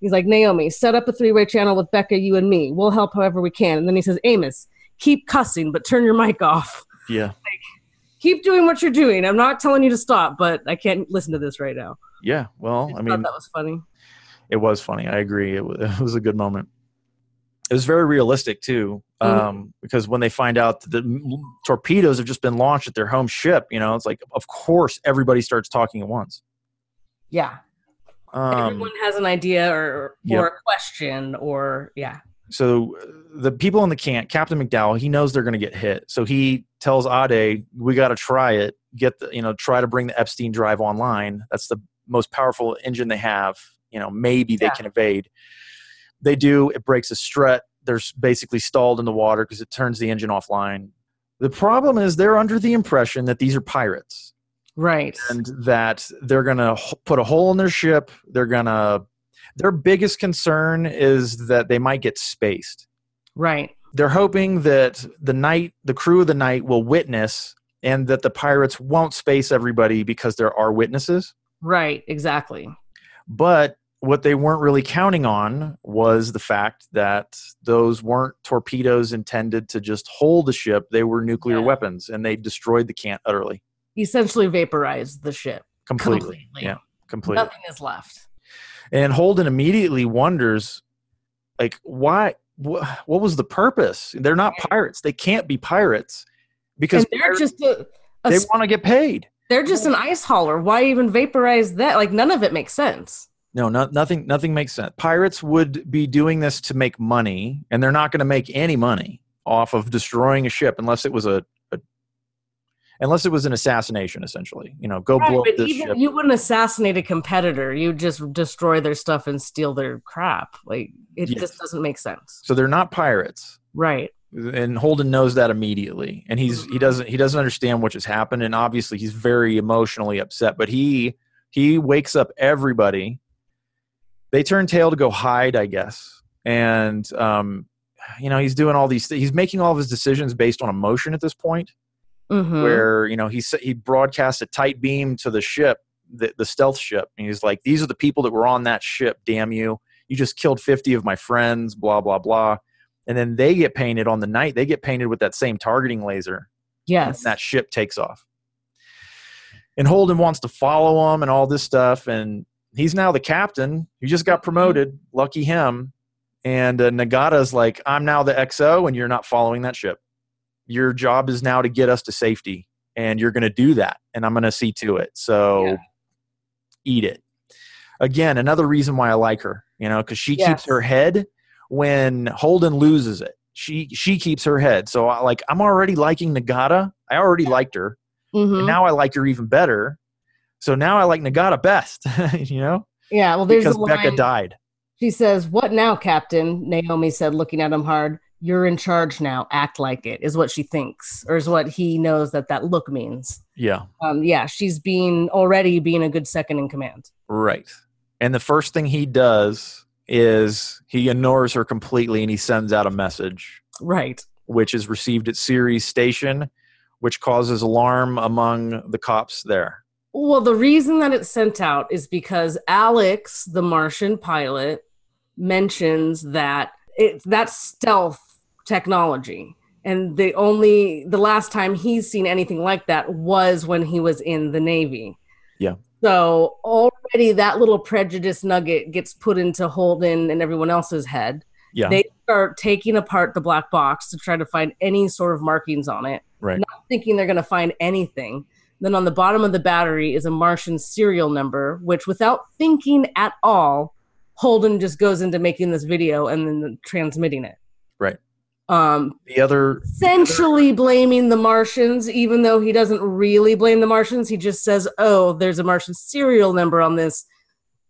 [SPEAKER 2] He's like Naomi, set up a three-way channel with Becca, you and me. We'll help however we can. And then he says, Amos, keep cussing, but turn your mic off.
[SPEAKER 1] Yeah,
[SPEAKER 2] Keep doing what you're doing. I'm not telling you to stop, but I can't listen to this right now.
[SPEAKER 1] yeah. Well,
[SPEAKER 2] I,
[SPEAKER 1] I
[SPEAKER 2] thought
[SPEAKER 1] mean,
[SPEAKER 2] that was funny.
[SPEAKER 1] it was funny. I agree. It was, it was a good moment. It was very realistic too, um, because when they find out that the m- torpedoes have just been launched at their home ship, you know, it's like, of course, everybody starts talking at once.
[SPEAKER 2] Yeah.
[SPEAKER 1] Um,
[SPEAKER 2] Everyone has an idea or, or
[SPEAKER 1] Yep.
[SPEAKER 2] a question or yeah.
[SPEAKER 1] so uh, the people in the camp, Captain McDowell, he knows they're going to get hit, so he tells Ade, "We got to try it. Get the, you know, try to bring the Epstein drive online. That's the most powerful engine they have. You know, maybe they
[SPEAKER 2] Yeah.
[SPEAKER 1] can evade. They do. It breaks a strut. They're s- basically stalled in the water because it turns the engine offline. The problem is they're under the impression that these are pirates
[SPEAKER 2] Right.
[SPEAKER 1] and that they're gonna h- put a hole in their ship. They're gonna. Their biggest concern is that they might get spaced.
[SPEAKER 2] right.
[SPEAKER 1] They're hoping that the night, the crew of the night, will witness, and that the pirates won't space everybody because there are witnesses.
[SPEAKER 2] Right. Exactly.
[SPEAKER 1] But what they weren't really counting on was the fact that those weren't torpedoes intended to just hold the ship. They were nuclear
[SPEAKER 2] Yeah.
[SPEAKER 1] weapons, and they destroyed the camp utterly,
[SPEAKER 2] Essentially vaporized the ship.
[SPEAKER 1] completely.
[SPEAKER 2] Completely.
[SPEAKER 1] Yeah, completely.
[SPEAKER 2] Nothing is left.
[SPEAKER 1] And Holden immediately wonders, like, why? Wh- what was the purpose? They're not pirates. They can't be pirates because
[SPEAKER 2] And they're
[SPEAKER 1] pirates-
[SPEAKER 2] just a, a
[SPEAKER 1] they
[SPEAKER 2] s-
[SPEAKER 1] want to get paid.
[SPEAKER 2] they're just an ice hauler. Why even vaporize that? Like none of it makes sense.
[SPEAKER 1] No, no, nothing. Nothing makes sense. Pirates would be doing this to make money, and they're not going to make any money off of destroying a ship unless it was a, a unless it was an assassination. Essentially, you know, go blow up
[SPEAKER 2] but
[SPEAKER 1] this
[SPEAKER 2] even
[SPEAKER 1] ship.
[SPEAKER 2] you wouldn't assassinate a competitor. You just destroy their stuff and steal their crap. Like it
[SPEAKER 1] Yes.
[SPEAKER 2] just doesn't make sense.
[SPEAKER 1] so they're not pirates.
[SPEAKER 2] Right.
[SPEAKER 1] and Holden knows that immediately and he's he doesn't he doesn't understand what just happened and obviously he's very emotionally upset but he he wakes up everybody they turn tail to go hide I guess and um you know he's doing all these thi- he's making all of his decisions based on emotion at this point
[SPEAKER 2] hmm
[SPEAKER 1] where you know he sa- he broadcasts a tight beam to the ship the, the stealth ship and he's like these are the people that were on that ship damn you you just killed 50 of my friends blah blah blah and then they get painted on the night they get painted with that same targeting laser and
[SPEAKER 2] yes.
[SPEAKER 1] that ship takes off and holden wants to follow him and all this stuff and he's now the captain he just got promoted lucky him and uh, nagata's like i'm now the xo and you're not following that ship your job is now to get us to safety and you're going to do that and i'm going to see to it so
[SPEAKER 2] Yeah.
[SPEAKER 1] eat it again another reason why i like her you know because she keeps
[SPEAKER 2] Yes.
[SPEAKER 1] her head when holden loses it she she keeps her head so I, like i'm already liking nagata i already liked her
[SPEAKER 2] Mhm.
[SPEAKER 1] and now i like her even better so now i like nagata best you know
[SPEAKER 2] yeah. Well, there's
[SPEAKER 1] because
[SPEAKER 2] a line.
[SPEAKER 1] becca died
[SPEAKER 2] She says, What now, Captain? Naomi said, looking at him hard. You're in charge now. Act like it, is what she thinks, or is what he knows that that look means.
[SPEAKER 1] yeah
[SPEAKER 2] Um, yeah, she's being already being a good second in command.
[SPEAKER 1] Right. And the first thing he does is he ignores her completely and he sends out a message,
[SPEAKER 2] Right.
[SPEAKER 1] which is received at Ceres Station, which causes alarm among the cops there.
[SPEAKER 2] Well, the reason that it's sent out is because Alex, the Martian pilot, mentions that it that's stealth technology. And the only the last time he's seen anything like that was when he was in the Navy.
[SPEAKER 1] Yeah.
[SPEAKER 2] So already that little prejudice nugget gets put into Holden and everyone else's head.
[SPEAKER 1] Yeah.
[SPEAKER 2] They start taking apart the black box to try to find any sort of markings on it.
[SPEAKER 1] Right.
[SPEAKER 2] Not thinking they're going to find anything. Then on the bottom of the battery is a Martian serial number, which without thinking at all, Holden just goes into making this video and then transmitting it.
[SPEAKER 1] Right.
[SPEAKER 2] Um,
[SPEAKER 1] The other
[SPEAKER 2] essentially blaming the Martians, even though he doesn't really blame the Martians. He just says, "Oh, there's a Martian serial number on this.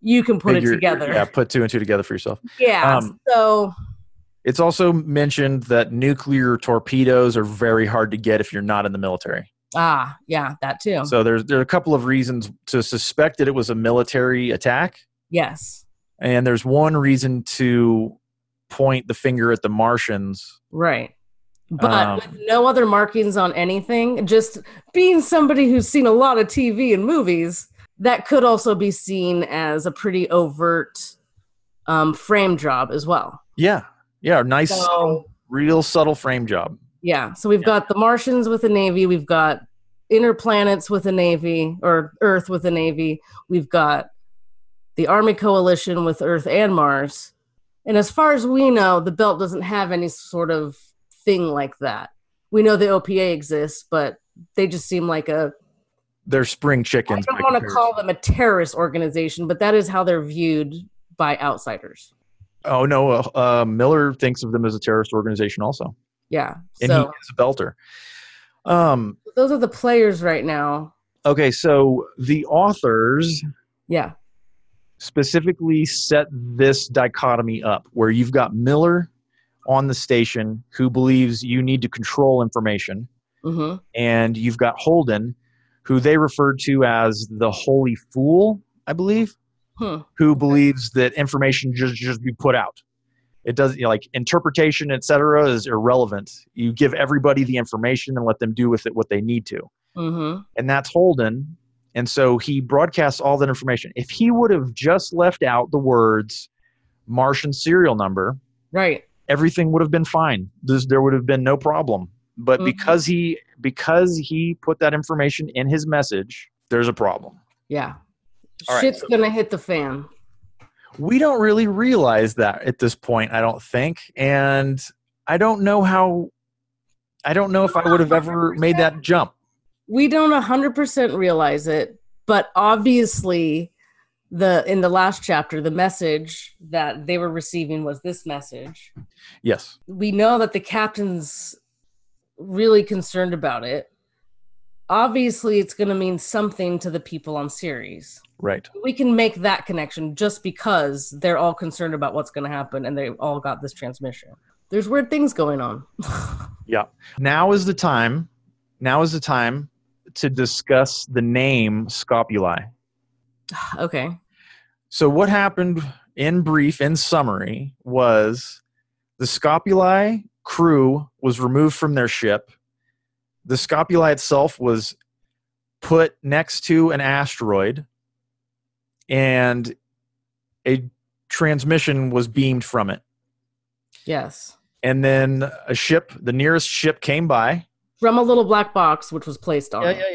[SPEAKER 2] You can put
[SPEAKER 1] figure-
[SPEAKER 2] it together."
[SPEAKER 1] Yeah, put two and two together for yourself.
[SPEAKER 2] Yeah.
[SPEAKER 1] Um,
[SPEAKER 2] so
[SPEAKER 1] It's also mentioned that nuclear torpedoes are very hard to get if you're not in the military.
[SPEAKER 2] ah, yeah, that too.
[SPEAKER 1] So there's there are a couple of reasons to suspect that it was a military attack,
[SPEAKER 2] yes.
[SPEAKER 1] and there's one reason to point the finger at the Martians.
[SPEAKER 2] Right. But
[SPEAKER 1] Um,
[SPEAKER 2] with no other markings on anything, just being somebody who's seen a lot of TV and movies, that could also be seen as a pretty overt um, frame job as well.
[SPEAKER 1] Yeah, yeah, nice,
[SPEAKER 2] So,
[SPEAKER 1] real subtle frame job.
[SPEAKER 2] yeah. So we've
[SPEAKER 1] Yeah.
[SPEAKER 2] got the Martians with the Navy. We've got inner planets with the Navy or Earth with the Navy. We've got the Army Coalition with Earth and Mars. And as far as we know, the belt doesn't have any sort of thing like that. We know the OPA exists, but they just seem like a.
[SPEAKER 1] They're spring
[SPEAKER 2] I
[SPEAKER 1] chickens.
[SPEAKER 2] don't
[SPEAKER 1] by
[SPEAKER 2] want to
[SPEAKER 1] comparison.
[SPEAKER 2] call them a terrorist organization, but that is how they're viewed by outsiders.
[SPEAKER 1] Oh no, uh, uh, Miller thinks of them as a terrorist organization also,
[SPEAKER 2] Yeah.
[SPEAKER 1] and he
[SPEAKER 2] So
[SPEAKER 1] is a belter. Um.
[SPEAKER 2] those are the players right now.
[SPEAKER 1] Okay, so the authors
[SPEAKER 2] Yeah.
[SPEAKER 1] specifically set this dichotomy up where you've got Miller on the station who believes you need to control information,
[SPEAKER 2] hmm
[SPEAKER 1] and you've got Holden, who they referred to as the holy fool, I believe,
[SPEAKER 2] Hmm.
[SPEAKER 1] who believes that information just just be put out. It doesn't you know, like interpretation, etc., is irrelevant. You give everybody the information and let them do with it what they need to
[SPEAKER 2] hmm
[SPEAKER 1] and that's Holden. And so he broadcasts all that information. If he would have just left out the words Martian serial number,
[SPEAKER 2] Right.
[SPEAKER 1] everything would have been fine. This, there would have been no problem. But
[SPEAKER 2] Mhm.
[SPEAKER 1] because he because he put that information in his message, there's a problem.
[SPEAKER 2] Yeah.
[SPEAKER 1] All right,
[SPEAKER 2] Shit's
[SPEAKER 1] so-
[SPEAKER 2] gonna hit the fan.
[SPEAKER 1] We don't really realize that at this point, I don't think. And I don't know how I don't know if I would have ever made that jump.
[SPEAKER 2] We don't hundred percent realize it, but obviously the in the last chapter, the message that they were receiving was this message.
[SPEAKER 1] Yes.
[SPEAKER 2] We know that the captain's really concerned about it. Obviously it's gonna mean something to the people on series.
[SPEAKER 1] Right.
[SPEAKER 2] We can make that connection just because they're all concerned about what's gonna happen and they all got this transmission. There's weird things going on.
[SPEAKER 1] Now is the time. Now is the time to discuss the name Scopuli.
[SPEAKER 2] okay.
[SPEAKER 1] So what happened in brief, in summary, was the Scopuli crew was removed from their ship. The Scopuli itself was put next to an asteroid, and a transmission was beamed from it.
[SPEAKER 2] Yes.
[SPEAKER 1] And then a ship, the nearest ship came by,
[SPEAKER 2] From a little black box, which was placed on.
[SPEAKER 1] yeah,
[SPEAKER 2] it.
[SPEAKER 1] yeah, yeah,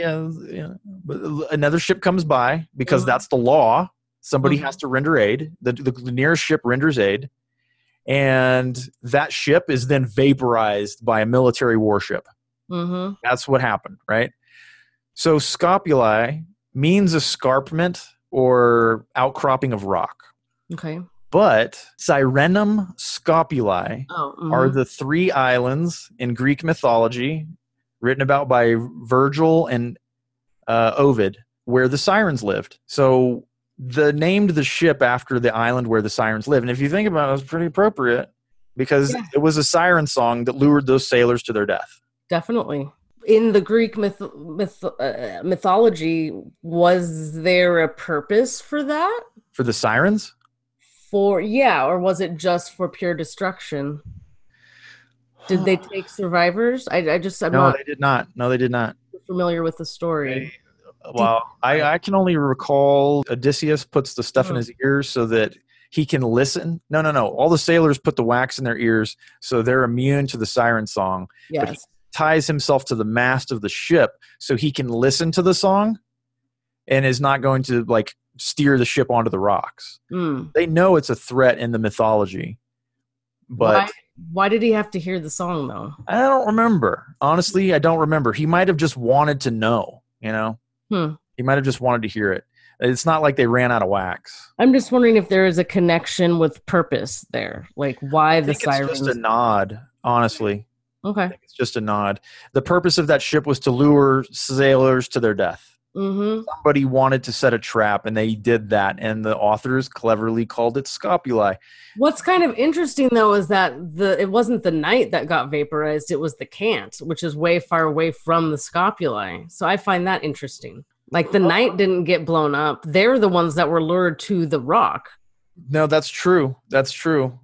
[SPEAKER 1] yeah. Um, Uh-huh. But l- another ship comes by because
[SPEAKER 2] Mhm.
[SPEAKER 1] that's the law. Somebody
[SPEAKER 2] Mhm.
[SPEAKER 1] has to render aid. The, the, the nearest ship renders aid, and that ship is then vaporized by a military warship.
[SPEAKER 2] Mm-hmm.
[SPEAKER 1] That's what happened, right? So scopuli means escarpment or outcropping of rock,
[SPEAKER 2] Okay.
[SPEAKER 1] but Sirenum scopuli
[SPEAKER 2] Oh.
[SPEAKER 1] are
[SPEAKER 2] mhm.
[SPEAKER 1] the three islands in Greek mythology, written about by Virgil and uh, Ovid, where the sirens lived. So the named the ship after the island where the sirens live. And if you think about it, it's pretty appropriate because
[SPEAKER 2] Yeah.
[SPEAKER 1] it was a siren song that lured those sailors to their death.
[SPEAKER 2] definitely in the Greek myth, myth uh, mythology. Was there a purpose for that?
[SPEAKER 1] For the sirens?
[SPEAKER 2] For yeah, or was it just for pure destruction? Did they take survivors? I, I just I'm
[SPEAKER 1] No,
[SPEAKER 2] not
[SPEAKER 1] they did not. No, they did not.
[SPEAKER 2] familiar with the story.
[SPEAKER 1] Well, I, I can only recall Odysseus puts the stuff in
[SPEAKER 2] Hmm.
[SPEAKER 1] his ears so that he can listen. No, no, no. All the sailors put the wax in their ears so they're immune to the siren song. but he-
[SPEAKER 2] Yes.
[SPEAKER 1] Ties himself to the mast of the ship so he can listen to the song and is not going to like steer the ship onto the rocks.
[SPEAKER 2] Mm.
[SPEAKER 1] They know it's a threat in the mythology, but
[SPEAKER 2] why, why did he have to hear the song though?
[SPEAKER 1] I don't remember. Honestly, I don't remember. He might have just wanted to know, you know?
[SPEAKER 2] Hmm.
[SPEAKER 1] He might have just wanted to hear it. It's not like they ran out of wax.
[SPEAKER 2] I'm just wondering if there is a connection with purpose there, like why
[SPEAKER 1] I
[SPEAKER 2] the
[SPEAKER 1] think it's
[SPEAKER 2] sirens.
[SPEAKER 1] just a nod, honestly. I
[SPEAKER 2] Okay.
[SPEAKER 1] think it's just a nod. The purpose of that ship was to lure sailors to their death.
[SPEAKER 2] Mm-hmm.
[SPEAKER 1] Somebody wanted to set a trap, and they did that. And the authors cleverly called it scopuli.
[SPEAKER 2] What's kind of interesting though is that the it wasn't the knight that got vaporized; it was the cant, which is way far away from the scopuli. So I find that interesting. Like
[SPEAKER 1] Oh.
[SPEAKER 2] the knight didn't get blown up; they're the ones that were lured to the rock.
[SPEAKER 1] No, that's true. That's true.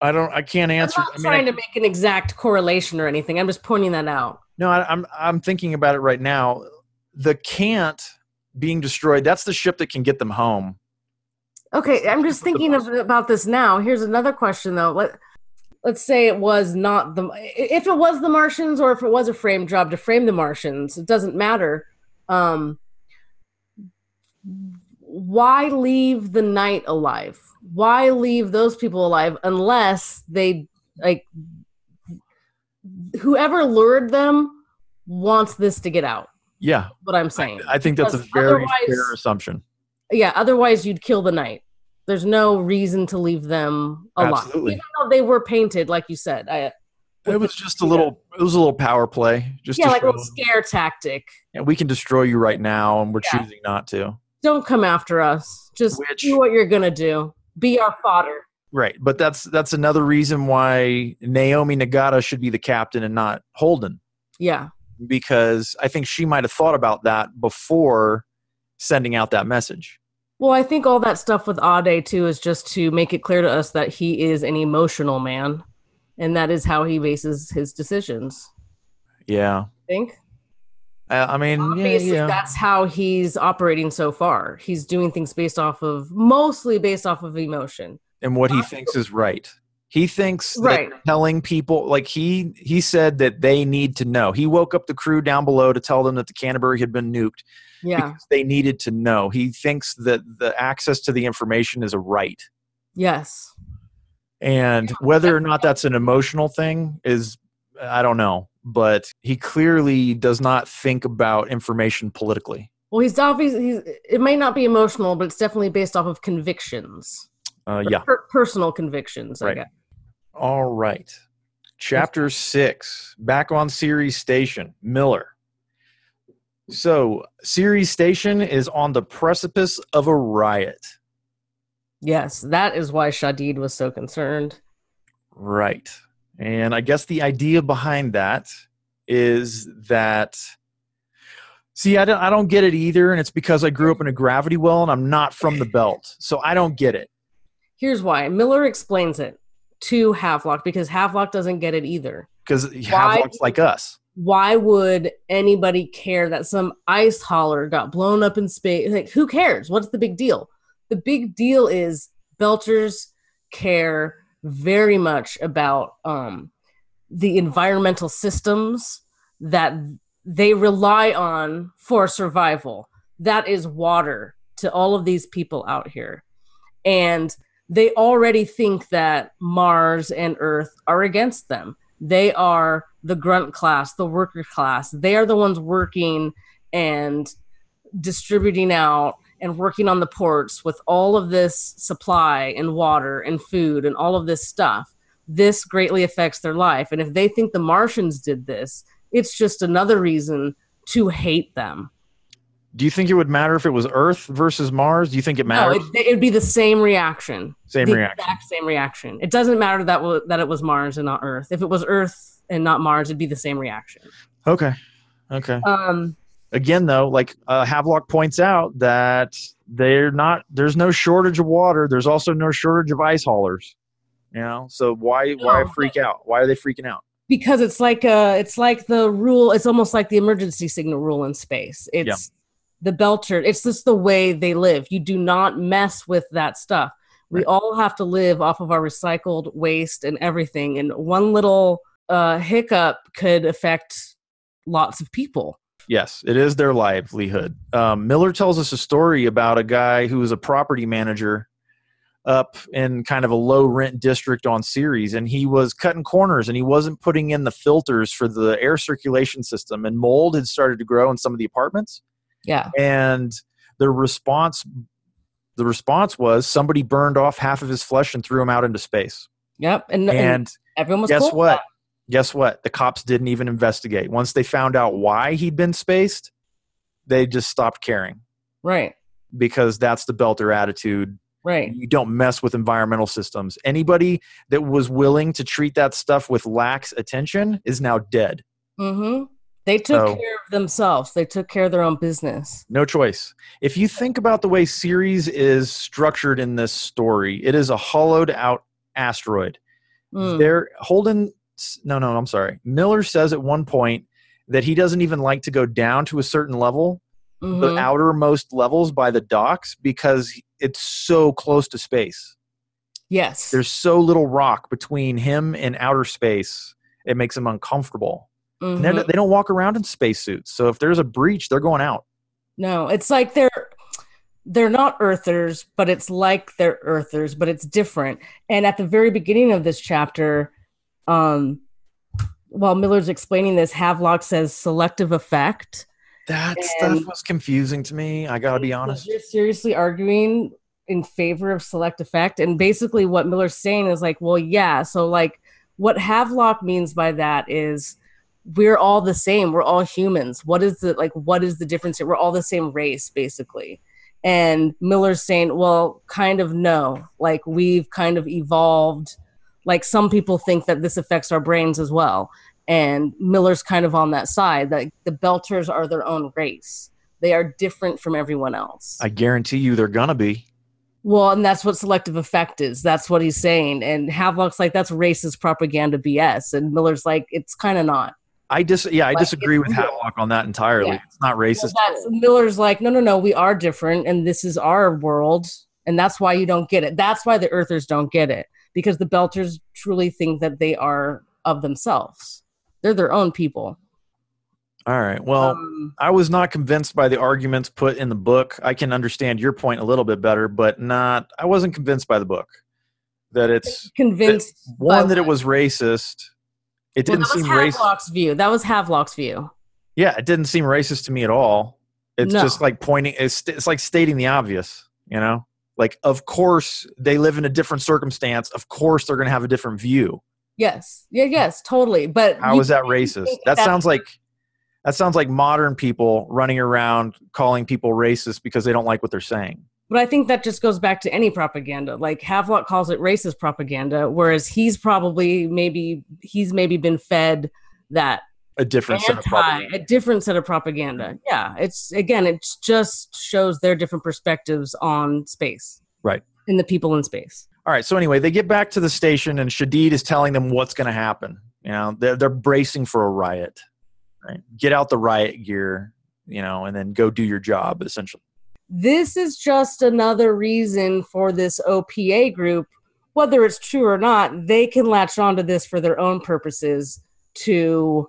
[SPEAKER 1] I don't. I can't answer.
[SPEAKER 2] I'm not
[SPEAKER 1] I mean, I-
[SPEAKER 2] trying to make an exact correlation or anything. I'm just pointing that out.
[SPEAKER 1] No, I, I'm I'm thinking about it right now. The can't being destroyed. That's the ship that can get them home.
[SPEAKER 2] Okay, I'm just thinking of, about this now. Here's another question though. Let let's say it was not the if it was the Martians or if it was a frame job to frame the Martians, it doesn't matter. Um, why leave the night alive? Why leave those people alive unless they like whoever lured them wants this to get out?
[SPEAKER 1] Yeah,
[SPEAKER 2] What I'm saying.
[SPEAKER 1] I think that's a
[SPEAKER 2] Because
[SPEAKER 1] very
[SPEAKER 2] otherwise-
[SPEAKER 1] fair assumption.
[SPEAKER 2] yeah otherwise you'd kill the knight there's no reason to leave them alive
[SPEAKER 1] Absolutely.
[SPEAKER 2] even though they were painted like you said I,
[SPEAKER 1] It was just a
[SPEAKER 2] Yeah.
[SPEAKER 1] little. It was a little power play. Just
[SPEAKER 2] yeah
[SPEAKER 1] to
[SPEAKER 2] like
[SPEAKER 1] show,
[SPEAKER 2] a little scare tactic
[SPEAKER 1] "Yeah, we can destroy you right now, and we're
[SPEAKER 2] Yeah.
[SPEAKER 1] choosing not to.
[SPEAKER 2] don't come after us just
[SPEAKER 1] Which-
[SPEAKER 2] do what you're gonna do be our fodder
[SPEAKER 1] Right, but that's that's another reason why Naomi Nagata should be the captain and not Holden,
[SPEAKER 2] yeah
[SPEAKER 1] because I think she might have thought about that before sending out that message.
[SPEAKER 2] well i think all that stuff with ade too is just to make it clear to us that he is an emotional man and that is how he bases his decisions
[SPEAKER 1] Yeah,
[SPEAKER 2] i think
[SPEAKER 1] I, I mean, yeah,
[SPEAKER 2] obviously
[SPEAKER 1] yeah.
[SPEAKER 2] that's how he's operating so far he's doing things based off of mostly based off of emotion
[SPEAKER 1] and what he thinks is right. He thinks
[SPEAKER 2] Right.
[SPEAKER 1] that telling people like he he said that they need to know. He woke up the crew down below to tell them that the Canterbury had been nuked
[SPEAKER 2] yeah
[SPEAKER 1] because they needed to know. He thinks that the access to the information is a right.
[SPEAKER 2] yes
[SPEAKER 1] And whether or not that's an emotional thing is I don't know, but he clearly does not think about information politically.
[SPEAKER 2] well he's obviously he's, it may not be emotional but it's definitely based off of convictions
[SPEAKER 1] Uh, yeah.
[SPEAKER 2] Per- personal convictions i
[SPEAKER 1] Right.
[SPEAKER 2] guess
[SPEAKER 1] All right. Chapter six, back on Series Station, Miller. So, Series Station is on the precipice of a riot.
[SPEAKER 2] yes that is why shadid was so concerned
[SPEAKER 1] Right. And I guess the idea behind that is that. See, I don't, I don't get it either, and it's because I grew up in a gravity well and I'm not from the belt. So I don't get it.
[SPEAKER 2] here's why miller explains it to havelock because havelock doesn't get it either
[SPEAKER 1] Because Havelock's like us.
[SPEAKER 2] why would anybody care that some ice hauler got blown up in space? Like, who cares? What's the big deal? The big deal is Belchers care very much about um, the environmental systems that they rely on for survival. That is water to all of these people out here. And they already think that Mars and Earth are against them they are the grunt class, the worker class. They are the ones working and distributing out and working on the ports with all of this supply and water and food and all of this stuff. This greatly affects their life. And if they think the Martians did this, it's just another reason to hate them.
[SPEAKER 1] Do you think it would matter if it was Earth versus Mars? Do you think it
[SPEAKER 2] No,
[SPEAKER 1] matters?
[SPEAKER 2] Oh, it, it'd be the same reaction.
[SPEAKER 1] Same
[SPEAKER 2] the
[SPEAKER 1] reaction.
[SPEAKER 2] exact same reaction. It doesn't matter that w- that it was Mars and not Earth. If it was Earth and not Mars, it'd be the same reaction.
[SPEAKER 1] Okay. Okay.
[SPEAKER 2] Um,
[SPEAKER 1] Again, though, like uh, Havelock points out that they're not. There's no shortage of water. There's also no shortage of ice haulers. You know. So why why
[SPEAKER 2] No,
[SPEAKER 1] freak out? Why are they freaking out?
[SPEAKER 2] because it's like uh it's like the rule it's almost like the emergency signal rule in space it's the belcher it's just the way they live you do not mess with that stuff we
[SPEAKER 1] Right.
[SPEAKER 2] all have to live off of our recycled waste and everything and one little uh hiccup could affect lots of people
[SPEAKER 1] Yes, it is their livelihood. Um, Miller tells us a story about a guy who was a property manager up in kind of a low rent district on Ceres, and he was cutting corners and he wasn't putting in the filters for the air circulation system, and mold had started to grow in some of the apartments.
[SPEAKER 2] yeah
[SPEAKER 1] and the response the response was somebody burned off half of his flesh and threw him out into space
[SPEAKER 2] Yep. And, and,
[SPEAKER 1] and
[SPEAKER 2] everyone was
[SPEAKER 1] guess
[SPEAKER 2] cool with
[SPEAKER 1] what?
[SPEAKER 2] that.
[SPEAKER 1] Guess what? The cops didn't even investigate. Once they found out why he'd been spaced, they just stopped caring
[SPEAKER 2] Right.
[SPEAKER 1] because that's the belter attitude.
[SPEAKER 2] Right.
[SPEAKER 1] You don't mess with environmental systems. Anybody that was willing to treat that stuff with lax attention is now dead.
[SPEAKER 2] Mm-hmm. They took
[SPEAKER 1] So-
[SPEAKER 2] care of themselves. They took care of their own business.
[SPEAKER 1] No choice. If you think about the way Ceres is structured in this story, it is a hollowed out asteroid.
[SPEAKER 2] Mm.
[SPEAKER 1] There, Holden. No, no, I'm sorry. Miller says at one point that he doesn't even like to go down to a certain level, the
[SPEAKER 2] Mhm.
[SPEAKER 1] outermost levels by the docks, because it's so close to space.
[SPEAKER 2] Yes.
[SPEAKER 1] There's so little rock between him and outer space, it makes him uncomfortable. And they're-
[SPEAKER 2] Mhm.
[SPEAKER 1] They don't walk around in spacesuits, so if there's a breach, they're going out.
[SPEAKER 2] No, it's like they're they're not earthers, but it's like they're earthers, but it's different. And at the very beginning of this chapter, um while Miller's explaining this, Havelock says selective effect.
[SPEAKER 1] That
[SPEAKER 2] And-
[SPEAKER 1] stuff was confusing to me. I gotta be honest.
[SPEAKER 2] You're seriously arguing in favor of select effect. And basically, what Miller's saying is like, well, yeah. So, like, what Havelock means by that is we're all the same. We're all humans. What is the, like, what is the difference here? We're all the same race, basically. And Miller's saying, well, kind of no. Like, we've kind of evolved. Like, some people think that this affects our brains as well. And Miller's kind of on that side that the Belters are their own race they are different from everyone else.
[SPEAKER 1] I guarantee you they're gonna be.
[SPEAKER 2] well, and that's what selective effect is. That's what he's saying. And Havelock's like, that's racist propaganda BS. And Miller's like, it's kind of not.
[SPEAKER 1] I dis yeah, I
[SPEAKER 2] Like,
[SPEAKER 1] disagree
[SPEAKER 2] it's
[SPEAKER 1] with
[SPEAKER 2] real.
[SPEAKER 1] Havelock on that entirely.
[SPEAKER 2] Yeah.
[SPEAKER 1] It's not racist.
[SPEAKER 2] That's, Miller's like, no, no, no, we are different. And this is our world. And that's why you don't get it. That's why the Earthers don't get it because the Belters truly think that they are of themselves. They're their own people.
[SPEAKER 1] All right. Well,
[SPEAKER 2] Um,
[SPEAKER 1] I was not convinced by the arguments put in the book. I can understand your point a little bit better, but not I wasn't convinced by the book that it's
[SPEAKER 2] convinced.
[SPEAKER 1] one
[SPEAKER 2] by
[SPEAKER 1] that it
[SPEAKER 2] what-
[SPEAKER 1] was racist. It
[SPEAKER 2] Well,
[SPEAKER 1] didn't
[SPEAKER 2] that was
[SPEAKER 1] seem racist.
[SPEAKER 2] Havelock's view. That was Havelock's view.
[SPEAKER 1] Yeah, it didn't seem racist to me at all. It's
[SPEAKER 2] No.
[SPEAKER 1] just like pointing it's, it's like stating the obvious, you know? Like of course they live in a different circumstance. Of course they're going to have a different view.
[SPEAKER 2] Yes. Yeah, yes, totally. But
[SPEAKER 1] How
[SPEAKER 2] you
[SPEAKER 1] is that
[SPEAKER 2] can't
[SPEAKER 1] racist?
[SPEAKER 2] think
[SPEAKER 1] That sounds like that sounds like modern people running around calling people racist because they don't like what they're saying.
[SPEAKER 2] But I think that just goes back to any propaganda. Like Havelock calls it racist propaganda, whereas he's probably maybe he's maybe been fed that
[SPEAKER 1] A different set of
[SPEAKER 2] anti
[SPEAKER 1] propaganda.
[SPEAKER 2] a different set of propaganda. Yeah, it's again, it just shows their different perspectives on space,
[SPEAKER 1] Right.
[SPEAKER 2] And the people in space.
[SPEAKER 1] All right. So anyway, they get back to the station, and Shadid is telling them what's going to happen. You know, they're they're bracing for a riot. Right? Get out the riot gear. You know, and then go do your job. Essentially,
[SPEAKER 2] This is just another reason for this OPA group, whether it's true or not, they can latch onto this for their own purposes to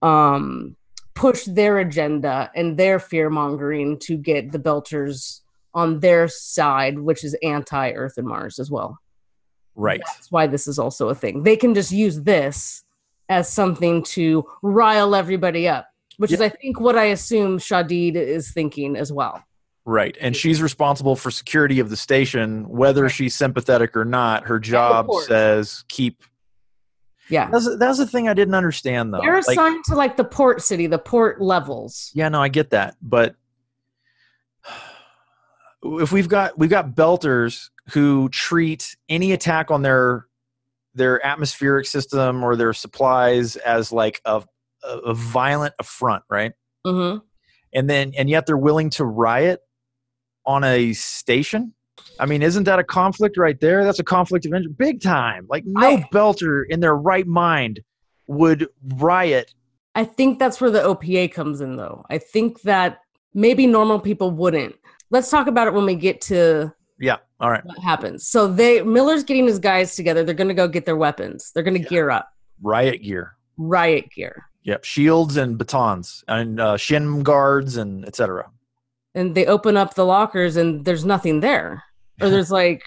[SPEAKER 2] um, push their agenda and their fear mongering to get the Belters on their side, which is anti Earth and Mars as well.
[SPEAKER 1] right?
[SPEAKER 2] That's why this is also a thing. They can just use this as something to rile everybody up, which is, I think, what I assume Shadid is thinking as well.
[SPEAKER 1] Right. And she's responsible for security of the station, whether she's sympathetic or not. Her job
[SPEAKER 2] course.
[SPEAKER 1] says keep.
[SPEAKER 2] Yeah.
[SPEAKER 1] That's that's the thing I didn't understand though.
[SPEAKER 2] They're
[SPEAKER 1] Like,
[SPEAKER 2] assigned to like the port city, the port levels.
[SPEAKER 1] Yeah, no, I get that, but if we've got we've got belters who treat any attack on their their atmospheric system or their supplies as like a a- a violent affront, right? Mm-hmm.
[SPEAKER 2] hmm
[SPEAKER 1] And then and yet they're willing to riot on a station. I mean, isn't that a conflict right there? That's a conflict of interest, big time. Like no
[SPEAKER 2] I-
[SPEAKER 1] belter in their right mind would riot.
[SPEAKER 2] I think that's where the OPA comes in, though. I think that maybe normal people wouldn't. Let's talk about it when we get to
[SPEAKER 1] Yeah, all right,
[SPEAKER 2] what happens. So they Miller's getting his guys together. They're going to go get their weapons. They're going to
[SPEAKER 1] Yeah.
[SPEAKER 2] gear up,
[SPEAKER 1] riot gear.
[SPEAKER 2] riot gear,
[SPEAKER 1] Yep, shields and batons and uh, shin guards and etc.
[SPEAKER 2] and they open up the lockers, and there's nothing there, or there's like,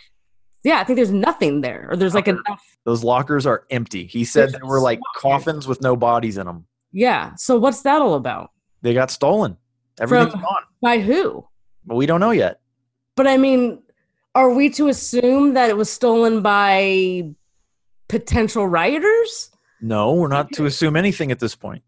[SPEAKER 2] yeah, I think there's nothing there, or there's like an
[SPEAKER 1] Those lockers are empty. He said
[SPEAKER 2] There's
[SPEAKER 1] they were like
[SPEAKER 2] lockers.
[SPEAKER 1] coffins with no bodies in them.
[SPEAKER 2] yeah. So what's that all about?
[SPEAKER 1] They got stolen. Everything's
[SPEAKER 2] From-
[SPEAKER 1] gone,
[SPEAKER 2] By who?
[SPEAKER 1] but we don't know yet.
[SPEAKER 2] But I mean, are we to assume that it was stolen by potential rioters.
[SPEAKER 1] No, we're not to assume anything at this point.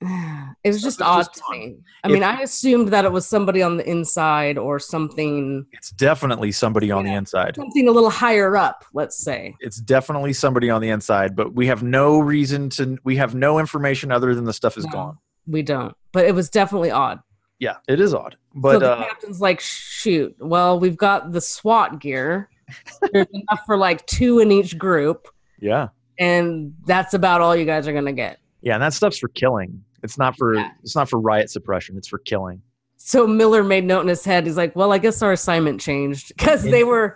[SPEAKER 2] It was just
[SPEAKER 1] Something's
[SPEAKER 2] odd
[SPEAKER 1] just
[SPEAKER 2] to
[SPEAKER 1] wrong.
[SPEAKER 2] me. I
[SPEAKER 1] If-
[SPEAKER 2] mean, I assumed that it was somebody on the inside or something,
[SPEAKER 1] It's definitely somebody on the inside.
[SPEAKER 2] something a little higher up. Let's say.
[SPEAKER 1] It's definitely somebody on the inside, but we have no reason to. We have no information other than the stuff is
[SPEAKER 2] No.
[SPEAKER 1] gone.
[SPEAKER 2] We don't, but it was definitely odd.
[SPEAKER 1] Yeah, it is odd, but
[SPEAKER 2] so the
[SPEAKER 1] uh,
[SPEAKER 2] captain's like, shoot, well, we've got the SWAT gear. There's enough for like two in each group,
[SPEAKER 1] yeah,
[SPEAKER 2] and that's about all you guys are gonna get.
[SPEAKER 1] yeah, and that stuff's for killing. It's not for.
[SPEAKER 2] Yeah.
[SPEAKER 1] It's not for riot suppression. It's for killing.
[SPEAKER 2] So Miller made note in his head. He's like, well, I guess our assignment changed because they were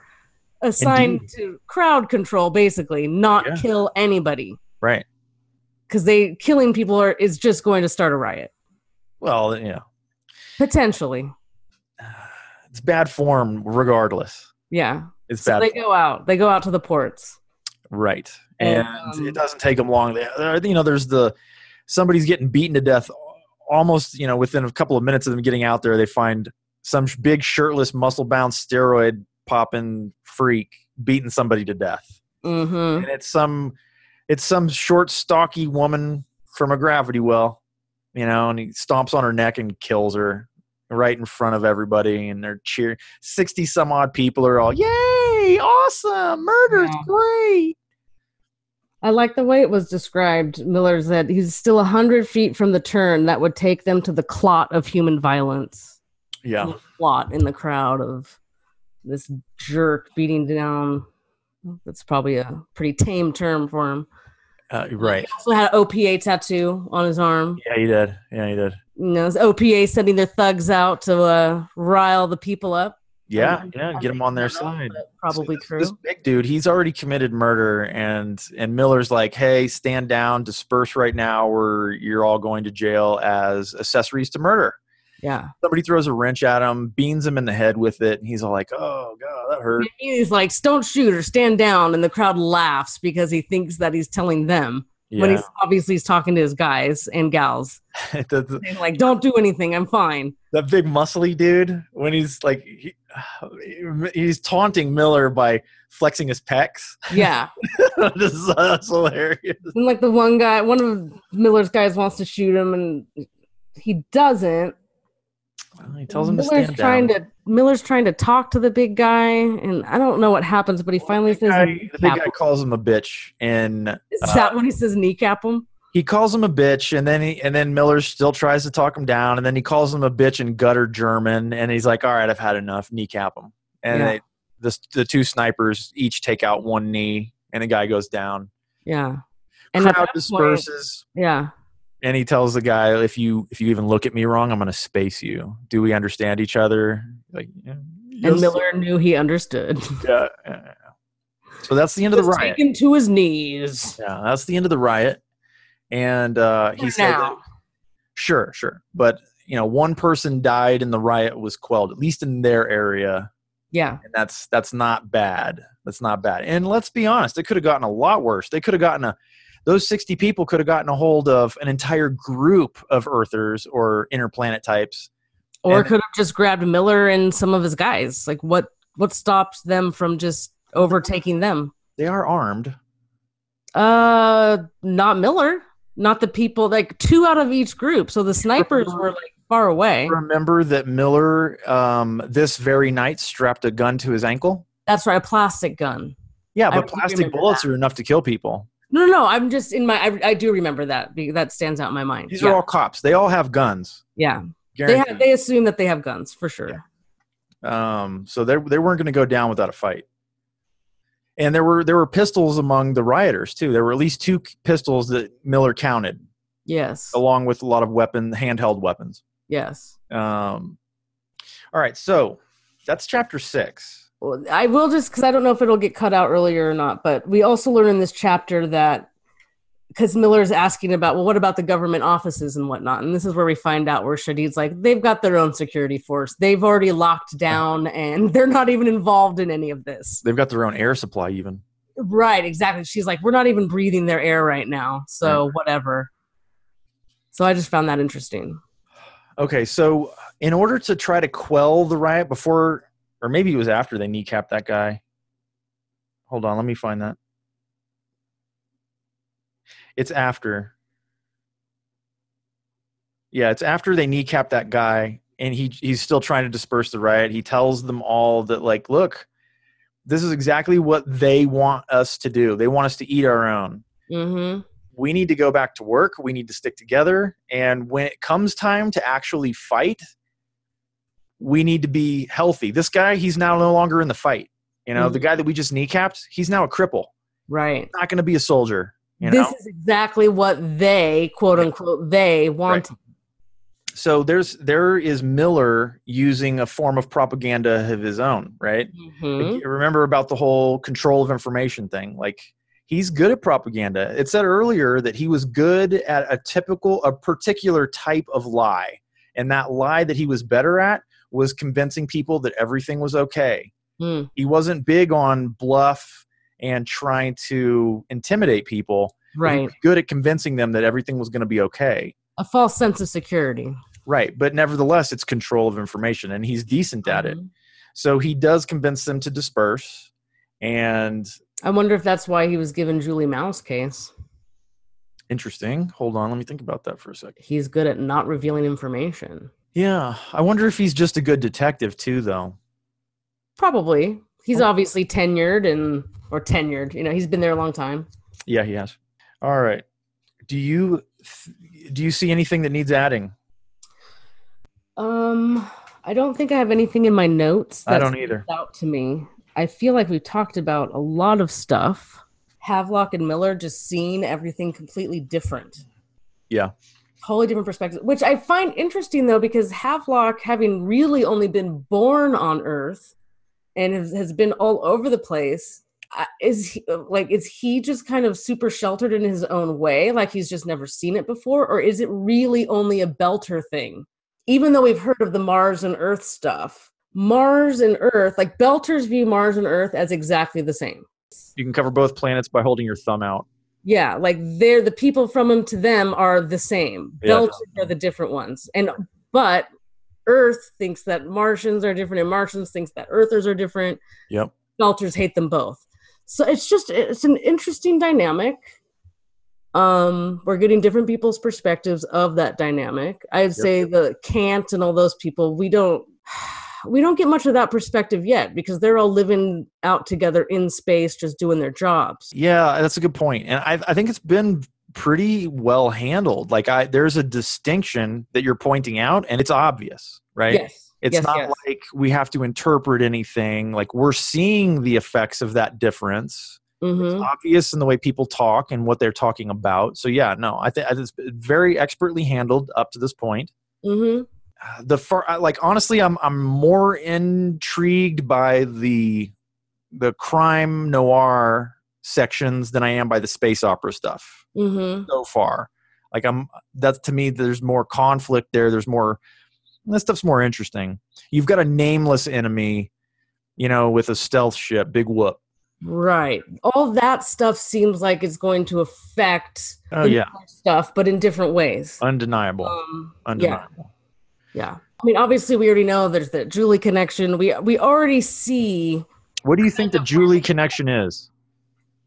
[SPEAKER 2] assigned to crowd control, basically, not
[SPEAKER 1] Yeah.
[SPEAKER 2] kill anybody
[SPEAKER 1] Right.
[SPEAKER 2] because they killing people are is just going to start a riot
[SPEAKER 1] Well, yeah,
[SPEAKER 2] potentially.
[SPEAKER 1] it's bad form regardless.
[SPEAKER 2] Yeah.
[SPEAKER 1] It's
[SPEAKER 2] So
[SPEAKER 1] bad.
[SPEAKER 2] they
[SPEAKER 1] form.
[SPEAKER 2] go out. They go out to the ports.
[SPEAKER 1] Right. And
[SPEAKER 2] And,
[SPEAKER 1] it
[SPEAKER 2] um,
[SPEAKER 1] doesn't take them long. They, there- you know, there's the somebody's getting beaten to death almost, you know, within a couple of minutes of them getting out there, they find some sh- big shirtless, muscle bound, steroid popping freak beating somebody to death.
[SPEAKER 2] Mm-hmm.
[SPEAKER 1] And it's some it's some short, stocky woman from a gravity well, you know, and he stomps on her neck and kills her right in front of everybody and they're cheering. 60 some odd people are all, "Yay! Awesome! Murder's
[SPEAKER 2] Yeah.
[SPEAKER 1] great!"
[SPEAKER 2] I like the way it was described. Miller said he's still a hundred feet from the turn that would take them to the clot of human violence.
[SPEAKER 1] Yeah.
[SPEAKER 2] The Clot in the crowd of this jerk beating down. That's probably a pretty tame term for him.
[SPEAKER 1] Uh, right.
[SPEAKER 2] He also had an OPA tattoo on his arm.
[SPEAKER 1] Yeah, he did. Yeah, he did.
[SPEAKER 2] You know, his OPA sending their thugs out to uh, rile the people up.
[SPEAKER 1] Yeah,
[SPEAKER 2] Um,
[SPEAKER 1] yeah.
[SPEAKER 2] I
[SPEAKER 1] Get him
[SPEAKER 2] think
[SPEAKER 1] on their
[SPEAKER 2] so,
[SPEAKER 1] side.
[SPEAKER 2] but Probably
[SPEAKER 1] this,
[SPEAKER 2] true.
[SPEAKER 1] This big dude, he's already committed murder, and and Miller's like, "Hey, stand down, disperse right now, or you're all going to jail as accessories to murder."
[SPEAKER 2] yeah.
[SPEAKER 1] Somebody throws a wrench at him, beans him in the head with it, and he's all like, "Oh god, that hurt."
[SPEAKER 2] He's like, don't shoot or stand down. And the crowd laughs because he thinks that he's telling them. when
[SPEAKER 1] Yeah,
[SPEAKER 2] he's obviously he's talking to his guys and gals.
[SPEAKER 1] that, that-
[SPEAKER 2] He's like, "Don't do anything. I'm fine."
[SPEAKER 1] that big muscly dude. When he's like, he, he's taunting Miller by flexing his pecs.
[SPEAKER 2] Yeah.
[SPEAKER 1] This is- that's hilarious.
[SPEAKER 2] and like the one guy, one of Miller's guys wants to shoot him, and he doesn't.
[SPEAKER 1] He tells him to
[SPEAKER 2] Miller's
[SPEAKER 1] stand down.
[SPEAKER 2] trying to Miller's trying to talk to the big guy, and I don't know what happens, but he finally says,
[SPEAKER 1] guy- the big
[SPEAKER 2] "Kneecap
[SPEAKER 1] guy
[SPEAKER 2] him."
[SPEAKER 1] calls him a bitch, and
[SPEAKER 2] "Is
[SPEAKER 1] uh,
[SPEAKER 2] that when he says kneecap him?"
[SPEAKER 1] he calls him a bitch, and then he, and then Miller still tries to talk him down, and then he calls him a bitch in gutter German, and he's like, "All right, I've had enough. Kneecap him." And
[SPEAKER 2] Yeah.
[SPEAKER 1] they, the the two snipers each take out one knee, and the guy goes down.
[SPEAKER 2] Yeah.
[SPEAKER 1] And Crowd
[SPEAKER 2] at that point-
[SPEAKER 1] disperses,
[SPEAKER 2] yeah.
[SPEAKER 1] and he tells the guy, "If you if you even look at me wrong, I'm going to space you. Do we understand each other?" Like, yeah,
[SPEAKER 2] And
[SPEAKER 1] yes.
[SPEAKER 2] Miller knew he understood.
[SPEAKER 1] Yeah, yeah, yeah. So that's the end of the
[SPEAKER 2] Was
[SPEAKER 1] riot.
[SPEAKER 2] Taken to his knees.
[SPEAKER 1] Yeah, that's the end of the riot. And uh, he
[SPEAKER 2] For
[SPEAKER 1] said,
[SPEAKER 2] now.
[SPEAKER 1] that- "Sure, sure, but you know, one person died and the riot was quelled, at least in their area,
[SPEAKER 2] Yeah.
[SPEAKER 1] and that's that's not bad. That's not bad. And let's be honest, it could have gotten a lot worse. They could have gotten a those sixty people could have gotten a hold of an entire group of Earthers or interplanet types.
[SPEAKER 2] or
[SPEAKER 1] And-
[SPEAKER 2] could have just grabbed Miller and some of his guys. Like what what stopped them from just overtaking them?
[SPEAKER 1] They are armed.
[SPEAKER 2] Uh not Miller, not the people like two out of each group. So the snipers were like far away.
[SPEAKER 1] Remember that Miller um, this very night strapped a gun to his ankle.
[SPEAKER 2] That's right, a plastic gun.
[SPEAKER 1] Yeah,
[SPEAKER 2] I
[SPEAKER 1] but
[SPEAKER 2] do
[SPEAKER 1] plastic
[SPEAKER 2] remember
[SPEAKER 1] bullets are enough to kill people.
[SPEAKER 2] No, no, no. I'm just in my I, I do remember that. be- That stands out in my mind.
[SPEAKER 1] These
[SPEAKER 2] yeah.
[SPEAKER 1] are all cops. They all have guns.
[SPEAKER 2] yeah. They
[SPEAKER 1] Guaranteed.
[SPEAKER 2] have, they assume that they have guns for sure.
[SPEAKER 1] um, so they they weren't going to go down without a fight. And there were there were pistols among the rioters too. There were at least two pistols that Miller counted,
[SPEAKER 2] Yes.
[SPEAKER 1] along with a lot of weapon handheld weapons.
[SPEAKER 2] Yes.
[SPEAKER 1] Um, all right, so that's chapter six.
[SPEAKER 2] Well, I will just because I don't know if it'll get cut out earlier or not, but we also learn in this chapter that because Miller's asking about, well, what about the government offices and whatnot? And this is where we find out where Shadid's like, they've got their own security force. They've already locked down and they're not even involved in any of this.
[SPEAKER 1] They've got their own air supply even.
[SPEAKER 2] Right, exactly. She's like, we're not even breathing their air right now. So whatever. So I just found that interesting.
[SPEAKER 1] Okay, so in order to try to quell the riot before, or maybe it was after they kneecapped that guy. Hold on, let me find that. It's after. Yeah, it's after they kneecap that guy, and he he's still trying to disperse the riot. He tells them all that like, look, this is exactly what they want us to do. They want us to eat our own.
[SPEAKER 2] Mm-hmm.
[SPEAKER 1] We need to go back to work. We need to stick together. And when it comes time to actually fight, we need to be healthy. This guy, he's now no longer in the fight. You know, the guy that we just kneecapped, he's now a cripple.
[SPEAKER 2] Right.
[SPEAKER 1] Not going to be a soldier. You know?
[SPEAKER 2] this is exactly what they, quote unquote, they want.
[SPEAKER 1] so there's there is Miller using a form of propaganda of his own, right?
[SPEAKER 2] Mhm.
[SPEAKER 1] Like, Remember about the whole control of information thing. Like he's good at propaganda. It said earlier that he was good at a typical a particular type of lie. And that lie that he was better at was convincing people that everything was okay.
[SPEAKER 2] Mm.
[SPEAKER 1] He wasn't big on bluff and trying to intimidate people. but he
[SPEAKER 2] Right.
[SPEAKER 1] was good at convincing them that everything was going to be okay.
[SPEAKER 2] A false sense of security.
[SPEAKER 1] Right. But nevertheless, it's control of information and he's decent at
[SPEAKER 2] Mm-hmm.
[SPEAKER 1] it. So he does convince them to disperse. And
[SPEAKER 2] I wonder if that's why he was given Julie Mao's case.
[SPEAKER 1] interesting. Hold on. Let me think about that for a second.
[SPEAKER 2] He's good at not revealing information.
[SPEAKER 1] Yeah. I wonder if he's just a good detective, too, though.
[SPEAKER 2] Probably. He's obviously tenured and or tenured. You know, he's been there a long time.
[SPEAKER 1] Yeah, he has. All right. Do you th- do you see anything that needs adding?
[SPEAKER 2] Um, I don't think I have anything in my notes.
[SPEAKER 1] I
[SPEAKER 2] that
[SPEAKER 1] don't
[SPEAKER 2] sticks
[SPEAKER 1] either.
[SPEAKER 2] Out to me, I feel like we've talked about a lot of stuff. Havelock and Miller just seeing everything completely different.
[SPEAKER 1] Yeah.
[SPEAKER 2] Totally different perspective, which I find interesting though, because Havelock, having really only been born on Earth, and has, has been all over the place, I- is he, like is he just kind of super sheltered in his own way, like he's just never seen it before, or is it really only a Belter thing? even though we've heard of the Mars and Earth stuff, Mars and Earth, like Belters view Mars and Earth as exactly the same.
[SPEAKER 1] You can cover both planets by holding your thumb out.
[SPEAKER 2] Yeah, like they're the people from them to them are the same.
[SPEAKER 1] Yeah.
[SPEAKER 2] Belters are the different ones. And but Earth thinks that Martians are different and Martians thinks that Earthers are different.
[SPEAKER 1] Yep.
[SPEAKER 2] Belters hate them both. So it's just it's an interesting dynamic. Um, we're getting different people's perspectives of that dynamic. I'd say the Kant and all those people, we don't we don't get much of that perspective yet because they're all living out together in space just doing their jobs.
[SPEAKER 1] Yeah, that's a good point. And I, I think it's been pretty well handled. Like I there's a distinction that you're pointing out and it's obvious, right?
[SPEAKER 2] Yes.
[SPEAKER 1] It's
[SPEAKER 2] yes,
[SPEAKER 1] not
[SPEAKER 2] yes.
[SPEAKER 1] like we have to interpret anything. Like we're seeing the effects of that difference.
[SPEAKER 2] Mhm.
[SPEAKER 1] Obvious in the way people talk and what they're talking about. So yeah, no, I think it's very expertly handled up to this point.
[SPEAKER 2] Mm-hmm.
[SPEAKER 1] Uh, The far, I- like honestly, I'm I'm more intrigued by the the crime noir sections than I am by the space opera stuff
[SPEAKER 2] Mm-hmm.
[SPEAKER 1] so far. Like I'm that's to me there's more conflict there. There's more that stuff's more interesting. You've got a nameless enemy, you know, with a stealth ship, big whoop.
[SPEAKER 2] Right. All that stuff seems like it's going to affect
[SPEAKER 1] Oh
[SPEAKER 2] the
[SPEAKER 1] yeah.
[SPEAKER 2] other stuff, but in different ways.
[SPEAKER 1] Undeniable.
[SPEAKER 2] Um,
[SPEAKER 1] uh,
[SPEAKER 2] yeah,
[SPEAKER 1] Undeniable.
[SPEAKER 2] yeah. I mean, obviously, we already know there's the Julie connection. We we already see.
[SPEAKER 1] What do you think the Julie connection is?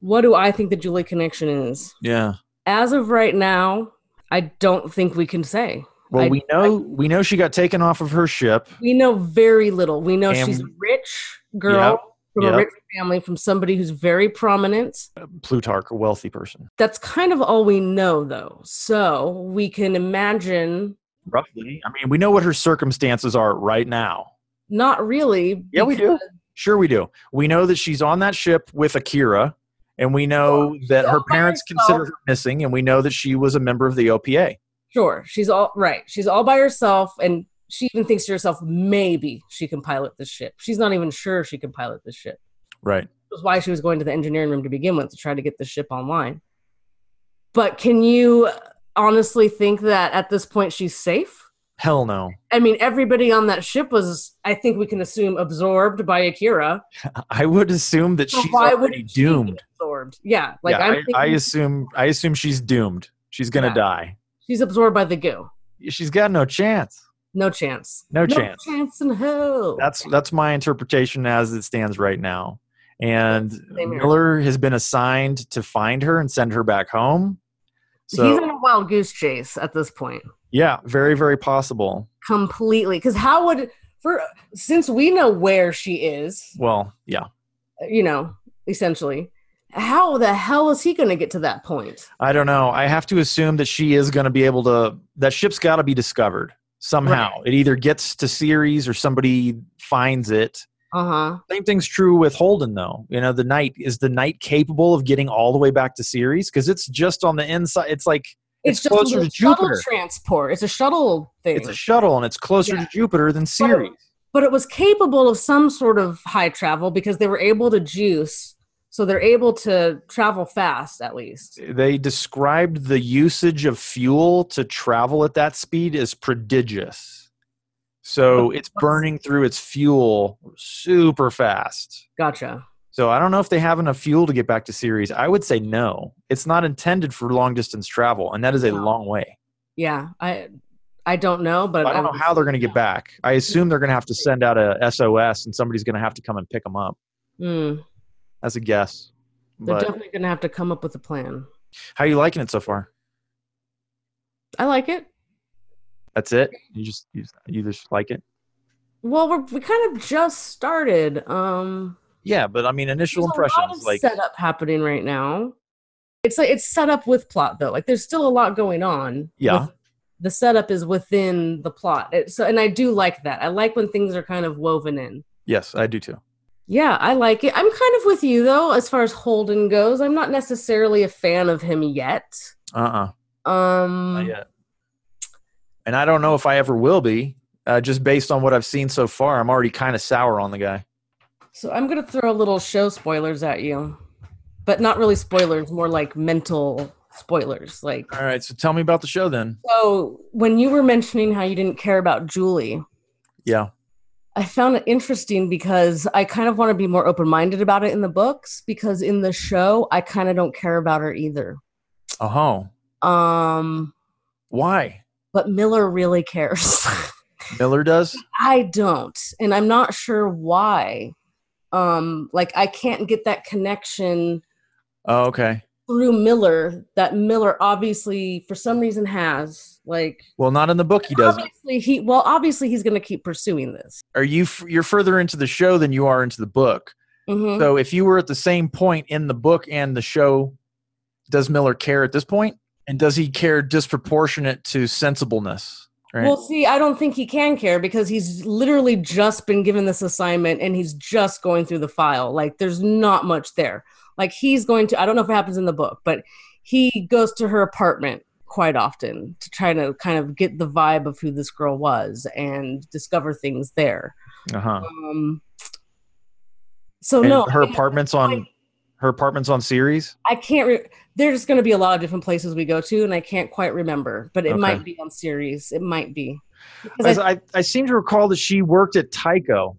[SPEAKER 2] What do I think the Julie connection is?
[SPEAKER 1] Yeah.
[SPEAKER 2] As of right now, I don't think we can say.
[SPEAKER 1] Well,
[SPEAKER 2] I-
[SPEAKER 1] we know we know she got taken off of her ship.
[SPEAKER 2] We know very little. We know she's a
[SPEAKER 1] And-
[SPEAKER 2] rich girl
[SPEAKER 1] Yep,
[SPEAKER 2] from
[SPEAKER 1] yep.
[SPEAKER 2] a rich family, from somebody who's very prominent.
[SPEAKER 1] Plutarch, a wealthy person.
[SPEAKER 2] That's kind of all we know, though. So we can imagine
[SPEAKER 1] Roughly. I mean, we know what her circumstances are right now.
[SPEAKER 2] not really.
[SPEAKER 1] Yeah, we do. Sure we do. We know that she's on that ship with Akira and we know that her
[SPEAKER 2] all by
[SPEAKER 1] parents consider her missing and we know that she was a member of the OPA.
[SPEAKER 2] Sure, she's all right. She's all by herself, and she even thinks to herself, maybe she can pilot this ship. She's not even sure she can pilot this ship.
[SPEAKER 1] Right.
[SPEAKER 2] That's why she was going to the engineering room to begin with to try to get the ship online. But can you honestly think that at this point she's safe?
[SPEAKER 1] Hell no.
[SPEAKER 2] I mean, everybody on that ship was, I think we can assume, absorbed by Akira.
[SPEAKER 1] I would assume that
[SPEAKER 2] So
[SPEAKER 1] she's
[SPEAKER 2] why would
[SPEAKER 1] already
[SPEAKER 2] she
[SPEAKER 1] doomed.
[SPEAKER 2] be absorbed? Yeah, like
[SPEAKER 1] yeah,
[SPEAKER 2] I'm
[SPEAKER 1] I, I
[SPEAKER 2] thinking
[SPEAKER 1] assume I assume she's doomed. She's gonna
[SPEAKER 2] Yeah.
[SPEAKER 1] die.
[SPEAKER 2] she's absorbed by the goo.
[SPEAKER 1] She's got no chance.
[SPEAKER 2] No chance.
[SPEAKER 1] No chance.
[SPEAKER 2] chance in hell.
[SPEAKER 1] That's that's my interpretation as it stands right now. And
[SPEAKER 2] here.
[SPEAKER 1] Miller has been assigned to find her and send her back home. So
[SPEAKER 2] He's on a wild goose chase at this point.
[SPEAKER 1] yeah, very very possible.
[SPEAKER 2] Completely. Because how would for since we know where she is,
[SPEAKER 1] Well, yeah,
[SPEAKER 2] you know, essentially, how the hell is he gonna get to that point?
[SPEAKER 1] I don't know. I have to assume that she is going to be able to. That ship's got to be discovered somehow. It either gets to Ceres or somebody finds it.
[SPEAKER 2] Uh-huh.
[SPEAKER 1] Same thing's true with Holden, though. You know, the knight is the knight capable of getting all the way back to Ceres because it's just on the inside. It's like It's
[SPEAKER 2] a
[SPEAKER 1] closer
[SPEAKER 2] little
[SPEAKER 1] to
[SPEAKER 2] shuttle
[SPEAKER 1] Jupiter.
[SPEAKER 2] transport. It's a shuttle thing.
[SPEAKER 1] it's a shuttle and it's closer
[SPEAKER 2] Yeah.
[SPEAKER 1] to Jupiter than Ceres.
[SPEAKER 2] but it was capable of some sort of high travel because they were able to juice so they're able to travel fast at least
[SPEAKER 1] They described the usage of fuel to travel at that speed as prodigious.
[SPEAKER 2] Oh.
[SPEAKER 1] So it's burning through its fuel super fast.
[SPEAKER 2] gotcha
[SPEAKER 1] So I don't know if they have enough fuel to get back to Ceres. I would say no. It's not intended for long distance travel, and that is a
[SPEAKER 2] No.
[SPEAKER 1] long way.
[SPEAKER 2] yeah i i don't know but
[SPEAKER 1] I don't know
[SPEAKER 2] would-
[SPEAKER 1] how they're going to get back. I assume they're going to have to send out a SOS, and somebody's going to have to come and pick them up.
[SPEAKER 2] Mm,
[SPEAKER 1] That's a guess.
[SPEAKER 2] they're
[SPEAKER 1] But
[SPEAKER 2] definitely gonna have to come up with a plan
[SPEAKER 1] how are you liking it so far?
[SPEAKER 2] i like it
[SPEAKER 1] That's it. You just you, you just like it.
[SPEAKER 2] well we're, we kind of just started um
[SPEAKER 1] Yeah, but I mean, initial
[SPEAKER 2] there's a lot
[SPEAKER 1] impressions
[SPEAKER 2] of
[SPEAKER 1] like
[SPEAKER 2] setup happening right now it's like it's set up with plot though like there's still a lot going on
[SPEAKER 1] Yeah.
[SPEAKER 2] with- the setup is within the plot It- so and i do like that i like when things are kind of woven in
[SPEAKER 1] yes, I do too.
[SPEAKER 2] yeah i like it i'm kind of with you though as far as holden goes i'm not necessarily a fan of him yet
[SPEAKER 1] Uh uh
[SPEAKER 2] um
[SPEAKER 1] Not yet. And I don't know if I ever will be. Uh, just based on what I've seen so far, I'm already kind of sour on the guy.
[SPEAKER 2] so i'm gonna throw a little show spoilers at you but not really spoilers more like mental spoilers like
[SPEAKER 1] All right, so tell me about the show then.
[SPEAKER 2] so when you were mentioning how you didn't care about julie
[SPEAKER 1] Yeah.
[SPEAKER 2] I found it interesting because I kind of want to be more open minded about it in the books because in the show I kind of don't care about her either.
[SPEAKER 1] Uh huh.
[SPEAKER 2] Um
[SPEAKER 1] Why?
[SPEAKER 2] but Miller really cares.
[SPEAKER 1] Miller does?
[SPEAKER 2] I don't and I'm not sure why. Um like I can't get that connection
[SPEAKER 1] Oh, okay.
[SPEAKER 2] through Miller that Miller obviously for some reason has like
[SPEAKER 1] Well, not in the book he doesn't.
[SPEAKER 2] obviously he well obviously he's going to keep pursuing this.
[SPEAKER 1] Are you f- you're further into the show than you are into the book.
[SPEAKER 2] Mhm.
[SPEAKER 1] So if you were at the same point in the book and the show, does Miller care at this point? And does he care disproportionate to sensibleness? Right.
[SPEAKER 2] Well, see, I don't think he can care because he's literally just been given this assignment and he's just going through the file. Like, there's not much there. Like, he's going to, I don't know if it happens in the book, but he goes to her apartment quite often to try to kind of get the vibe of who this girl was and discover things there.
[SPEAKER 1] uh-huh.
[SPEAKER 2] Um, so,
[SPEAKER 1] And
[SPEAKER 2] Oh, no,
[SPEAKER 1] her
[SPEAKER 2] I mean,
[SPEAKER 1] apartment's on her apartment's on series?
[SPEAKER 2] I can't, re- there's going to be a lot of different places we go to, and I can't quite remember, but it
[SPEAKER 1] Okay.
[SPEAKER 2] might be on series. It might be. Because I
[SPEAKER 1] I, I, I seem to recall that she worked at Tyco.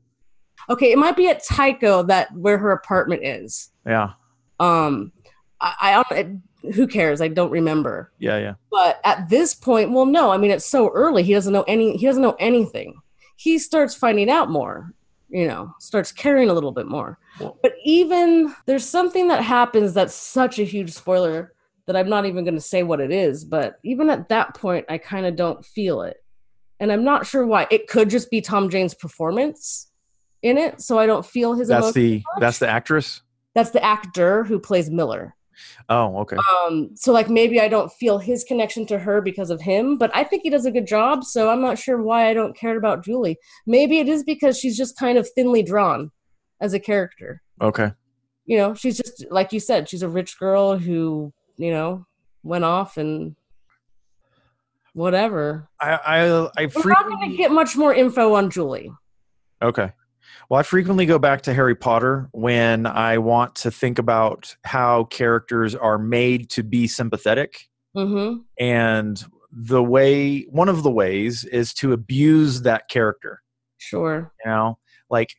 [SPEAKER 2] okay it might be at tycho that where her apartment is
[SPEAKER 1] Yeah.
[SPEAKER 2] um i, I don't it- who cares i don't remember
[SPEAKER 1] Yeah, yeah.
[SPEAKER 2] but at this point well no i mean it's so early he doesn't know any he doesn't know anything he starts finding out more you know starts caring a little bit more
[SPEAKER 1] Well-
[SPEAKER 2] but even there's something that happens that's such a huge spoiler that i'm not even going to say what it is but even at that point i kind of don't feel it and i'm not sure why it could just be tom jane's performance in it so i don't feel his
[SPEAKER 1] That's
[SPEAKER 2] emotion
[SPEAKER 1] the that's the actress?
[SPEAKER 2] that's the actor who plays miller
[SPEAKER 1] Oh, okay.
[SPEAKER 2] um so like maybe i don't feel his connection to her because of him but i think he does a good job so i'm not sure why i don't care about julie maybe it is because she's just kind of thinly drawn as a character
[SPEAKER 1] Okay.
[SPEAKER 2] you know she's just like you said she's a rich girl who you know went off and whatever
[SPEAKER 1] I I I
[SPEAKER 2] we're not going to get much more info on julie
[SPEAKER 1] Okay. Well, I frequently go back to Harry Potter when I want to think about how characters are made to be sympathetic.
[SPEAKER 2] mm-hmm
[SPEAKER 1] And the way, one of the ways is to abuse that character,
[SPEAKER 2] sure
[SPEAKER 1] you know, like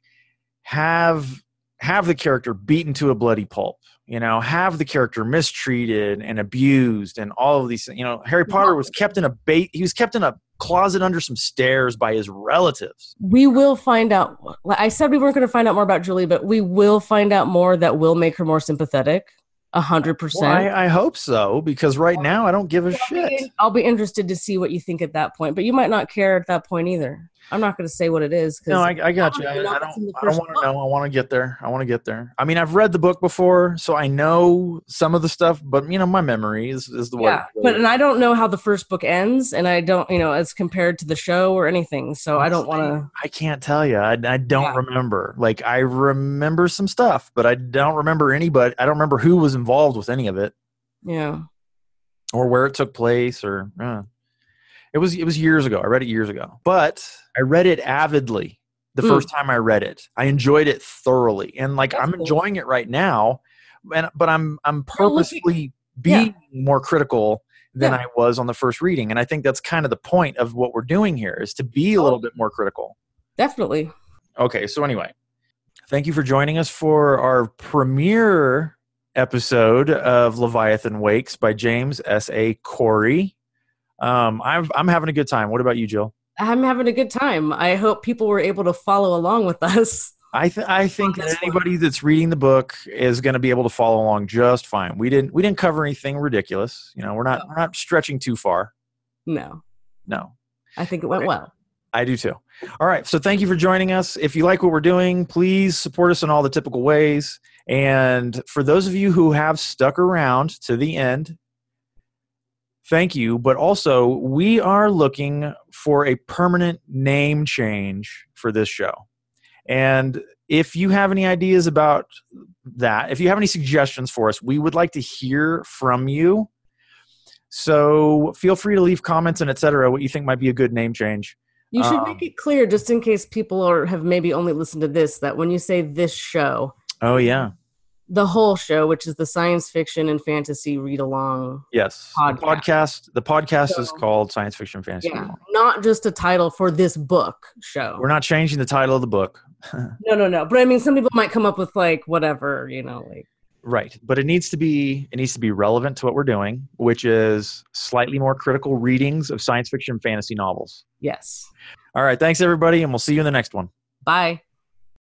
[SPEAKER 1] have have the character beaten to a bloody pulp you know have the character mistreated and abused and all of these things you know harry potter was kept in a bait he was kept in a closet under some stairs by his relatives
[SPEAKER 2] we will find out i said we weren't going to find out more about julie but we will find out more that will make her more sympathetic a hundred percent.
[SPEAKER 1] I, I hope so because right now I don't give a shit.
[SPEAKER 2] I'll be interested to see what you think at that point, but you might not care at that point either. I'm not going to say what it is. 'cause-
[SPEAKER 1] No, I, I got
[SPEAKER 2] I
[SPEAKER 1] you. I,
[SPEAKER 2] don't
[SPEAKER 1] I don't.
[SPEAKER 2] even know
[SPEAKER 1] I
[SPEAKER 2] what's in the
[SPEAKER 1] don't
[SPEAKER 2] first
[SPEAKER 1] want to know. I want to get there. I want to get there. I mean, I've read the book before, so I know some of the stuff. But you know, my memory is is the
[SPEAKER 2] yeah,
[SPEAKER 1] way.
[SPEAKER 2] but and I don't know how the first book ends, and I don't, you know, as compared to the show or anything. So I don't want to.
[SPEAKER 1] I can't tell you. I, I don't
[SPEAKER 2] Yeah.
[SPEAKER 1] remember. Like I remember some stuff, but I don't remember anybody. I don't remember who was involved with any of it
[SPEAKER 2] Yeah,
[SPEAKER 1] or where it took place or. uh. It was it was years ago. I read it years ago, but I read it avidly the
[SPEAKER 2] Mm.
[SPEAKER 1] first time I read it. I enjoyed it thoroughly, and like
[SPEAKER 2] That's
[SPEAKER 1] I'm
[SPEAKER 2] cool.
[SPEAKER 1] enjoying it right now, and but I'm I'm
[SPEAKER 2] You're looking-
[SPEAKER 1] purposely
[SPEAKER 2] Yeah.
[SPEAKER 1] being more critical than
[SPEAKER 2] Yeah.
[SPEAKER 1] I was on the first reading, and I think that's kind of the point of what we're doing here is to be a little bit more critical.
[SPEAKER 2] definitely.
[SPEAKER 1] Okay, so anyway, thank you for joining us for our premiere episode of Leviathan Wakes by James S. A. Corey. Um, I'm I'm having a good time. What about you, Jill?
[SPEAKER 2] I'm having a good time. I hope people were able to follow along with us.
[SPEAKER 1] I th- I think
[SPEAKER 2] this
[SPEAKER 1] that
[SPEAKER 2] one.
[SPEAKER 1] anybody that's reading the book is going to be able to follow along just fine. We didn't we didn't cover anything ridiculous. You know, we're not
[SPEAKER 2] No.
[SPEAKER 1] we're not stretching too far.
[SPEAKER 2] No,
[SPEAKER 1] No,
[SPEAKER 2] I think it went
[SPEAKER 1] Okay.
[SPEAKER 2] well.
[SPEAKER 1] I do too. All right. So thank you for joining us. If you like what we're doing, please support us in all the typical ways. And for those of you who have stuck around to the end, thank you. But also, we are looking for a permanent name change for this show. And if you have any ideas about that, if you have any suggestions for us, we would like to hear from you. So feel free to leave comments and etc. What you think might be a good name change.
[SPEAKER 2] You should
[SPEAKER 1] Um,
[SPEAKER 2] make it clear, just in case people are, have maybe only listened to this, that when you say this show,
[SPEAKER 1] Oh yeah.
[SPEAKER 2] the whole show, which is the science fiction and fantasy read along.
[SPEAKER 1] Yes. The
[SPEAKER 2] Podcast.
[SPEAKER 1] podcast. The podcast is
[SPEAKER 2] So-
[SPEAKER 1] called Science Fiction Fantasy.
[SPEAKER 2] Yeah,
[SPEAKER 1] Novel.
[SPEAKER 2] not just a title for this book show.
[SPEAKER 1] We're not changing the title of the book.
[SPEAKER 2] no, no, no. But I mean, some people might come up with like whatever, you know, like
[SPEAKER 1] Right. But it needs to be it needs to be relevant to what we're doing, which is slightly more critical readings of science fiction fantasy novels.
[SPEAKER 2] yes,
[SPEAKER 1] All right, thanks everybody and we'll see you in the next one.
[SPEAKER 2] bye.